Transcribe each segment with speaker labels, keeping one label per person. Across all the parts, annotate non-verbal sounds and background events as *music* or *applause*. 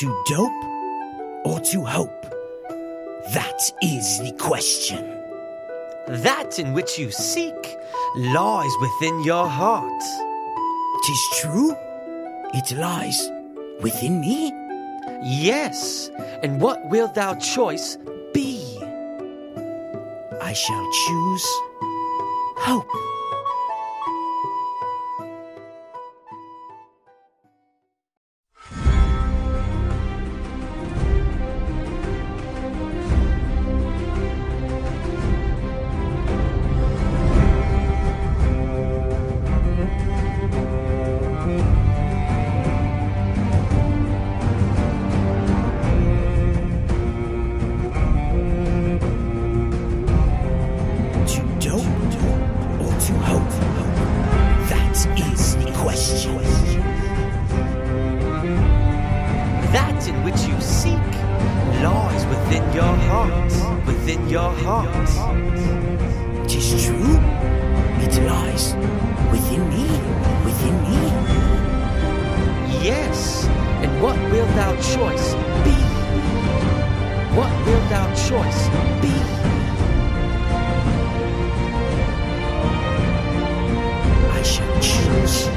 Speaker 1: To dope or to hope? That is the question.
Speaker 2: That in which you seek lies within your heart.
Speaker 1: Tis true, it lies within me.
Speaker 2: Yes, and what will thou choice be?
Speaker 1: I shall choose hope. To dope or to hope? That is the question.
Speaker 2: That in which you seek lies within your heart. Within your heart.
Speaker 1: Tis true, it lies within me, within me.
Speaker 2: Yes, and what will thou choice be? What will thou choice be?
Speaker 1: I shall choose.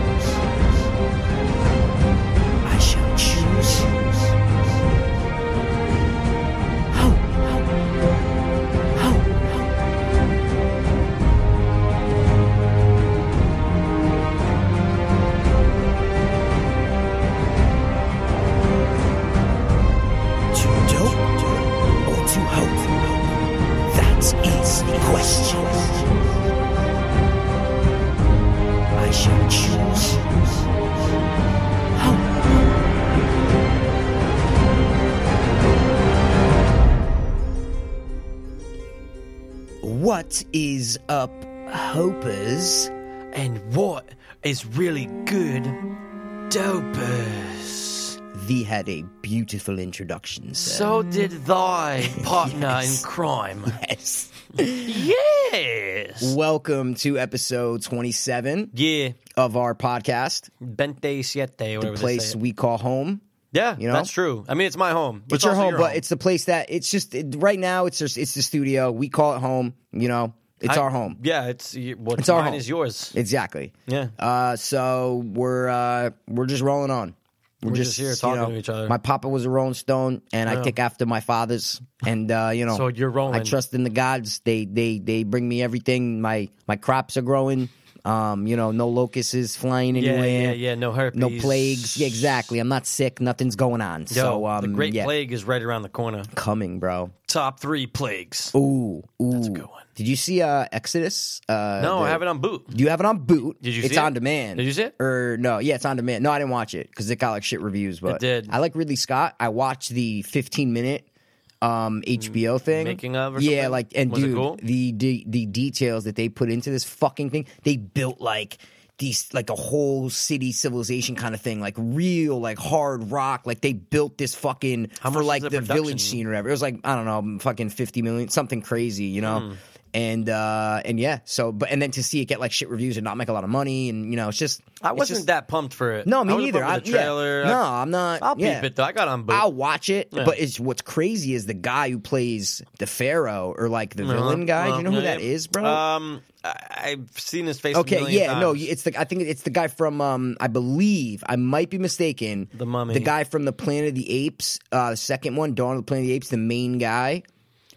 Speaker 1: I shall choose. Hope, hope, hope. To dope or to hope? That is the question. I shall choose hope. What is up, hopers?
Speaker 2: And what is really good? Dopers.
Speaker 1: Thee had a beautiful introduction, sir.
Speaker 2: So did *laughs* thy partner in *laughs* crime.
Speaker 1: yes.
Speaker 2: Yes.
Speaker 1: Welcome to episode 27
Speaker 2: Yeah.
Speaker 1: of our podcast,
Speaker 2: Bente siete. Whatever
Speaker 1: the
Speaker 2: they
Speaker 1: place
Speaker 2: say.
Speaker 1: we call home.
Speaker 2: Yeah,
Speaker 1: you know?
Speaker 2: that's true. I mean, it's my home.
Speaker 1: It's your
Speaker 2: also
Speaker 1: home, but it's the place that it's just it, right now. It's just it's the studio. We call it home. You know, it's
Speaker 2: I-
Speaker 1: our home.
Speaker 2: Yeah, it's y- what's
Speaker 1: It's our
Speaker 2: mine
Speaker 1: home.
Speaker 2: is yours.
Speaker 1: Exactly.
Speaker 2: Yeah.
Speaker 1: Uh, so we're uh, we're just rolling on. We're,
Speaker 2: just here talking
Speaker 1: you know,
Speaker 2: to each other.
Speaker 1: My papa was a Rolling Stone, and I take after my father's. And uh, you know,
Speaker 2: So you're rolling.
Speaker 1: I trust in the gods. They they they bring me everything. My my crops are growing. Um, you know, no locusts is flying
Speaker 2: yeah,
Speaker 1: anywhere.
Speaker 2: yeah, yeah. No herpes.
Speaker 1: No plagues. Yeah, exactly. I'm not sick. Nothing's going on.
Speaker 2: Yo,
Speaker 1: so um,
Speaker 2: the Great
Speaker 1: yeah,
Speaker 2: Plague is right around the corner.
Speaker 1: coming, bro.
Speaker 2: Top three plagues.
Speaker 1: Ooh, ooh. That's a
Speaker 2: good one.
Speaker 1: Did you see uh, Exodus? Uh,
Speaker 2: no, I
Speaker 1: the-
Speaker 2: have it on boot.
Speaker 1: Do you have it on boot?
Speaker 2: Did you
Speaker 1: It's
Speaker 2: see it?
Speaker 1: on demand.
Speaker 2: Did you see it?
Speaker 1: Or no, yeah, it's on demand. No, I didn't watch it because it got like shit reviews. But
Speaker 2: did.
Speaker 1: I like Ridley Scott. I watched the 15 minute um HBO thing
Speaker 2: Mm, making of or
Speaker 1: yeah,
Speaker 2: something?
Speaker 1: like and
Speaker 2: Was it
Speaker 1: dude,
Speaker 2: cool?
Speaker 1: the, the the details that they put into this fucking thing. They built like these like a whole city civilization kind of thing, like real like hard rock. Like they built this fucking
Speaker 2: How
Speaker 1: for
Speaker 2: much
Speaker 1: like
Speaker 2: was
Speaker 1: the
Speaker 2: the
Speaker 1: village
Speaker 2: production?
Speaker 1: scene or whatever. It was like I don't know, fucking fifty million, something crazy, you know.
Speaker 2: Mm.
Speaker 1: And uh and yeah, so but and then to see it get like shit reviews and not make a lot of money, and you know, it's just
Speaker 2: I
Speaker 1: it's
Speaker 2: wasn't
Speaker 1: just-
Speaker 2: that pumped for it.
Speaker 1: No, me
Speaker 2: I wasn't
Speaker 1: neither.
Speaker 2: pumped for
Speaker 1: I-
Speaker 2: the
Speaker 1: yeah.
Speaker 2: trailer.
Speaker 1: No, I'm not-
Speaker 2: I'll
Speaker 1: yeah.
Speaker 2: peep it though. I got on boot.
Speaker 1: I'll watch it, but it's what's crazy is the guy who plays the pharaoh or like
Speaker 2: Uh-huh.
Speaker 1: the villain guy. Do you know who
Speaker 2: yeah,
Speaker 1: that
Speaker 2: yeah.
Speaker 1: is, bro?
Speaker 2: Um, I, I've seen his face. a
Speaker 1: Okay,
Speaker 2: million
Speaker 1: yeah, no,
Speaker 2: times.
Speaker 1: it's the I think it's the guy from um I believe I might be mistaken.
Speaker 2: The Mummy.
Speaker 1: the guy from the Planet of the Apes, uh, the second one, Dawn of the Planet of the Apes, the main guy,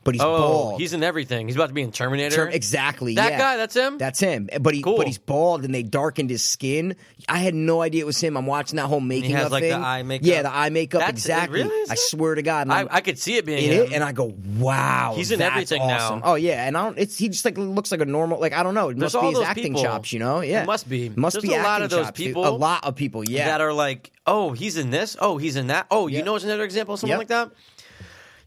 Speaker 1: but he's
Speaker 2: oh,
Speaker 1: bald.
Speaker 2: he's in everything. He's about to be in Terminator.
Speaker 1: Term- exactly
Speaker 2: That
Speaker 1: yeah.
Speaker 2: guy, that's him?
Speaker 1: That's him. But he,
Speaker 2: Cool.
Speaker 1: but he's bald, and they darkened his skin. I had no idea it was him. I'm watching that whole making
Speaker 2: has,
Speaker 1: of
Speaker 2: like, the
Speaker 1: thing.
Speaker 2: eye makeup.
Speaker 1: Yeah, the eye makeup.
Speaker 2: That's- it
Speaker 1: exactly.
Speaker 2: really is
Speaker 1: I
Speaker 2: him?
Speaker 1: swear to God, and
Speaker 2: I,
Speaker 1: I'm-
Speaker 2: I could see it being
Speaker 1: in
Speaker 2: him.
Speaker 1: it, and I go, wow,
Speaker 2: He's in
Speaker 1: that's
Speaker 2: everything now.
Speaker 1: awesome. Oh yeah, and I don't. It's he just like looks like a normal. Like I don't know. It
Speaker 2: There's
Speaker 1: must be
Speaker 2: all
Speaker 1: his
Speaker 2: those
Speaker 1: acting
Speaker 2: people.
Speaker 1: chops, you know? Yeah,
Speaker 2: It must be.
Speaker 1: Must
Speaker 2: There's
Speaker 1: be
Speaker 2: a lot
Speaker 1: acting
Speaker 2: of those
Speaker 1: chops, dude. A
Speaker 2: people
Speaker 1: lot of people. Yeah,
Speaker 2: that are like, oh, he's in this. Oh, he's in that. Oh,
Speaker 1: Yeah.
Speaker 2: you know, it's another example, of something
Speaker 1: Yep.
Speaker 2: like that.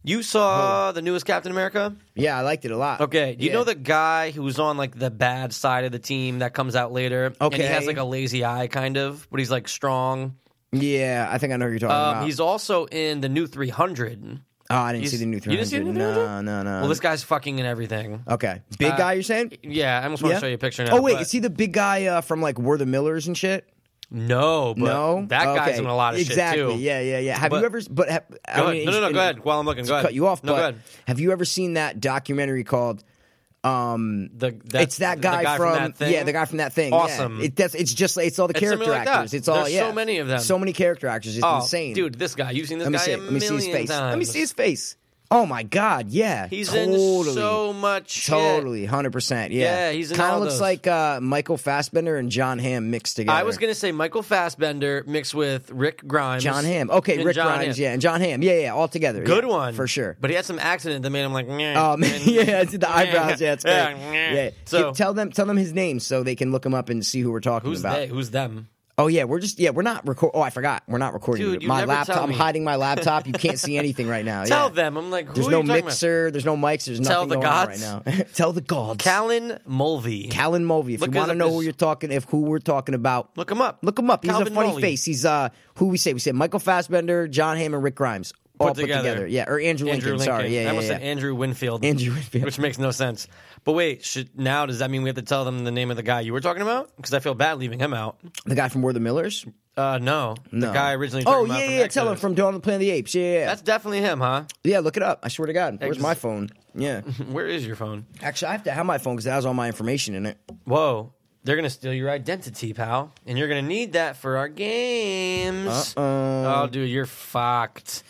Speaker 2: You saw the newest Captain America?
Speaker 1: yeah. I liked it a lot.
Speaker 2: Okay, you
Speaker 1: Yeah.
Speaker 2: know the guy who's on like the bad side of the team that comes out later. and he
Speaker 1: Okay.
Speaker 2: has like a lazy eye, kind of, but he's like strong.
Speaker 1: Yeah, I think I know who you're talking
Speaker 2: Um,
Speaker 1: about.
Speaker 2: He's also in the new 300.
Speaker 1: oh, I didn't see
Speaker 2: he's-
Speaker 1: the new
Speaker 2: you didn't see the
Speaker 1: 300.
Speaker 2: new
Speaker 1: No,
Speaker 2: 300?
Speaker 1: no, no.
Speaker 2: Well, this guy's fucking in everything.
Speaker 1: okay, big
Speaker 2: uh,
Speaker 1: guy. You're saying?
Speaker 2: Yeah, I almost want to show you a picture now.
Speaker 1: oh wait,
Speaker 2: but-
Speaker 1: is he the big guy uh, from like We're the Millers and shit?
Speaker 2: No, but
Speaker 1: no,
Speaker 2: that guy's
Speaker 1: Okay.
Speaker 2: in a lot of
Speaker 1: exactly.
Speaker 2: shit too.
Speaker 1: Yeah, yeah, yeah. Have
Speaker 2: But-
Speaker 1: you ever? But have, I
Speaker 2: Go
Speaker 1: mean,
Speaker 2: ahead. No, no, no.
Speaker 1: and-
Speaker 2: Go ahead. While I'm looking, go ahead.
Speaker 1: Cut you off.
Speaker 2: No,
Speaker 1: but
Speaker 2: go ahead.
Speaker 1: have you ever seen that documentary called? Um,
Speaker 2: The, that,
Speaker 1: it's that
Speaker 2: the
Speaker 1: guy,
Speaker 2: from, that thing.
Speaker 1: yeah, the guy from that thing. yeah.
Speaker 2: Awesome.
Speaker 1: It, that's it's just like it's all the
Speaker 2: It's
Speaker 1: character
Speaker 2: something like that.
Speaker 1: actors. It's all
Speaker 2: There's
Speaker 1: yeah.
Speaker 2: so many of them.
Speaker 1: So many character actors. It's
Speaker 2: oh,
Speaker 1: insane,
Speaker 2: dude. This guy. You've seen this
Speaker 1: Let me
Speaker 2: guy
Speaker 1: see.
Speaker 2: a
Speaker 1: it. Let me see his
Speaker 2: million
Speaker 1: face.
Speaker 2: times.
Speaker 1: Let me see his face. Oh my god, yeah.
Speaker 2: He's
Speaker 1: totally.
Speaker 2: in so much. shit.
Speaker 1: Totally, hundred percent. Yeah,
Speaker 2: Yeah, he's in
Speaker 1: kind
Speaker 2: all
Speaker 1: of looks
Speaker 2: those.
Speaker 1: like uh, Michael Fassbender and John Hamm mixed together.
Speaker 2: I was gonna say Michael Fassbender mixed with Rick Grimes.
Speaker 1: John Hamm. Okay,
Speaker 2: and
Speaker 1: Rick
Speaker 2: John
Speaker 1: Grimes.
Speaker 2: Hamm.
Speaker 1: Yeah, and John Hamm. Yeah, yeah, all together.
Speaker 2: Good
Speaker 1: yeah,
Speaker 2: one
Speaker 1: for sure.
Speaker 2: But he had some accident that made him like. meh,
Speaker 1: Um, *laughs*
Speaker 2: *laughs* and-
Speaker 1: yeah, it's
Speaker 2: *laughs*
Speaker 1: the eyebrows. Yeah, it's great.
Speaker 2: Yeah,
Speaker 1: Yeah.
Speaker 2: yeah. So-
Speaker 1: Give- tell them, tell them his name so they can look him up and see who we're talking
Speaker 2: Who's
Speaker 1: about.
Speaker 2: they? Who's them?
Speaker 1: Oh yeah, we're just yeah, we're not record. Oh, I forgot, we're not recording.
Speaker 2: Dude, you
Speaker 1: my
Speaker 2: never
Speaker 1: laptop.
Speaker 2: tell
Speaker 1: I'm
Speaker 2: me.
Speaker 1: hiding my laptop. You can't
Speaker 2: *laughs*
Speaker 1: see anything right now.
Speaker 2: Tell
Speaker 1: yeah.
Speaker 2: them. I'm like, who
Speaker 1: There's
Speaker 2: are
Speaker 1: no
Speaker 2: you talking
Speaker 1: mixer. There's no mics. There's nothing
Speaker 2: Tell the
Speaker 1: going
Speaker 2: gods.
Speaker 1: on right now. *laughs* tell the gods.
Speaker 2: About? Callan Mulvey.
Speaker 1: Callan Mulvey. If
Speaker 2: Look
Speaker 1: you want to
Speaker 2: up
Speaker 1: know who
Speaker 2: his-
Speaker 1: you're talking, if who we're talking about,
Speaker 2: Look him up.
Speaker 1: Look him up. He's
Speaker 2: Calvin
Speaker 1: a funny
Speaker 2: Mulvey.
Speaker 1: face. He's uh, who we say we said Michael Fassbender, John Hamm, and Rick Grimes all put,
Speaker 2: together.
Speaker 1: Yeah, or Andrew,
Speaker 2: Andrew Lincoln.
Speaker 1: Sorry,
Speaker 2: I
Speaker 1: yeah, yeah,
Speaker 2: almost
Speaker 1: yeah.
Speaker 2: said Andrew Winfield.
Speaker 1: Andrew Winfield.
Speaker 2: *laughs* which makes no sense. But wait, should, now does that mean we have to tell them the name of the guy you were talking about? Because I feel bad leaving him out.
Speaker 1: the guy from We're the Millers.
Speaker 2: Uh, no,
Speaker 1: No.
Speaker 2: the guy originally.
Speaker 1: Oh
Speaker 2: talking
Speaker 1: yeah,
Speaker 2: about from
Speaker 1: yeah. Tell him
Speaker 2: Exodus.
Speaker 1: from Dawn of the Planet of the Apes. Yeah, yeah, yeah.
Speaker 2: That's definitely him, huh? *laughs*
Speaker 1: yeah. Look it up. I swear to God. Where's
Speaker 2: just-
Speaker 1: my phone? Yeah.
Speaker 2: Where is your phone?
Speaker 1: Actually, I have to have my phone because it has all my information in it.
Speaker 2: Whoa, they're gonna steal your identity, pal, and you're gonna need that for our games.
Speaker 1: Uh-oh.
Speaker 2: Oh, dude, you're fucked.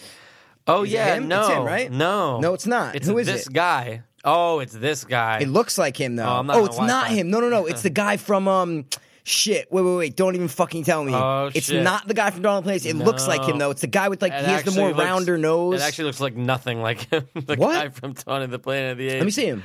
Speaker 2: Oh
Speaker 1: Uh-uh. Is it
Speaker 2: yeah,
Speaker 1: him?
Speaker 2: no,
Speaker 1: It's him, right?
Speaker 2: No,
Speaker 1: No, it's not.
Speaker 2: It's
Speaker 1: Who is
Speaker 2: this
Speaker 1: it?
Speaker 2: guy? Oh, it's this guy.
Speaker 1: It looks like him though.
Speaker 2: Oh, I'm not on
Speaker 1: it's
Speaker 2: Wi-Fi.
Speaker 1: not him. No, no,
Speaker 2: *laughs*
Speaker 1: no. It's the guy from um. Shit! Wait, wait, wait! Don't even fucking tell me.
Speaker 2: Oh,
Speaker 1: it's
Speaker 2: shit.
Speaker 1: not the guy from Dawn of the Planet. of the Apes. It looks like him
Speaker 2: No.
Speaker 1: though. It's the guy with like
Speaker 2: It
Speaker 1: he has the
Speaker 2: actually
Speaker 1: more
Speaker 2: looks-
Speaker 1: rounder nose.
Speaker 2: It actually looks like nothing like him. *laughs* the
Speaker 1: What?
Speaker 2: guy from Dawn of the Planet of the Apes.
Speaker 1: Let me see him.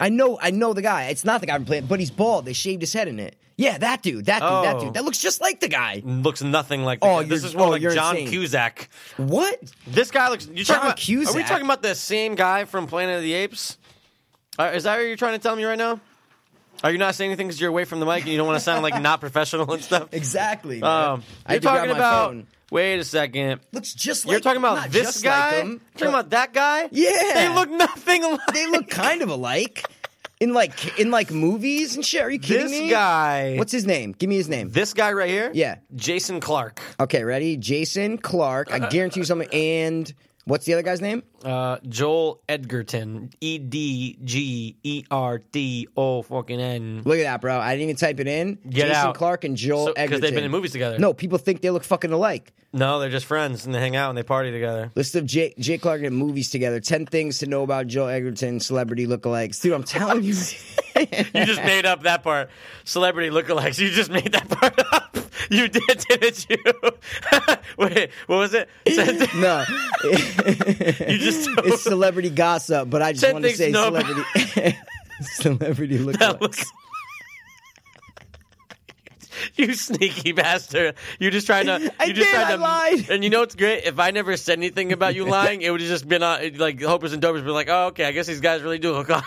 Speaker 1: I know, I know the guy. It's not the guy from Planet, but he's bald. They shaved his head in it. Yeah, that dude, that dude, that
Speaker 2: Oh.
Speaker 1: dude. That looks just like the guy.
Speaker 2: Looks nothing like.
Speaker 1: Oh,
Speaker 2: the, this
Speaker 1: you're-
Speaker 2: is more
Speaker 1: oh,
Speaker 2: like
Speaker 1: you're
Speaker 2: John
Speaker 1: insane.
Speaker 2: Cusack.
Speaker 1: What?
Speaker 2: This guy looks. You
Speaker 1: John
Speaker 2: talking about? Are we
Speaker 1: Cusack?
Speaker 2: talking about the same guy from Planet of the Apes? Uh, is that what you're trying to tell me right now? Are you not saying anything because you're away from the mic and you don't want to sound like not *laughs* professional and stuff?
Speaker 1: Exactly. man.
Speaker 2: Um,
Speaker 1: I had
Speaker 2: you're
Speaker 1: to grab
Speaker 2: talking
Speaker 1: my
Speaker 2: about.
Speaker 1: phone.
Speaker 2: Wait a second.
Speaker 1: Looks just like
Speaker 2: You're talking about
Speaker 1: not
Speaker 2: this
Speaker 1: just
Speaker 2: guy.
Speaker 1: Like him,
Speaker 2: You're talking about that guy.
Speaker 1: Yeah.
Speaker 2: they look *laughs* nothing alike.
Speaker 1: they look kind of alike in like in like movies and shit. Are you kidding
Speaker 2: This
Speaker 1: me?
Speaker 2: guy.
Speaker 1: What's his name? Give me his name.
Speaker 2: this guy right here?
Speaker 1: Yeah.
Speaker 2: Jason Clark.
Speaker 1: Okay, ready? Jason Clark. I guarantee you something. And what's the other guy's name?
Speaker 2: Uh, Joel Edgerton. E D G E R T O fucking N.
Speaker 1: Look at that, bro. I didn't even type it in.
Speaker 2: Get
Speaker 1: Jason
Speaker 2: out.
Speaker 1: Clark and Joel
Speaker 2: So- 'cause
Speaker 1: Edgerton.
Speaker 2: they've been in movies together.
Speaker 1: No, people think they look fucking alike.
Speaker 2: No, they're just friends and they hang out and they party together.
Speaker 1: *laughs* List of Jay, Jay Clark and movies together. Ten things to know about Joel Egerton, celebrity lookalikes. Dude, I'm telling you.
Speaker 2: *laughs* You just made up that part. Celebrity lookalikes. You just made that part up. You did, didn't you? *laughs* Wait, what
Speaker 1: *laughs*
Speaker 2: was it? Ten, *laughs*
Speaker 1: no,
Speaker 2: you just
Speaker 1: *laughs* it's celebrity gossip, but I just
Speaker 2: Ten
Speaker 1: want to
Speaker 2: things
Speaker 1: say
Speaker 2: to know
Speaker 1: celebrity
Speaker 2: *laughs*
Speaker 1: *laughs* celebrity
Speaker 2: That
Speaker 1: lookalikes.
Speaker 2: looks- *laughs* You sneaky bastard! You just trying to. You
Speaker 1: *laughs* I
Speaker 2: just
Speaker 1: did,
Speaker 2: Tried
Speaker 1: I
Speaker 2: to,
Speaker 1: lied.
Speaker 2: And you know what's great? If I never said anything
Speaker 1: *laughs*
Speaker 2: about you lying, it would have just been on like Hopers and Dopers. Be like, oh, okay, I guess these guys really do look *laughs* al-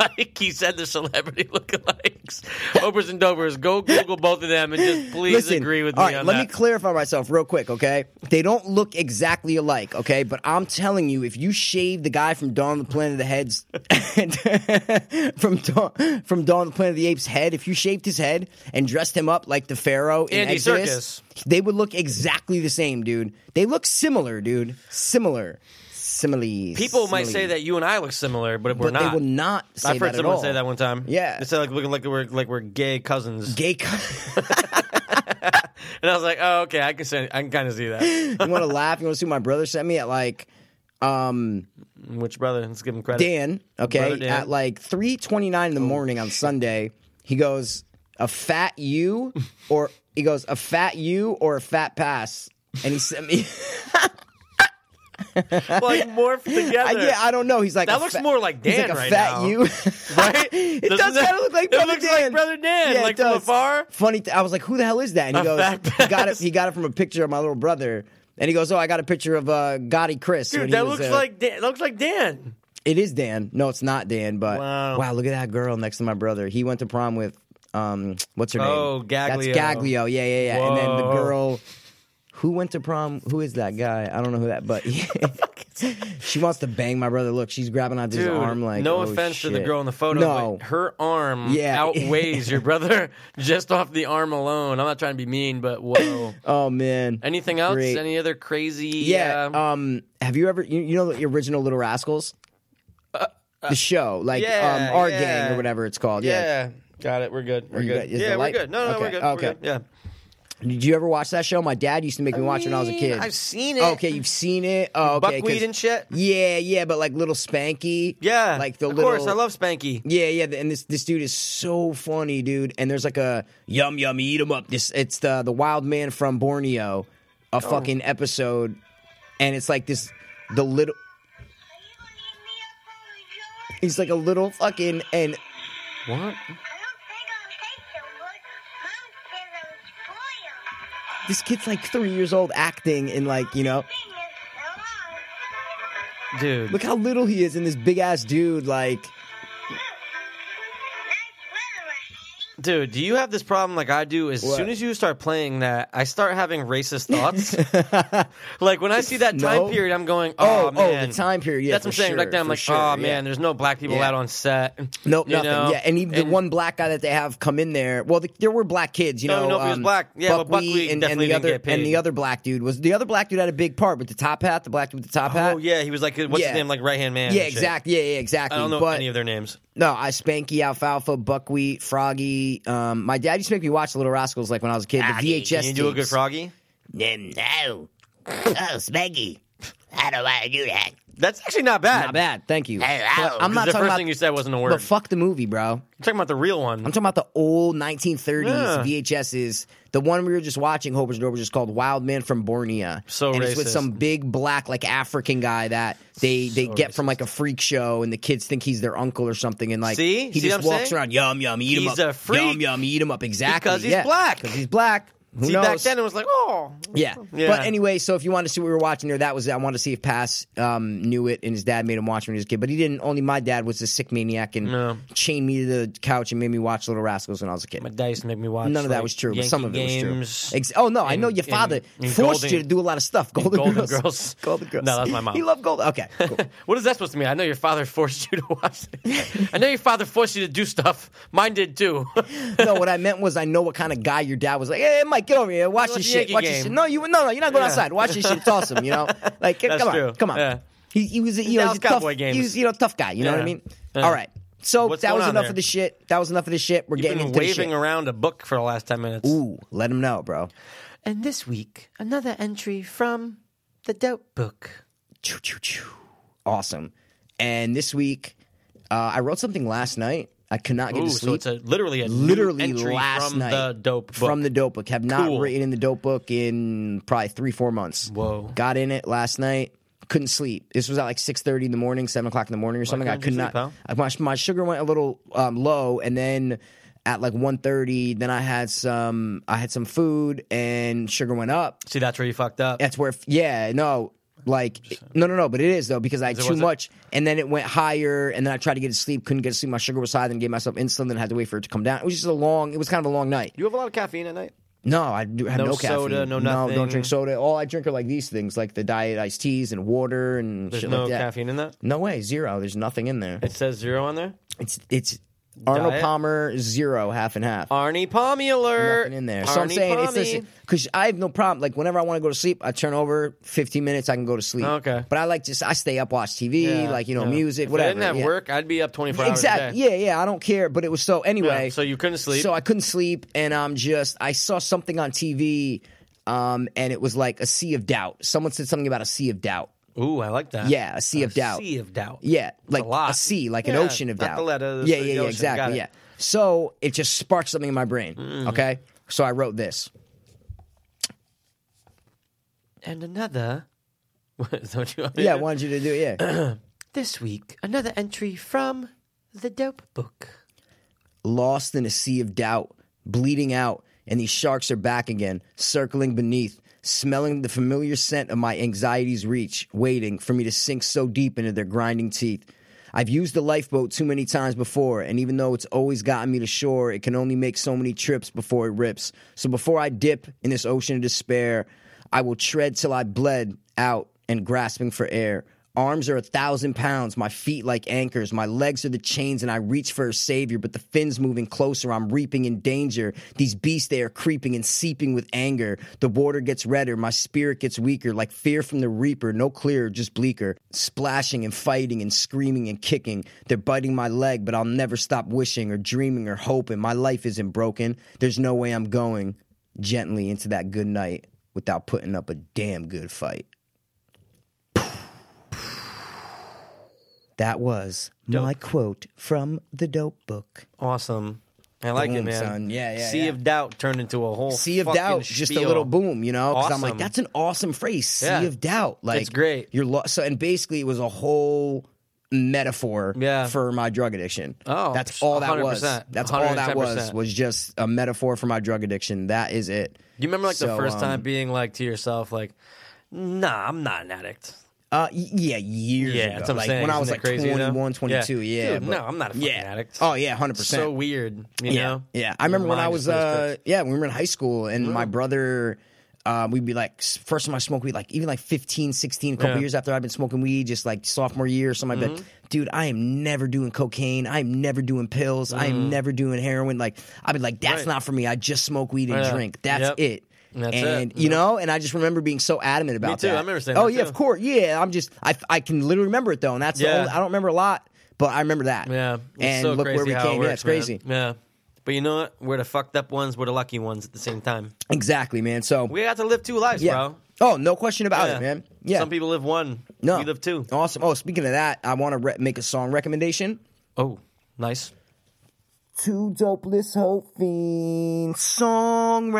Speaker 2: like he said. The celebrity *laughs* lookalikes, Hopers and Dopers. Go Google both of them and just please
Speaker 1: Listen,
Speaker 2: agree with me
Speaker 1: all right,
Speaker 2: on
Speaker 1: let
Speaker 2: that.
Speaker 1: me clarify myself real quick, okay? They don't look exactly alike, okay? But I'm telling you, if you shave the guy from Dawn of the Planet of the Heads *laughs* from Dawn, from Dawn of the Planet of the Apes' head, if you shaved his head and dressed him up like the Pharaoh in
Speaker 2: Andy
Speaker 1: Exodus, they would look exactly the same, dude. They look similar, dude. Similar, similes.
Speaker 2: People might
Speaker 1: Similes.
Speaker 2: say that you and I look similar, but we're
Speaker 1: but
Speaker 2: not.
Speaker 1: they will not say that
Speaker 2: I've heard
Speaker 1: at
Speaker 2: someone
Speaker 1: all.
Speaker 2: say that one time.
Speaker 1: Yeah.
Speaker 2: they said like looking like we're like we're gay cousins,
Speaker 1: Gay. *laughs* Co-
Speaker 2: and I was like, oh, okay, I can say, I can kind of
Speaker 1: *laughs*
Speaker 2: see that.
Speaker 1: you want to laugh? You want to see what my brother sent me at like. Um,
Speaker 2: Which brother? Let's give him credit.
Speaker 1: Dan, okay,
Speaker 2: Brother Dan. Oh,
Speaker 1: at like 3:29 in the morning on Sunday, he goes a fat
Speaker 2: *laughs*
Speaker 1: you or he goes a fat you or a fat pass. And he sent
Speaker 2: *laughs*
Speaker 1: me
Speaker 2: like morphed together.
Speaker 1: I, yeah, I don't know. He's like
Speaker 2: That
Speaker 1: a
Speaker 2: looks
Speaker 1: fat-
Speaker 2: more like
Speaker 1: he's
Speaker 2: Dan
Speaker 1: like a
Speaker 2: right
Speaker 1: fat
Speaker 2: now.
Speaker 1: you. *laughs*
Speaker 2: *laughs* right?
Speaker 1: It does
Speaker 2: Doesn't
Speaker 1: kind of look like
Speaker 2: it
Speaker 1: Brother
Speaker 2: looks
Speaker 1: Dan.
Speaker 2: like Brother Dan,
Speaker 1: Yeah, it
Speaker 2: like from
Speaker 1: does.
Speaker 2: afar.
Speaker 1: Funny, th- I was like, "Who the hell is that?" And he
Speaker 2: A
Speaker 1: goes,
Speaker 2: fat
Speaker 1: "He got it.
Speaker 2: pass.
Speaker 1: He got it from a picture of my little brother." And he goes, "Oh, I got a picture of uh, Gotti Chris." when
Speaker 2: Dude,
Speaker 1: he
Speaker 2: that
Speaker 1: was,
Speaker 2: looks
Speaker 1: uh,
Speaker 2: like Dan. Looks like Dan.
Speaker 1: It is Dan. No, it's not Dan, but wow,
Speaker 2: Wow.
Speaker 1: look at that girl next to my brother. He went to prom with um what's her name?
Speaker 2: Oh, Gaglio.
Speaker 1: That's Gaglio. Yeah, yeah, yeah. And then the
Speaker 2: Whoa.
Speaker 1: girl Who went to prom? Who is that guy? I don't know who that, but *laughs* she wants to bang my brother. Look, she's grabbing onto his
Speaker 2: Dude,
Speaker 1: arm like.
Speaker 2: no
Speaker 1: oh,
Speaker 2: offense to the
Speaker 1: shit.
Speaker 2: girl in the photo,
Speaker 1: No,
Speaker 2: but her arm
Speaker 1: Yeah.
Speaker 2: outweighs
Speaker 1: *laughs*
Speaker 2: your brother *laughs* just off the arm alone. I'm not trying to be mean,
Speaker 1: *coughs*
Speaker 2: but whoa.
Speaker 1: oh man.
Speaker 2: Anything else?
Speaker 1: Great.
Speaker 2: Any other crazy?
Speaker 1: Yeah.
Speaker 2: uh,
Speaker 1: Um. Have you ever? You, you know the original Little Rascals, the show, like
Speaker 2: Uh, yeah,
Speaker 1: um, our
Speaker 2: yeah.
Speaker 1: gang or whatever it's called. Yeah.
Speaker 2: yeah. Got it. We're good. We're
Speaker 1: you
Speaker 2: good.
Speaker 1: good? Is the
Speaker 2: yeah, we're
Speaker 1: light-
Speaker 2: good. No, no, no, we're
Speaker 1: Okay,
Speaker 2: good.
Speaker 1: okay.
Speaker 2: We're good. Yeah.
Speaker 1: Did you ever watch that show? My dad used to make me watch when I was a
Speaker 2: mean,
Speaker 1: kid.
Speaker 2: I've seen it.
Speaker 1: Okay, you've seen it. Oh, okay. 'cause-
Speaker 2: Buckwheat and shit.
Speaker 1: yeah, yeah, but like little Spanky.
Speaker 2: Yeah.
Speaker 1: like the
Speaker 2: of
Speaker 1: little.
Speaker 2: course, I love Spanky.
Speaker 1: Yeah, yeah, and this this dude is so funny, dude. And there's like a yum yum eat 'em up. This it's the the wild man from Borneo,
Speaker 2: Oh.
Speaker 1: a fucking episode, and it's like this the little. He's like a little fucking and
Speaker 2: What?
Speaker 1: this kid's like three years old acting and like you know
Speaker 2: Dude.
Speaker 1: look how little he is and this big ass dude like *laughs*
Speaker 2: Dude, do you have this problem like I do? As
Speaker 1: What?
Speaker 2: soon as you start playing that, I start having racist
Speaker 1: *laughs*
Speaker 2: thoughts. like when I see that time
Speaker 1: No.
Speaker 2: period, I'm going,
Speaker 1: oh
Speaker 2: oh,
Speaker 1: oh,
Speaker 2: man.
Speaker 1: the time period yeah
Speaker 2: That's what I'm
Speaker 1: for
Speaker 2: saying.
Speaker 1: sure,
Speaker 2: Like then I'm
Speaker 1: for
Speaker 2: like,
Speaker 1: sure,
Speaker 2: oh
Speaker 1: yeah.
Speaker 2: man, there's no black people
Speaker 1: Yeah.
Speaker 2: out on set.
Speaker 1: Nope,
Speaker 2: You
Speaker 1: nothing.
Speaker 2: know?
Speaker 1: Yeah, and even the
Speaker 2: And-
Speaker 1: one black guy that they have come in there. Well, the, there were black kids, you
Speaker 2: I
Speaker 1: know. um,
Speaker 2: don't know if he was black. Yeah, but Buckwheat
Speaker 1: and, and
Speaker 2: definitely
Speaker 1: the
Speaker 2: didn't
Speaker 1: other
Speaker 2: get paid.
Speaker 1: and the other black dude was the other black dude had a big part with the top hat, the black dude with the top hat.
Speaker 2: Oh yeah, he was like what's
Speaker 1: Yeah.
Speaker 2: his name? Like right hand man.
Speaker 1: yeah,
Speaker 2: and shit.
Speaker 1: exactly. Yeah, yeah, exactly.
Speaker 2: I don't know
Speaker 1: but
Speaker 2: any of their names.
Speaker 1: no, I Spanky, Alfalfa, Buckwheat, Froggy. Um, my dad used to make me watch Little Rascals like when I was a kid. The VHS.
Speaker 2: Can Ah, you do a good
Speaker 1: tapes.
Speaker 2: froggy?
Speaker 3: No. Oh, Spanky. I don't want to do that.
Speaker 2: That's actually not bad.
Speaker 1: Not bad. Thank you.
Speaker 3: Hello.
Speaker 1: But I'm
Speaker 2: 'Cause
Speaker 1: not talking
Speaker 2: the first
Speaker 1: about
Speaker 2: thing you said wasn't a word.
Speaker 1: but fuck the movie, bro.
Speaker 2: I'm talking about the real one.
Speaker 1: I'm talking about the old 1930s
Speaker 2: Yeah.
Speaker 1: VHSs. The one we were just watching, Hopers and Dopers, is called Wild Man from Borneo.
Speaker 2: So
Speaker 1: and it's with
Speaker 2: racist.
Speaker 1: some big black like African guy that they they get from like a freak show, and the kids think he's their uncle or something, and like
Speaker 2: See?
Speaker 1: he
Speaker 2: See what
Speaker 1: just
Speaker 2: I'm
Speaker 1: walks
Speaker 2: saying?
Speaker 1: around yum yum eat him
Speaker 2: He's
Speaker 1: up
Speaker 2: a freak.
Speaker 1: yum yum eat him up exactly
Speaker 2: Because he's
Speaker 1: yeah.
Speaker 2: black.
Speaker 1: because he's black. Who
Speaker 2: See,
Speaker 1: knows?
Speaker 2: back then it was like, oh.
Speaker 1: Yeah.
Speaker 2: Yeah.
Speaker 1: But anyway, so if you want to see what we were watching there, that was I wanted to see if Pass um, knew it and his dad made him watch when he was a kid. But he didn't. Only my dad was a sick maniac and
Speaker 2: No.
Speaker 1: chained me to the couch and made me watch Little Rascals when I was a kid.
Speaker 2: My dice make me watch.
Speaker 1: None of that
Speaker 2: like,
Speaker 1: was true,
Speaker 2: Yankee
Speaker 1: but some of it was
Speaker 2: games.
Speaker 1: true. Ex- oh no, I know
Speaker 2: and-
Speaker 1: your father
Speaker 2: and- and
Speaker 1: forced
Speaker 2: Golden-
Speaker 1: you to do a lot of stuff. Golden,
Speaker 2: Golden
Speaker 1: Girls.
Speaker 2: Girls.
Speaker 1: Golden Girls.
Speaker 2: No, that's my mom.
Speaker 1: He loved Golden. Okay,
Speaker 2: *laughs*
Speaker 1: cool.
Speaker 2: What is that supposed to mean? I know your father forced you to watch it. I know your father forced you to do stuff. Mine did too. *laughs*
Speaker 1: no, what I meant was I know what kind of guy your dad was like. Hey, Mike, get over here. Watch
Speaker 2: Watch
Speaker 1: this
Speaker 2: the
Speaker 1: shit.
Speaker 2: Yankee
Speaker 1: Watch this
Speaker 2: game.
Speaker 1: shit. No, you no no. You're not going
Speaker 2: Yeah.
Speaker 1: outside. Watch this shit. It's awesome. You
Speaker 2: *laughs*
Speaker 1: know, like
Speaker 2: That's
Speaker 1: come
Speaker 2: true.
Speaker 1: on, come on.
Speaker 2: Yeah.
Speaker 1: He, he was you know,
Speaker 2: Dallas
Speaker 1: he's a tough,
Speaker 2: Cowboy games.
Speaker 1: He was you know tough guy. You know what I
Speaker 2: Yeah.
Speaker 1: mean?
Speaker 2: Yeah.
Speaker 1: All right. So
Speaker 2: What's
Speaker 1: that
Speaker 2: going
Speaker 1: was
Speaker 2: on
Speaker 1: enough
Speaker 2: there?
Speaker 1: of the shit. That was enough of the shit. We're
Speaker 2: You've
Speaker 1: getting
Speaker 2: been
Speaker 1: into the
Speaker 2: waving
Speaker 1: shit.
Speaker 2: around a book for the last ten minutes.
Speaker 1: Ooh, let him know, bro.
Speaker 2: And this week, another entry from the Dope Book.
Speaker 1: Choo, choo, choo. Awesome. And this week, uh, I wrote something last night. I could not get
Speaker 2: Ooh,
Speaker 1: to
Speaker 2: so
Speaker 1: sleep.
Speaker 2: it's a, literally a new
Speaker 1: literally
Speaker 2: entry
Speaker 1: last
Speaker 2: from
Speaker 1: night
Speaker 2: the Dope Book.
Speaker 1: from the dope book. Have not
Speaker 2: Cool.
Speaker 1: written in the dope book in probably three four months.
Speaker 2: Whoa.
Speaker 1: Got in it last night. Couldn't sleep. This was at like six thirty in the morning, seven o'clock in the morning or something. I
Speaker 2: couldn't
Speaker 1: could
Speaker 2: you
Speaker 1: not.
Speaker 2: sleep,
Speaker 1: I- my, my sugar went a little um, low, and then at like 1.30, then I had some. I had some food, and sugar went up.
Speaker 2: See, that's where you fucked up.
Speaker 1: That's where, yeah, no, like, no, no, no, but it is though because I had
Speaker 2: it-
Speaker 1: too
Speaker 2: was it-
Speaker 1: much, and then it went higher, and then I tried to get to sleep, couldn't get to sleep. My sugar was high, then gave myself insulin, then had to wait for it to come down. It was just a long, it was kind of a long night.
Speaker 2: You have a lot of caffeine at night.
Speaker 1: No, I do, have
Speaker 2: No
Speaker 1: no, caffeine.
Speaker 2: soda, no
Speaker 1: No, don't
Speaker 2: nothing.
Speaker 1: drink soda. All I drink are like these things, like the diet iced teas and water and
Speaker 2: There's
Speaker 1: shit
Speaker 2: no
Speaker 1: like that.
Speaker 2: caffeine in that.
Speaker 1: No way, zero. There's nothing in there.
Speaker 2: It says zero on there.
Speaker 1: It's it's Arnold
Speaker 2: Diet?
Speaker 1: Palmer zero, half and half.
Speaker 2: Arnie Palmy alert.
Speaker 1: nothing in there.
Speaker 2: Arnie
Speaker 1: So I'm saying
Speaker 2: Palmy.
Speaker 1: it's this because I have no problem. Like whenever I want to go to sleep, I turn over 15 minutes, I can go to sleep.
Speaker 2: Okay.
Speaker 1: but I like just I stay up, watch TV,
Speaker 2: Yeah,
Speaker 1: like you know,
Speaker 2: yeah.
Speaker 1: music,
Speaker 2: If
Speaker 1: whatever.
Speaker 2: I didn't have
Speaker 1: yeah.
Speaker 2: work, I'd be up 24 hours a
Speaker 1: Exactly.
Speaker 2: day.
Speaker 1: Yeah, yeah. I don't care. But it was so anyway.
Speaker 2: Yeah, so you couldn't sleep.
Speaker 1: So I couldn't sleep, and I'm just I saw something on TV, um, and it was like a sea of doubt. Someone said something about a sea of doubt.
Speaker 2: Ooh, I like that.
Speaker 1: Yeah, a sea of doubt.
Speaker 2: Sea of doubt.
Speaker 1: Yeah, like
Speaker 2: lot.
Speaker 1: sea, like an
Speaker 2: Yeah,
Speaker 1: ocean of
Speaker 2: not
Speaker 1: doubt.
Speaker 2: the letters,
Speaker 1: yeah, yeah,
Speaker 2: the
Speaker 1: yeah,
Speaker 2: ocean. Got
Speaker 1: exactly.
Speaker 2: it. Mm.
Speaker 1: Yeah. So it just sparked something in my brain. Okay, so I wrote this.
Speaker 2: And another. *laughs* Is that what you want me
Speaker 1: Yeah, I
Speaker 2: to do?
Speaker 1: wanted you to do it. Yeah,
Speaker 2: This week, another entry from the Dope Book.
Speaker 1: lost in a sea of doubt, bleeding out, and these sharks are back again, circling beneath, smelling the familiar scent of my anxiety's reach, waiting for me to sink so deep into their grinding teeth. I've used the lifeboat too many times before, and even though it's always gotten me to shore, it can only make so many trips before it rips. So before I dip in this ocean of despair, I will tread till I bled out and grasping for air. Arms are a thousand pounds, my feet like anchors, my legs are the chains, and I reach for a savior, but the fin's moving closer, I'm reaping in danger. These beasts, they are creeping and seeping with anger. The water gets redder, my spirit gets weaker, like fear from the reaper, no clearer, just bleaker. Splashing and fighting and screaming and kicking, they're biting my leg, but I'll never stop wishing or dreaming or hoping. My life isn't broken, there's no way I'm going gently into that good night without putting up a damn good fight. That was my quote from the dope book.
Speaker 2: Awesome. I like it,
Speaker 1: Boom,
Speaker 2: man.
Speaker 1: son. Yeah, yeah,
Speaker 2: Sea
Speaker 1: yeah.
Speaker 2: of doubt turned into a whole
Speaker 1: Sea of
Speaker 2: fucking
Speaker 1: doubt, just a
Speaker 2: spiel.
Speaker 1: little boom, you know. Because I'm like,
Speaker 2: Awesome.
Speaker 1: that's an awesome phrase. Sea
Speaker 2: Yeah.
Speaker 1: of doubt, like
Speaker 2: It's great.
Speaker 1: You're lo- so, and basically, it was a whole metaphor
Speaker 2: Yeah.
Speaker 1: for my drug addiction.
Speaker 2: Oh,
Speaker 1: that's all that was.
Speaker 2: 100%,
Speaker 1: That's all that was
Speaker 2: 110%.
Speaker 1: was just a metaphor for my drug addiction. That is it.
Speaker 2: You remember like the
Speaker 1: So,
Speaker 2: first
Speaker 1: um,
Speaker 2: time being like to yourself, like, nah, I'm not an addict.
Speaker 1: Uh, y- yeah, years
Speaker 2: Yeah,
Speaker 1: ago.
Speaker 2: that's what I'm
Speaker 1: like
Speaker 2: saying.
Speaker 1: when I
Speaker 2: Isn't
Speaker 1: was
Speaker 2: it
Speaker 1: like
Speaker 2: crazy, though?
Speaker 1: 21, 22.
Speaker 2: Yeah.
Speaker 1: Yeah,
Speaker 2: Dude,
Speaker 1: but-
Speaker 2: no, I'm not a fucking
Speaker 1: yeah.
Speaker 2: addict.
Speaker 1: Oh yeah, hundred percent.
Speaker 2: so weird. You
Speaker 1: yeah,
Speaker 2: know?
Speaker 1: yeah. I remember when
Speaker 2: mind
Speaker 1: I was
Speaker 2: just plays
Speaker 1: uh,
Speaker 2: tricks.
Speaker 1: yeah, when we were in high school, and
Speaker 2: Mm.
Speaker 1: my brother. Um, we'd be like, s- first time I smoked weed, like even like 15, 16, a couple
Speaker 2: Yeah. Mm-hmm.
Speaker 1: years after I've been smoking weed, just like sophomore year or something. I'd be like, dude, I am never doing cocaine. I am never doing pills. I am never doing heroin. Like, I'd be like, that's
Speaker 2: Mm. Right.
Speaker 1: not for me. I just smoke weed and
Speaker 2: Yeah.
Speaker 1: drink. That's
Speaker 2: Yep.
Speaker 1: it.
Speaker 2: That's it.
Speaker 1: and you
Speaker 2: Yep.
Speaker 1: know, and I just remember being so adamant about
Speaker 2: too.
Speaker 1: that.
Speaker 2: I remember saying
Speaker 1: "Oh
Speaker 2: that
Speaker 1: yeah,
Speaker 2: too.
Speaker 1: of course, yeah." I'm just, I, I can literally remember it though, and that's the
Speaker 2: Yeah.
Speaker 1: only, I don't remember a lot, but I remember that.
Speaker 2: Yeah. It's
Speaker 1: and
Speaker 2: so
Speaker 1: look
Speaker 2: crazy
Speaker 1: where we
Speaker 2: how
Speaker 1: came.
Speaker 2: It
Speaker 1: yeah,
Speaker 2: works,
Speaker 1: it's crazy.
Speaker 2: Man. Yeah. But you know what? We're the fucked up ones, we're the lucky ones at the same time.
Speaker 1: Exactly, man. So
Speaker 2: We got to live two lives,
Speaker 1: yeah.
Speaker 2: bro.
Speaker 1: Oh, no question about it, man. Yeah.
Speaker 2: Some people live one.
Speaker 1: no.
Speaker 2: We live two.
Speaker 1: Awesome. Oh, speaking of that, I want to re- make a song recommendation.
Speaker 2: Oh, nice.
Speaker 1: Two dopeless hope fiends song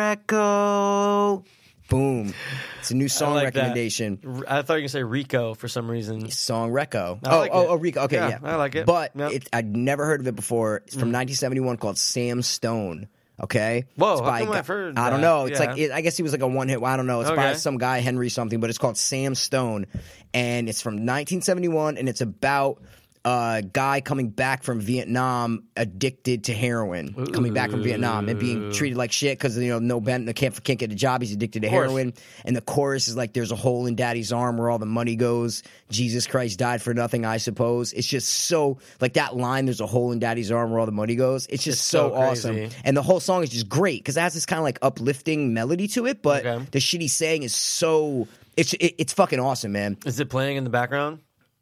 Speaker 1: reco. Boom. It's a new song
Speaker 2: like that.
Speaker 1: recommendation.
Speaker 2: R- I thought you were gonna say Rico for some reason.
Speaker 1: Song Reco.
Speaker 2: I
Speaker 1: oh,
Speaker 2: like
Speaker 1: oh,
Speaker 2: it.
Speaker 1: oh, Rico. Okay,
Speaker 2: Yeah,
Speaker 1: yeah,
Speaker 2: I like it.
Speaker 1: But
Speaker 2: Yep. Mm.
Speaker 1: it, I'd never heard of it before. It's from 1971, called Sam Stone. Okay.
Speaker 2: Whoa,
Speaker 1: It's
Speaker 2: how
Speaker 1: by a
Speaker 2: come
Speaker 1: guy-
Speaker 2: I've heard
Speaker 1: I don't
Speaker 2: that?
Speaker 1: know. It's
Speaker 2: Yeah.
Speaker 1: like it, I guess he was like a one hit. I don't know. It's by
Speaker 2: Okay.
Speaker 1: some guy Henry something, but it's called Sam Stone, and it's from 1971, and it's about. A guy coming back from Vietnam addicted to heroin, coming back from Vietnam and being treated like shit because you know no ben can't can't get a job. He's addicted to
Speaker 2: course.
Speaker 1: heroin and the chorus is like there's a hole in daddy's arm where all the money goes jesus christ died for nothing i suppose it's just so like that line there's a hole in daddy's arm where all the money goes it's just so,
Speaker 2: so crazy.
Speaker 1: awesome and the whole song is just great because it has this kind of like uplifting melody to it but
Speaker 2: Okay.
Speaker 1: the shit he's saying is so it's it, it's fucking awesome man
Speaker 2: Is it playing in the background?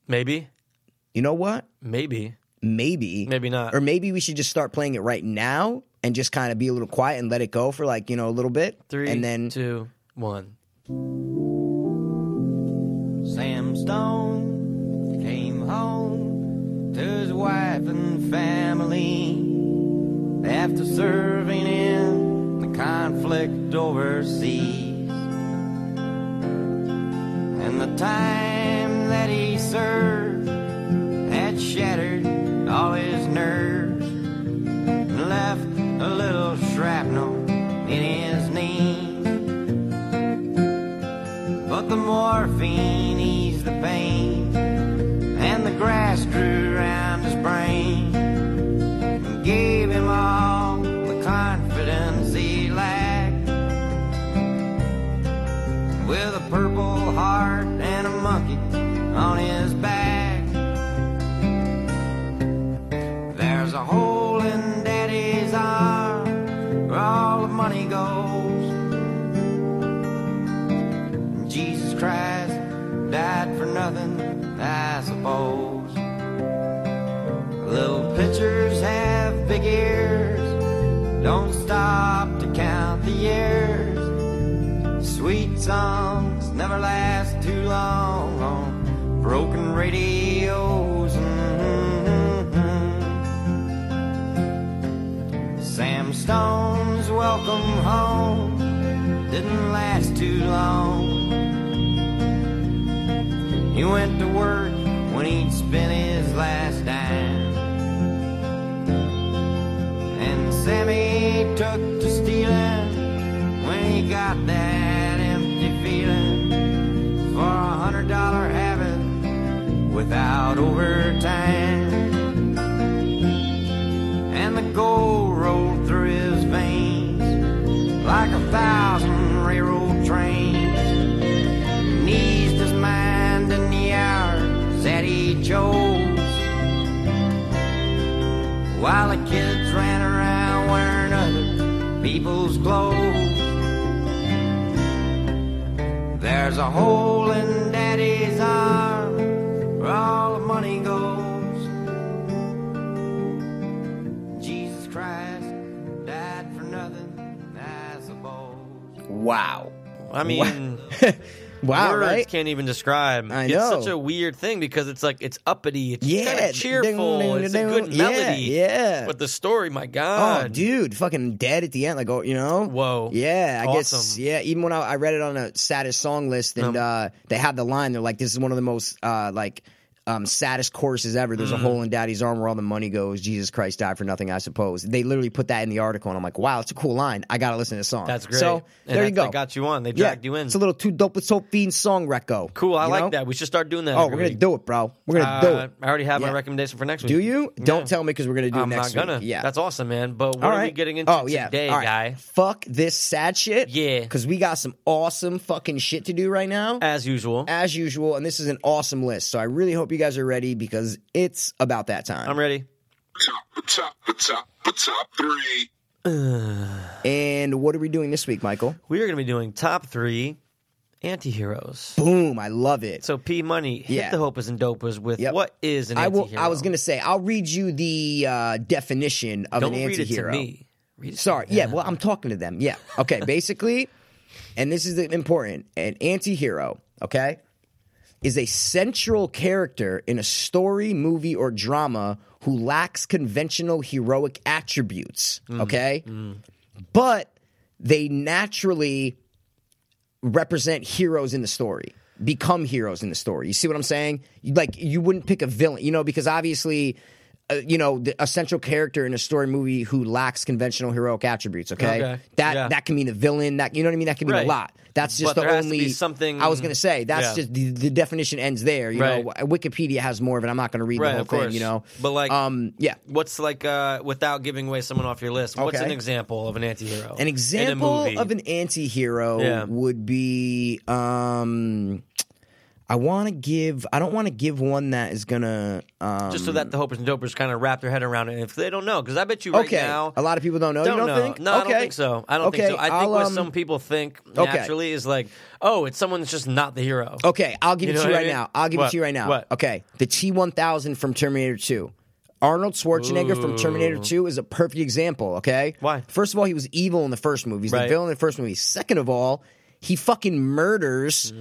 Speaker 2: Maybe.
Speaker 1: you know what
Speaker 2: Maybe.
Speaker 1: maybe
Speaker 2: Maybe not.
Speaker 1: or maybe we should just start playing it right now and just kind of be a little quiet and let it go for like you know a little bit
Speaker 2: Three
Speaker 1: and then
Speaker 2: two, one.
Speaker 4: Sam Stone came home to his wife and family after serving in the conflict overseas. And the time that he served had shattered all his nerves and left a little shrapnel in his knee. But the morphine eased the pain, and the grass grew around his brain, and gave him all the confidence he lacked. With a purple heart and a monkey on his back, there's a hole in daddy's arm where all the money goes. Jesus Christ died for nothing, I suppose. Little pitchers have big ears, don't stop to count the years. Sweet songs never last too long on broken radios. Mhm. Sam Stone's welcome home didn't last too long. He went to work when he'd spent his last dime. And Sammy took to stealing when he got that empty feeling for a hundred dollar habit without overtime. And the gold rolled through his veins like a thousand railroad trains. kids ran around wearing other people's clothes. There's a hole in daddy's arm where all the money goes. Jesus Christ died for nothing, I suppose.
Speaker 1: Wow. *laughs*
Speaker 2: I mean,
Speaker 1: Wow,
Speaker 2: words
Speaker 1: right?
Speaker 2: can't even describe.
Speaker 1: I know.
Speaker 2: It's such a weird thing because it's like it's uppity, it's kind
Speaker 1: Yeah,
Speaker 2: of cheerful,
Speaker 1: ding, ding,
Speaker 2: it's
Speaker 1: ding,
Speaker 2: a good
Speaker 1: yeah,
Speaker 2: melody.
Speaker 1: yeah.
Speaker 2: But the story, my
Speaker 1: Oh,
Speaker 2: God.
Speaker 1: dude, fucking dead at the end, like oh, you know.
Speaker 2: Whoa.
Speaker 1: Yeah, I guess.
Speaker 2: Awesome. Um,
Speaker 1: Yeah, even when I, I read it on a saddest song list, and uh, they had the line, they're like, "This is one of the most uh, like um, saddest choruses ever." There's a
Speaker 2: Mm-hmm.
Speaker 1: hole in Daddy's arm where all the money goes. Jesus Christ died for nothing, I suppose. They literally put that in the article, and I'm like, "Wow, it's a cool line. I gotta listen to this song."
Speaker 2: That's great.
Speaker 1: So
Speaker 2: And
Speaker 1: there you
Speaker 2: that's-
Speaker 1: go.
Speaker 2: They got you on. They
Speaker 1: yeah,
Speaker 2: dragged you in.
Speaker 1: It's a little too dope with soap fiend song reco.
Speaker 2: cool. I
Speaker 1: you
Speaker 2: like
Speaker 1: know?
Speaker 2: that. We should start doing that.
Speaker 1: Oh,
Speaker 2: every
Speaker 1: we're gonna
Speaker 2: week.
Speaker 1: do it, bro. We're gonna do
Speaker 2: Uh,
Speaker 1: it.
Speaker 2: I already have
Speaker 1: Yeah.
Speaker 2: my recommendation for next week.
Speaker 1: Do you? Don't
Speaker 2: Yeah.
Speaker 1: tell me because we're gonna do it
Speaker 2: I'm
Speaker 1: next
Speaker 2: not gonna.
Speaker 1: week. Yeah,
Speaker 2: that's awesome, man. But what
Speaker 1: All
Speaker 2: are we
Speaker 1: right.
Speaker 2: getting into
Speaker 1: oh, yeah.
Speaker 2: today,
Speaker 1: All right.
Speaker 2: guy?
Speaker 1: Fuck this sad shit.
Speaker 2: Yeah.
Speaker 1: Because we got some awesome fucking shit to do right now,
Speaker 2: As usual,
Speaker 1: as usual. And this is an awesome list. So I really hope you guys are ready because it's about that time.
Speaker 2: I'm ready.
Speaker 5: top, the top, the top, the top three.
Speaker 1: And what are we doing this week, Michael?
Speaker 2: We are going to be doing top three antiheroes.
Speaker 1: Boom. I love it.
Speaker 2: So P Money hit
Speaker 1: Yeah.
Speaker 2: the hopers and dopers with
Speaker 1: Yep.
Speaker 2: what is an
Speaker 1: I will.
Speaker 2: antihero.
Speaker 1: I was gonna say I'll read you the uh, definition of
Speaker 2: don't
Speaker 1: an
Speaker 2: read
Speaker 1: antihero.
Speaker 2: it to me. Read it to
Speaker 1: Sorry. Yeah.
Speaker 2: them.
Speaker 1: Well, I'm talking to them. Yeah. Okay. Basically, and this is important an anti hero, okay, is a central character in a story, movie, or drama who lacks conventional heroic attributes, okay? But they naturally represent heroes in the story become heroes in the story you see what i'm saying You- like you wouldn't pick a villain you know because obviously uh, you know the, a central character in a story movie who lacks conventional heroic attributes okay,
Speaker 2: Okay,
Speaker 1: that
Speaker 2: yeah.
Speaker 1: that can mean a villain that you know what i mean that can mean
Speaker 2: Right.
Speaker 1: a lot that's just the
Speaker 2: But there has to
Speaker 1: only
Speaker 2: be something-
Speaker 1: i was gonna say that's
Speaker 2: yeah.
Speaker 1: just the, the definition ends there you know
Speaker 2: Right.
Speaker 1: wikipedia has more of it i'm not gonna read
Speaker 2: Right,
Speaker 1: the whole
Speaker 2: of course.
Speaker 1: thing you know
Speaker 2: But, like-
Speaker 1: um yeah
Speaker 2: What's like uh, without giving away someone off your list? What's
Speaker 1: Okay.
Speaker 2: an example of an antihero?
Speaker 1: An example
Speaker 2: in a movie?
Speaker 1: of an anti-hero
Speaker 2: Yeah.
Speaker 1: would be um I want to give I don't want to give one that is going to um
Speaker 2: just so that the hopers and dopers kind of wrap their head around it. And if they don't know, because I bet you right
Speaker 1: Okay.
Speaker 2: now
Speaker 1: a lot of people don't know.
Speaker 2: don't
Speaker 1: you don't
Speaker 2: know.
Speaker 1: think?
Speaker 2: No, I
Speaker 1: okay.
Speaker 2: don't think so. I don't
Speaker 1: Okay,
Speaker 2: think so. I think
Speaker 1: I'll,
Speaker 2: what
Speaker 1: um,
Speaker 2: some people think
Speaker 1: okay. Oh.
Speaker 2: naturally is like, oh, it's someone that's just not the hero.
Speaker 1: Okay, I'll give
Speaker 2: You
Speaker 1: it
Speaker 2: know
Speaker 1: to you
Speaker 2: what I
Speaker 1: right
Speaker 2: mean?
Speaker 1: now. I'll give it
Speaker 2: What?
Speaker 1: to you right now.
Speaker 2: What?
Speaker 1: Okay. The T1000 from Terminator 2. Arnold Schwarzenegger from Terminator 2 is a perfect example, okay?
Speaker 2: Why?
Speaker 1: First of all, he was evil in the first movie. He's the
Speaker 2: Right.
Speaker 1: villain in the first movie. Second of all, he fucking murders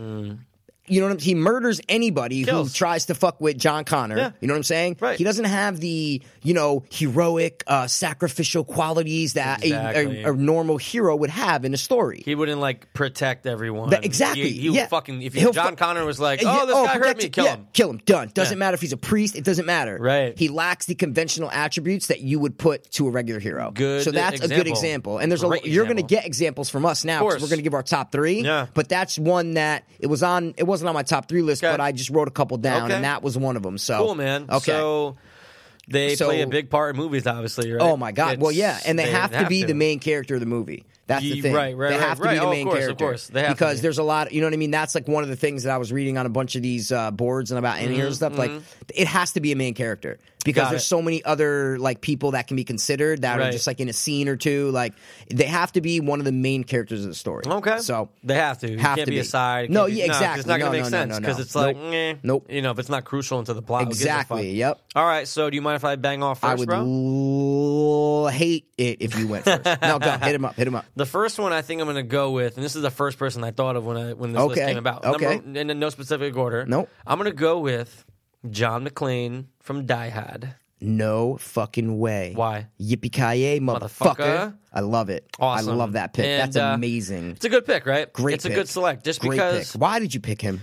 Speaker 1: You know what I'm He murders anybody
Speaker 2: Mm. Kills.
Speaker 1: who tries to fuck with John Connor.
Speaker 2: Yeah.
Speaker 1: You know what I'm saying?
Speaker 2: Right.
Speaker 1: He doesn't have the, you know, heroic, uh, sacrificial qualities that a-
Speaker 2: Exactly.
Speaker 1: a, a normal hero would have in a story.
Speaker 2: He wouldn't like protect everyone.
Speaker 1: That- exactly,
Speaker 2: He, he would
Speaker 1: yeah.
Speaker 2: fucking if
Speaker 1: He'll
Speaker 2: John
Speaker 1: fu-
Speaker 2: Connor was like, oh,
Speaker 1: Yeah,
Speaker 2: this guy hurt
Speaker 1: protect
Speaker 2: me,
Speaker 1: it.
Speaker 2: kill
Speaker 1: Yeah,
Speaker 2: him.
Speaker 1: Kill him. Done. Doesn't
Speaker 2: Yeah.
Speaker 1: matter if he's a priest. It doesn't matter.
Speaker 2: Right.
Speaker 1: He lacks the conventional attributes that you would put to a regular hero.
Speaker 2: Good
Speaker 1: So that's a good
Speaker 2: example.
Speaker 1: example. And there's a
Speaker 2: Great
Speaker 1: you're going to
Speaker 2: example.
Speaker 1: get examples from us now because
Speaker 2: course.
Speaker 1: we're going to give our top three.
Speaker 2: Yeah.
Speaker 1: But that's one that it was on. It wasn't on my top three list,
Speaker 2: Okay.
Speaker 1: but I just wrote a couple down,
Speaker 2: Okay.
Speaker 1: and that was one of them. So
Speaker 2: Cool, man.
Speaker 1: Okay.
Speaker 2: So they
Speaker 1: So-
Speaker 2: play a big part in movies, obviously. Right?
Speaker 1: Oh my god! well,
Speaker 2: It's-
Speaker 1: yeah, and they, have, to be the main character of the movie. That's
Speaker 2: Ye-
Speaker 1: the thing.
Speaker 2: right, right,
Speaker 1: They
Speaker 2: right,
Speaker 1: have to
Speaker 2: right.
Speaker 1: be the
Speaker 2: Oh, of
Speaker 1: main
Speaker 2: course, of
Speaker 1: character,
Speaker 2: course. They have to
Speaker 1: because
Speaker 2: be.
Speaker 1: there's a lot. You know what I mean? That's like one of the things that I was reading on a bunch of these uh, boards and about any and stuff. Like, it has to be a main character because
Speaker 2: Mm-hmm, Got
Speaker 1: there's
Speaker 2: it.
Speaker 1: so many other like people that can be considered that
Speaker 2: Right.
Speaker 1: are just like in a scene or two. Like, they have to be one of the main characters of the story.
Speaker 2: Okay.
Speaker 1: so
Speaker 2: they have to. You
Speaker 1: have
Speaker 2: can't
Speaker 1: to
Speaker 2: be,
Speaker 1: be.
Speaker 2: a side.
Speaker 1: No,
Speaker 2: can't be-
Speaker 1: yeah, exactly.
Speaker 2: It's not
Speaker 1: No,
Speaker 2: going to make
Speaker 1: no, no,
Speaker 2: sense
Speaker 1: no, no.
Speaker 2: because it's
Speaker 1: Nope.
Speaker 2: like, eh,
Speaker 1: Nope.
Speaker 2: You know, if it's not crucial into the plot, who gives a fuck?
Speaker 1: Exactly, yep.
Speaker 2: All right. So, do you mind if I bang off first,
Speaker 1: I would
Speaker 2: bro?
Speaker 1: l- hate it if you went first. no, go hit him up. Hit him up.
Speaker 2: The first one I think I'm going to go with, and this is the first person I thought of when I when this list
Speaker 1: Okay.
Speaker 2: came about.
Speaker 1: Okay.
Speaker 2: Number, and in no specific order.
Speaker 1: Nope.
Speaker 2: I'm going to go with John McClane from Die Hard.
Speaker 1: No fucking way.
Speaker 2: Why?
Speaker 1: Yippee ki motherfucker.
Speaker 2: Motherfucker.
Speaker 1: I love it.
Speaker 2: Awesome.
Speaker 1: I love that pick.
Speaker 2: And,
Speaker 1: That's
Speaker 2: uh,
Speaker 1: amazing.
Speaker 2: It's a good pick, right?
Speaker 1: Great.
Speaker 2: It's a
Speaker 1: pick.
Speaker 2: good select, just
Speaker 1: Great
Speaker 2: because
Speaker 1: Pick. Why did you pick him?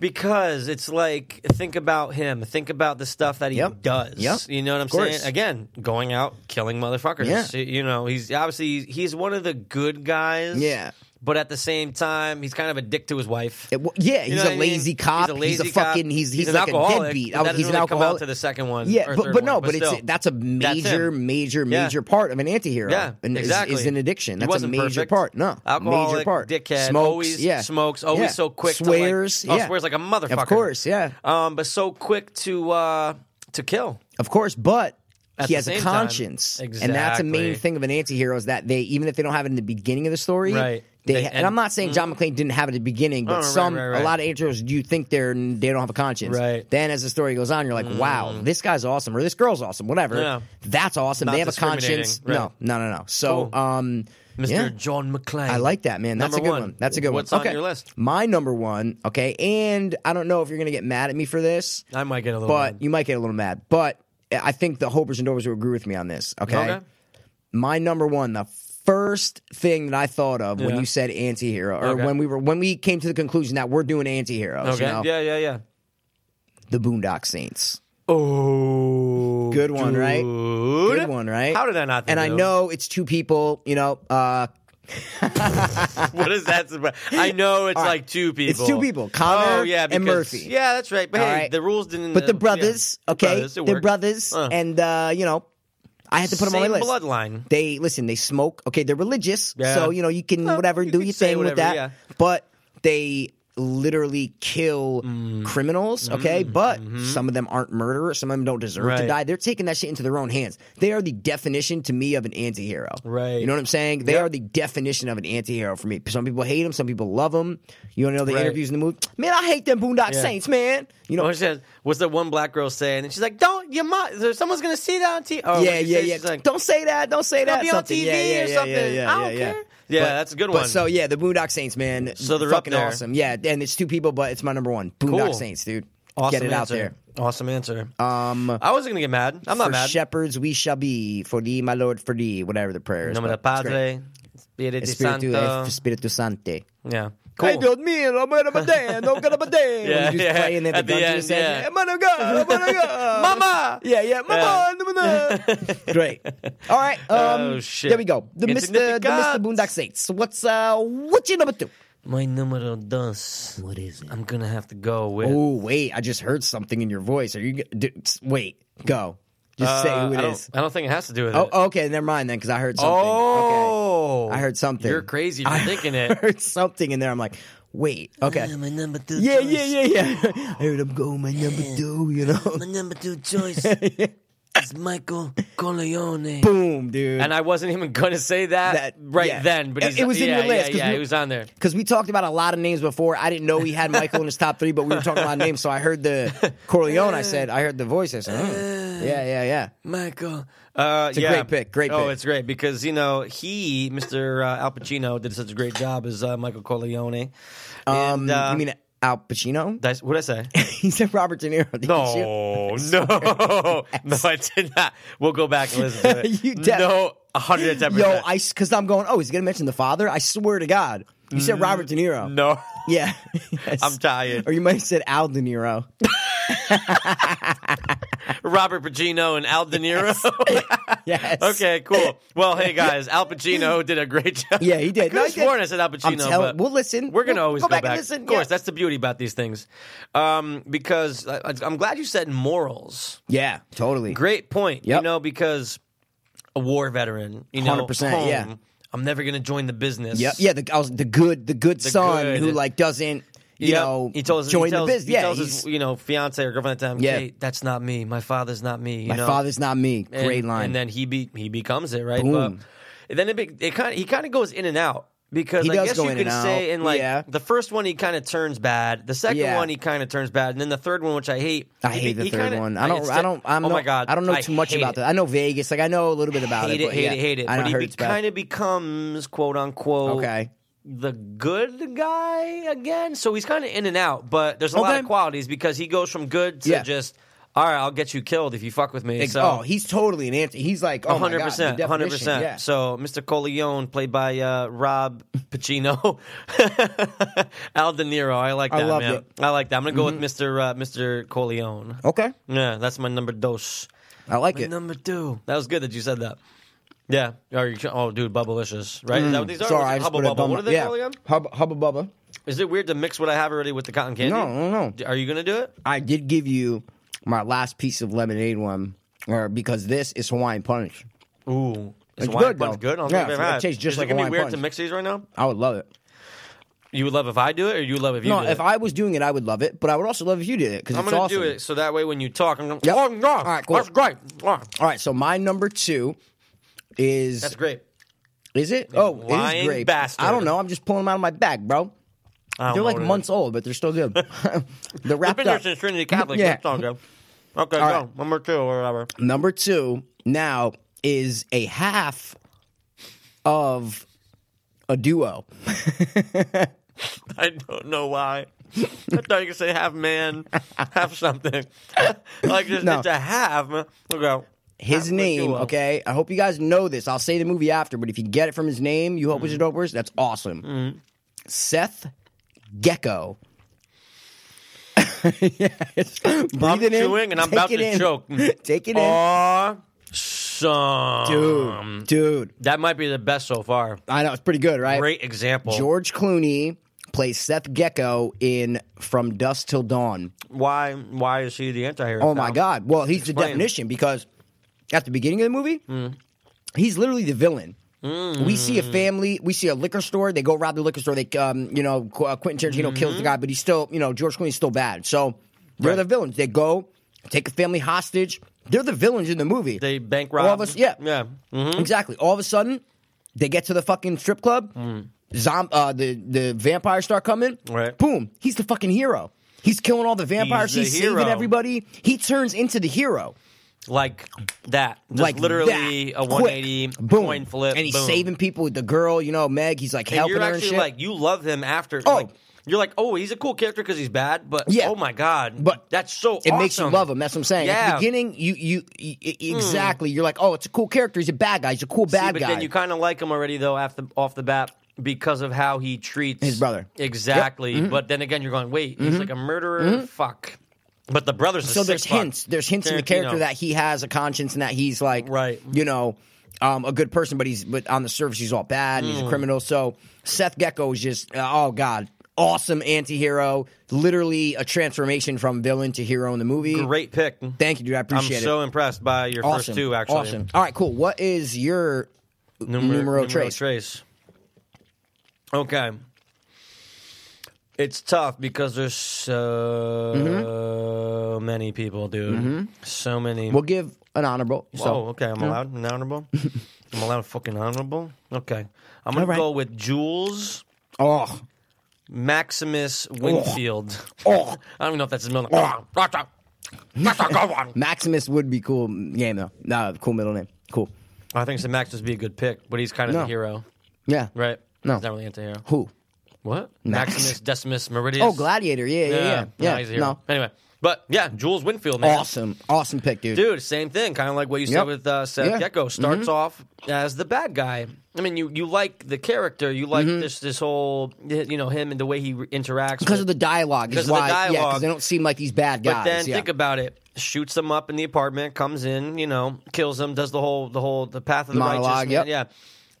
Speaker 2: because it's like think about him, think about the stuff that he
Speaker 1: Yep.
Speaker 2: does.
Speaker 1: Yep.
Speaker 2: You know what I'm
Speaker 1: Of course.
Speaker 2: saying? Again, going out killing motherfuckers.
Speaker 1: Yeah.
Speaker 2: You know, he's obviously he's one of the good guys.
Speaker 1: Yeah.
Speaker 2: But at the same time, he's kind of a dick to his wife.
Speaker 1: It, wa- yeah,
Speaker 2: You
Speaker 1: he's
Speaker 2: know what
Speaker 1: a
Speaker 2: I mean?
Speaker 1: lazy cop. He's a,
Speaker 2: lazy cop.
Speaker 1: fucking. He's he's,
Speaker 2: an
Speaker 1: like
Speaker 2: alcoholic,
Speaker 1: a deadbeat.
Speaker 2: but
Speaker 1: I-
Speaker 2: that
Speaker 1: he's
Speaker 2: doesn't
Speaker 1: an
Speaker 2: really come out
Speaker 1: alcoholic.
Speaker 2: to the second one.
Speaker 1: yeah,
Speaker 2: or
Speaker 1: but
Speaker 2: third
Speaker 1: but no,
Speaker 2: one,
Speaker 1: but it's
Speaker 2: still.
Speaker 1: that's a
Speaker 2: That's
Speaker 1: major,
Speaker 2: him.
Speaker 1: major,
Speaker 2: Yeah.
Speaker 1: major part of an antihero.
Speaker 2: Yeah,
Speaker 1: and is-
Speaker 2: exactly.
Speaker 1: Is, an addiction.
Speaker 2: He
Speaker 1: That's a
Speaker 2: wasn't
Speaker 1: major
Speaker 2: perfect.
Speaker 1: part. No,
Speaker 2: Alcoholic,
Speaker 1: major part.
Speaker 2: dickhead,
Speaker 1: Smokes,
Speaker 2: always
Speaker 1: yeah,
Speaker 2: smokes, always
Speaker 1: Yeah.
Speaker 2: so quick. to, like-
Speaker 1: Swears,
Speaker 2: oh,
Speaker 1: yeah,
Speaker 2: swears like a motherfucker.
Speaker 1: Of course, yeah,
Speaker 2: Um, but so quick to uh to kill.
Speaker 1: of course. But
Speaker 2: At
Speaker 1: he
Speaker 2: the
Speaker 1: has a
Speaker 2: same time-
Speaker 1: conscience, and that's a main
Speaker 2: Exactly.
Speaker 1: thing of an antihero is that they, even if they don't have it in the beginning of the story,
Speaker 2: Right.
Speaker 1: They,
Speaker 2: They-
Speaker 1: ha- and,
Speaker 2: and-
Speaker 1: I'm not saying John McClane didn't have it at the beginning, but
Speaker 2: right,
Speaker 1: some
Speaker 2: right, right.
Speaker 1: a lot of antiheroes you think they're they don't have a conscience.
Speaker 2: Right. Mm.
Speaker 1: Then as the story goes on, you're like, wow, this guy's awesome or this girl's awesome, whatever.
Speaker 2: Yeah.
Speaker 1: That's awesome.
Speaker 2: Not
Speaker 1: they have a conscience.
Speaker 2: discriminating,
Speaker 1: No,
Speaker 2: right.
Speaker 1: no, no, no. So,
Speaker 2: Cool.
Speaker 1: um,
Speaker 2: Mr.
Speaker 1: yeah.
Speaker 2: John McClane.
Speaker 1: I like that, man. That's a
Speaker 2: Number
Speaker 1: good one.
Speaker 2: one.
Speaker 1: That's a good
Speaker 2: What's
Speaker 1: one.
Speaker 2: on
Speaker 1: okay.
Speaker 2: your list?
Speaker 1: My number one, okay, and I don't know if you're gonna get mad at me for this,
Speaker 2: I might get a little.
Speaker 1: but you might get a little mad. But I think the Hopers and Dovers will agree with me on this, okay?
Speaker 2: Okay.
Speaker 1: My number one, the first thing that I thought of when
Speaker 2: Yeah.
Speaker 1: you said anti-hero, or
Speaker 2: Okay.
Speaker 1: when we were when we came to the conclusion that we're doing anti-heroes,
Speaker 2: okay.
Speaker 1: you know,
Speaker 2: Yeah, yeah, yeah.
Speaker 1: the Boondock Saints.
Speaker 2: Oh,
Speaker 1: Good one, right?
Speaker 2: dude.
Speaker 1: Good one, right?
Speaker 2: How did I not? Think
Speaker 1: And I
Speaker 2: of-
Speaker 1: know it's two people, you know, uh,
Speaker 2: *laughs* what is that? about? I know it's
Speaker 1: All right.
Speaker 2: like two people.
Speaker 1: It's two people, Connor
Speaker 2: oh, yeah,
Speaker 1: and
Speaker 2: because-
Speaker 1: Murphy.
Speaker 2: Yeah, that's right. But
Speaker 1: All
Speaker 2: hey,
Speaker 1: right.
Speaker 2: the rules didn't.
Speaker 1: but
Speaker 2: uh,
Speaker 1: the
Speaker 2: yeah.
Speaker 1: brothers,
Speaker 2: The
Speaker 1: okay,
Speaker 2: brothers, it
Speaker 1: they're
Speaker 2: worked.
Speaker 1: brothers,
Speaker 2: Huh.
Speaker 1: and uh, you know, I had to put them on
Speaker 2: Same
Speaker 1: my list.
Speaker 2: bloodline. *laughs*
Speaker 1: They listen. They smoke. Okay, they're religious,
Speaker 2: Yeah.
Speaker 1: so you know you can
Speaker 2: Well,
Speaker 1: whatever
Speaker 2: you
Speaker 1: do
Speaker 2: could
Speaker 1: your
Speaker 2: say
Speaker 1: thing with
Speaker 2: whatever,
Speaker 1: that.
Speaker 2: yeah.
Speaker 1: But they literally kill
Speaker 2: Mm.
Speaker 1: criminals. Okay, but some of them aren't murderers. Some of them don't deserve to
Speaker 2: Mm-hmm, Right.
Speaker 1: die. They're taking that shit into their own hands. They are the definition to me of an anti-hero.
Speaker 2: Right.
Speaker 1: You know what I'm saying? They are the definition of an anti-hero for me. Some people hate them. Some people love them. You wanna know the
Speaker 2: Right.
Speaker 1: interviews in the movie? Man, I hate them Boondock
Speaker 2: Yeah.
Speaker 1: Saints, man. You know,
Speaker 2: What she says, what's that one black girl saying? And she's like, "Don't you mom? Someone's gonna see that on TV."
Speaker 1: yeah,
Speaker 2: Oh, what'd she
Speaker 1: yeah,
Speaker 2: say?
Speaker 1: yeah.
Speaker 2: She's like,
Speaker 1: don't say that. Don't say that.
Speaker 2: be on
Speaker 1: something.
Speaker 2: TV
Speaker 1: yeah, yeah,
Speaker 2: or
Speaker 1: yeah,
Speaker 2: something.
Speaker 1: Yeah, yeah,
Speaker 2: I don't
Speaker 1: yeah, yeah.
Speaker 2: care. Yeah,
Speaker 1: But-
Speaker 2: that's a good
Speaker 1: but
Speaker 2: one.
Speaker 1: So yeah, the Boondock Saints, man.
Speaker 2: So they're up
Speaker 1: fucking
Speaker 2: there.
Speaker 1: awesome. Yeah, and it's two people, but it's my number one. Boondock
Speaker 2: Cool.
Speaker 1: Saints, dude.
Speaker 2: Awesome
Speaker 1: Get it out
Speaker 2: answer.
Speaker 1: there.
Speaker 2: Awesome answer.
Speaker 1: Um,
Speaker 2: I wasn't gonna get mad. I'm not
Speaker 1: for
Speaker 2: mad.
Speaker 1: shepherds we shall be, for thee, my lord, for thee, whatever the prayer is.
Speaker 2: Nomine
Speaker 1: but it's great.
Speaker 2: Padre, Spiritu
Speaker 1: Espiritu,
Speaker 2: Santo.
Speaker 1: Espiritu Sante.
Speaker 2: yeah,
Speaker 1: Ay,
Speaker 2: cool.
Speaker 1: Dios mío, hombre, hombre, hombre, hombre. *laughs*
Speaker 2: Yeah,
Speaker 1: When you just
Speaker 2: yeah.
Speaker 1: play and then
Speaker 2: At
Speaker 1: the
Speaker 2: the
Speaker 1: gun
Speaker 2: end,
Speaker 1: just says,
Speaker 2: yeah.
Speaker 1: "Eh, mano, God, mano, *laughs* God."
Speaker 2: Mama.
Speaker 1: Yeah, yeah. Mama, *laughs* Great. All right. Um,
Speaker 2: Oh, shit.
Speaker 1: There we go. The Mr. The Mr.
Speaker 2: Insignificant.
Speaker 1: Boondock Saints. So What's uh? What's your number two?
Speaker 2: My numero dos. What is it? I'm gonna have to go with.
Speaker 1: Oh wait, I just heard something in your voice. Are you? g- d- s- Wait, go. Just
Speaker 2: Uh,
Speaker 1: say who
Speaker 2: I
Speaker 1: it
Speaker 2: don't-
Speaker 1: is.
Speaker 2: I don't think it has to do with it.
Speaker 1: Oh, okay. Never mind then, because I heard something. Okay.
Speaker 2: Oh,
Speaker 1: I heard something.
Speaker 2: You're crazy for
Speaker 1: *laughs* I
Speaker 2: thinking it.
Speaker 1: heard something in there. I'm like, wait. Okay.
Speaker 3: Yeah, my number two
Speaker 1: Yeah,
Speaker 3: choice.
Speaker 1: yeah, yeah, yeah. *laughs* I heard him go my number two. You know.
Speaker 3: My number two
Speaker 2: *laughs*
Speaker 3: choice is Michael Corleone.
Speaker 1: *laughs* Boom, dude.
Speaker 2: And I wasn't even going to say that,
Speaker 1: That-
Speaker 2: right
Speaker 1: yeah.
Speaker 2: then, but
Speaker 1: It-
Speaker 2: he's,
Speaker 1: it was in
Speaker 2: yeah,
Speaker 1: your list, 'cause
Speaker 2: Yeah, yeah,
Speaker 1: we-
Speaker 2: it was on there.
Speaker 1: Because we talked about a lot of names before. I didn't know he had Michael in his top three, but we were talking about names. So I heard
Speaker 2: *laughs*
Speaker 1: the Corleone. I said, I heard the voice. I said, oh, yeah, yeah, yeah.
Speaker 3: Michael.
Speaker 2: Uh,
Speaker 1: a
Speaker 2: yeah.
Speaker 1: great pick, great
Speaker 2: oh,
Speaker 1: pick.
Speaker 2: it's great because you know he, Mr. Uh, Al Pacino, did such a great job as uh, Michael Corleone.
Speaker 1: Um,
Speaker 2: And, uh,
Speaker 1: you mean Al Pacino? *laughs*
Speaker 2: that's- what'd I say?
Speaker 1: he said Robert De Niro. Did you? *laughs*
Speaker 2: No, no, *laughs* no, I did not. We'll go back and listen to
Speaker 1: *laughs*
Speaker 2: it.
Speaker 1: You def-
Speaker 2: no, hundred percent.
Speaker 1: Yo, I because I'm going. Oh, he's gonna mention the father. I swear to God, you said Robert De Niro. *laughs*
Speaker 2: no,
Speaker 1: Yeah, Yes.
Speaker 2: Mm, *laughs* I'm tired.
Speaker 1: Or you might have said Al De
Speaker 2: *laughs*
Speaker 1: Niro.
Speaker 2: Robert Pacino and Al De Niro.
Speaker 1: Yes.
Speaker 2: *laughs* okay, cool. Well, hey guys, Al Pacino did a great job.
Speaker 1: Yeah, he did.
Speaker 2: I could
Speaker 1: No,
Speaker 2: have
Speaker 1: he did.
Speaker 2: sworn I said Al Pacino.
Speaker 1: I'm telling-
Speaker 2: but
Speaker 1: we'll listen.
Speaker 2: We're gonna
Speaker 1: We'll
Speaker 2: always
Speaker 1: go
Speaker 2: go,
Speaker 1: back and listen,
Speaker 2: Of course,
Speaker 1: yeah.
Speaker 2: that's the beauty about these things, um, because I, I'm glad you said morals.
Speaker 1: Yeah, totally.
Speaker 2: Great point.
Speaker 1: Yep.
Speaker 2: You know, because a war veteran, you know,
Speaker 1: 100%,
Speaker 2: home,
Speaker 1: yeah.
Speaker 2: I'm never gonna join the business.
Speaker 1: Yep. Yeah, the I was, the good the good son
Speaker 2: good.
Speaker 1: who like doesn't you
Speaker 2: Yep.
Speaker 1: know
Speaker 2: he tells,
Speaker 1: join
Speaker 2: he tells,
Speaker 1: the business.
Speaker 2: He
Speaker 1: yeah,
Speaker 2: tells
Speaker 1: he's-
Speaker 2: his you know fiance or girlfriend at the time.
Speaker 1: Yeah.
Speaker 2: "Hey, that's not me. My father's not me. You
Speaker 1: my
Speaker 2: know?
Speaker 1: father's not me.
Speaker 2: and,
Speaker 1: Great line.
Speaker 2: And then he be he becomes it, right?
Speaker 1: Boom.
Speaker 2: But then it, be, it kind of he kind of goes in and out because
Speaker 1: He
Speaker 2: I
Speaker 1: does
Speaker 2: guess
Speaker 1: go
Speaker 2: you
Speaker 1: in
Speaker 2: could
Speaker 1: and
Speaker 2: say
Speaker 1: out,
Speaker 2: in like
Speaker 1: yeah.
Speaker 2: the first one he kind of turns bad, the second
Speaker 1: Yeah.
Speaker 2: one he kind of turns bad, and then the third one which I hate.
Speaker 1: I
Speaker 2: he-
Speaker 1: hate the
Speaker 2: he
Speaker 1: 3rd
Speaker 2: kinda-
Speaker 1: one. I don't.
Speaker 2: it's
Speaker 1: I don't. I'm
Speaker 2: oh
Speaker 1: not,
Speaker 2: my god!
Speaker 1: I don't know too much
Speaker 2: hate
Speaker 1: about
Speaker 2: it.
Speaker 1: that. I know Vegas. Like I know a little bit about
Speaker 2: Hate
Speaker 1: it.
Speaker 2: it,
Speaker 1: but
Speaker 2: hate
Speaker 1: yeah,
Speaker 2: it, hate it.
Speaker 1: I know,
Speaker 2: But he
Speaker 1: heard
Speaker 2: be,
Speaker 1: it's bad.
Speaker 2: kind of becomes quote unquote
Speaker 1: okay.
Speaker 2: the good guy again. So he's kind of in and out, but there's a lot
Speaker 1: Okay.
Speaker 2: of qualities because he goes from good to
Speaker 1: Yeah.
Speaker 2: just all right. I'll get you killed if you fuck with me.
Speaker 1: Ex-
Speaker 2: so
Speaker 1: oh, he's totally an anti. He's like oh my
Speaker 2: hundred
Speaker 1: God, the
Speaker 2: percent, hundred
Speaker 1: definition, yeah.
Speaker 2: percent. So, Mr. Corleone, played by uh, Rob Pacino, *laughs* Al De Niro. I like
Speaker 1: I
Speaker 2: that,
Speaker 1: loved
Speaker 2: man.
Speaker 1: it. Mm-hmm. Oh.
Speaker 2: I like that. I'm gonna go with Mr. Uh, Mr. Corleone.
Speaker 1: okay,
Speaker 2: Yeah, that's my number dos.
Speaker 1: I like
Speaker 3: My
Speaker 1: it.
Speaker 3: number two.
Speaker 2: That was good that you said that. Yeah. Are you, oh, dude, Bubblicious, right? Is that what these are?
Speaker 1: Mm. Sorry,
Speaker 2: What's it?
Speaker 1: I just
Speaker 2: Hubba
Speaker 1: put a
Speaker 2: Bubba.
Speaker 1: bum-
Speaker 2: What are they
Speaker 1: yeah.
Speaker 2: called again?
Speaker 1: Hubba, hubba bubba.
Speaker 2: Is it weird to mix what I have already with the cotton candy?
Speaker 1: No, no, no.
Speaker 2: Are you gonna do it?
Speaker 1: I did give you my last piece of lemonade one, or because this is Hawaiian punch.
Speaker 2: Ooh,
Speaker 1: It's
Speaker 2: Hawaiian
Speaker 1: good,
Speaker 2: punch
Speaker 1: though.
Speaker 2: good. I don't
Speaker 1: Yeah,
Speaker 2: think I've ever
Speaker 1: it
Speaker 2: had.
Speaker 1: tastes just
Speaker 2: Is
Speaker 1: like
Speaker 2: it gonna
Speaker 1: Hawaiian
Speaker 2: be weird
Speaker 1: punch.
Speaker 2: to mix these right now?
Speaker 1: I would love it.
Speaker 2: You would love if I do it, or you would love if you
Speaker 1: no,
Speaker 2: do
Speaker 1: if
Speaker 2: it?
Speaker 1: I was doing it, I would love it, but I would also love if you did it because
Speaker 2: I'm
Speaker 1: it's
Speaker 2: gonna
Speaker 1: awesome.
Speaker 2: do it so that way when you talk, I'm gonna.
Speaker 1: Yep.
Speaker 2: Oh, no.
Speaker 1: All right, cool.
Speaker 2: That's great. Oh,
Speaker 1: All right, so my number two is
Speaker 2: that's great.
Speaker 1: is it? Oh, it is
Speaker 2: lying
Speaker 1: grape.
Speaker 2: bastard.
Speaker 1: I don't know. I'm just pulling them out of my bag, bro.
Speaker 2: I
Speaker 1: They're
Speaker 2: don't know
Speaker 1: like
Speaker 2: what it
Speaker 1: months
Speaker 2: is.
Speaker 1: old, but they're still good. *laughs* they're
Speaker 2: We've
Speaker 1: wrapped
Speaker 2: been here
Speaker 1: up.
Speaker 2: since Trinity Catholic.
Speaker 1: Yeah.
Speaker 2: That's all good. Okay,
Speaker 1: All
Speaker 2: go.
Speaker 1: right.
Speaker 2: Number two or whatever. *laughs*
Speaker 1: Number two now is a half of a
Speaker 2: *laughs*
Speaker 1: duo.
Speaker 2: I don't know why. I thought you could say half man, half something. *laughs* like just,
Speaker 1: No.
Speaker 2: it's a half. man. Okay.
Speaker 1: His
Speaker 2: Half a
Speaker 1: name,
Speaker 2: duo.
Speaker 1: okay? I hope you guys know this. I'll say the movie after, but if you get it from his name, you
Speaker 2: Mm.
Speaker 1: hope it's a dopers, that's awesome. Seth Gecko. *laughs* yes. Breathe
Speaker 2: I'm
Speaker 1: it in,
Speaker 2: chewing and I'm
Speaker 1: take
Speaker 2: about
Speaker 1: it
Speaker 2: to
Speaker 1: in. *laughs*
Speaker 2: choke.
Speaker 1: Take it in.
Speaker 2: Awesome.
Speaker 1: Dude, dude.
Speaker 2: That might be the best so far.
Speaker 1: I know, it's pretty good, right?
Speaker 2: Great example.
Speaker 1: George Clooney plays Seth Gecko in From Dusk Till Dawn.
Speaker 2: Why why is he the anti-hero?
Speaker 1: Oh my
Speaker 2: pal?
Speaker 1: God. Well, he's the
Speaker 2: Explain. Mm.
Speaker 1: definition because at the beginning of the movie, he's literally the villain. We see a family. We see a liquor store. They go rob the liquor store. They, um, you know, Qu- uh, Quentin Tarantino kills the guy, but he's still, you know, George Clooney's still bad. So they're
Speaker 2: Mm-hmm. Right.
Speaker 1: the villains. They go take a family hostage. They're the villains in the movie.
Speaker 2: They bank rob.
Speaker 1: All of us, yeah.
Speaker 2: Yeah. Mhm.
Speaker 1: Exactly. All of a sudden, they get to the fucking strip club. Zom- uh, the the vampires start coming.
Speaker 2: Mm. Right.
Speaker 1: Boom. He's the fucking hero. He's killing all the vampires.
Speaker 2: the
Speaker 1: He's,
Speaker 2: hero.
Speaker 1: saving everybody. He turns into the hero.
Speaker 2: Mm-hmm. Like that. Just
Speaker 1: like
Speaker 2: literally
Speaker 1: that.
Speaker 2: a
Speaker 1: Quick.
Speaker 2: 180
Speaker 1: boom.
Speaker 2: coin flip.
Speaker 1: and he's
Speaker 2: boom.
Speaker 1: saving people with the girl. You know, Meg. He's like
Speaker 2: And
Speaker 1: helping
Speaker 2: you're
Speaker 1: her and
Speaker 2: actually
Speaker 1: shit.
Speaker 2: like you love him after.
Speaker 1: Oh.
Speaker 2: Like, you're like, oh, he's a cool character because he's bad, but
Speaker 1: Yeah.
Speaker 2: oh my god,
Speaker 1: But
Speaker 2: that's so
Speaker 1: it makes you
Speaker 2: awesome.
Speaker 1: love him. That's what I'm saying. At
Speaker 2: Yeah. Hmm.
Speaker 1: the beginning, you you, you e- exactly. You're like, oh, it's a cool character. He's a bad guy. He's a cool
Speaker 2: See,
Speaker 1: bad
Speaker 2: but
Speaker 1: guy.
Speaker 2: then you kind of like him already though, off the off the bat, because of how he treats
Speaker 1: His brother. Mm-hmm.
Speaker 2: Exactly. But then again, you're going, wait, he's like a murderer. Fuck. But the brother's a
Speaker 1: so there's
Speaker 2: sick fuck.
Speaker 1: hints. There's hints in the character
Speaker 2: Tarantino.
Speaker 1: that he has a conscience and that he's like,
Speaker 2: Right.
Speaker 1: you know, um, a good person, but he's but on the surface he's all bad and he's
Speaker 2: Hmm.
Speaker 1: a criminal. So Seth Gecko is just uh, oh god, awesome anti-hero, literally a transformation from villain to hero in the movie.
Speaker 2: Great pick.
Speaker 1: Thank you, dude. I
Speaker 2: I'm
Speaker 1: appreciate
Speaker 2: so
Speaker 1: it.
Speaker 2: impressed by your
Speaker 1: Awesome.
Speaker 2: first two. Actually,
Speaker 1: awesome. All right, cool. What is your
Speaker 2: Numer-
Speaker 1: Numero trace.
Speaker 2: Okay. It's tough because there's so many people, dude. So many.
Speaker 1: Mm-hmm. We'll give an honorable. So
Speaker 2: oh, okay. I'm allowed an honorable.
Speaker 1: *laughs*
Speaker 2: I'm allowed fucking honorable. Okay. I'm gonna
Speaker 1: All right.
Speaker 2: go with Jules
Speaker 1: oh,
Speaker 2: Maximus Winfield.
Speaker 1: oh.
Speaker 2: *laughs* I don't even know if that's his middle name. That's a- that's a good one.
Speaker 1: Maximus would be cool game though. Nah, cool middle name. Cool.
Speaker 2: I think St. Maximus would be a good pick, but he's kind of
Speaker 1: No.
Speaker 2: the hero,
Speaker 1: Yeah.
Speaker 2: right?
Speaker 1: No.
Speaker 2: He's not really anti hero.
Speaker 1: Who?
Speaker 2: What?
Speaker 1: Max.
Speaker 2: Maximus Decimus Meridius.
Speaker 1: Oh, Gladiator. Yeah, yeah, yeah. Yeah.
Speaker 2: No, he's a hero.
Speaker 1: no.
Speaker 2: Anyway, but yeah, Jules Winfield, man.
Speaker 1: Awesome, awesome pick, dude.
Speaker 2: Dude, same thing. Kind of like what you
Speaker 1: Yep.
Speaker 2: said with uh, Seth
Speaker 1: Yeah. Mm-hmm.
Speaker 2: Gecko. Starts off as the bad guy. I mean, you, you like the character. You like this this whole you know him and the way he re-
Speaker 1: Mm-hmm.
Speaker 2: interacts
Speaker 1: because
Speaker 2: with-
Speaker 1: of the dialogue
Speaker 2: Because
Speaker 1: is
Speaker 2: of the
Speaker 1: why yeah because
Speaker 2: dialogue.
Speaker 1: they don't seem like these bad guys
Speaker 2: But then
Speaker 1: yeah.
Speaker 2: think about it. Shoots them up in the apartment. Comes in. You know, kills them. Does the whole the whole the path of the
Speaker 1: Monologue, yep.
Speaker 2: righteous. Yeah.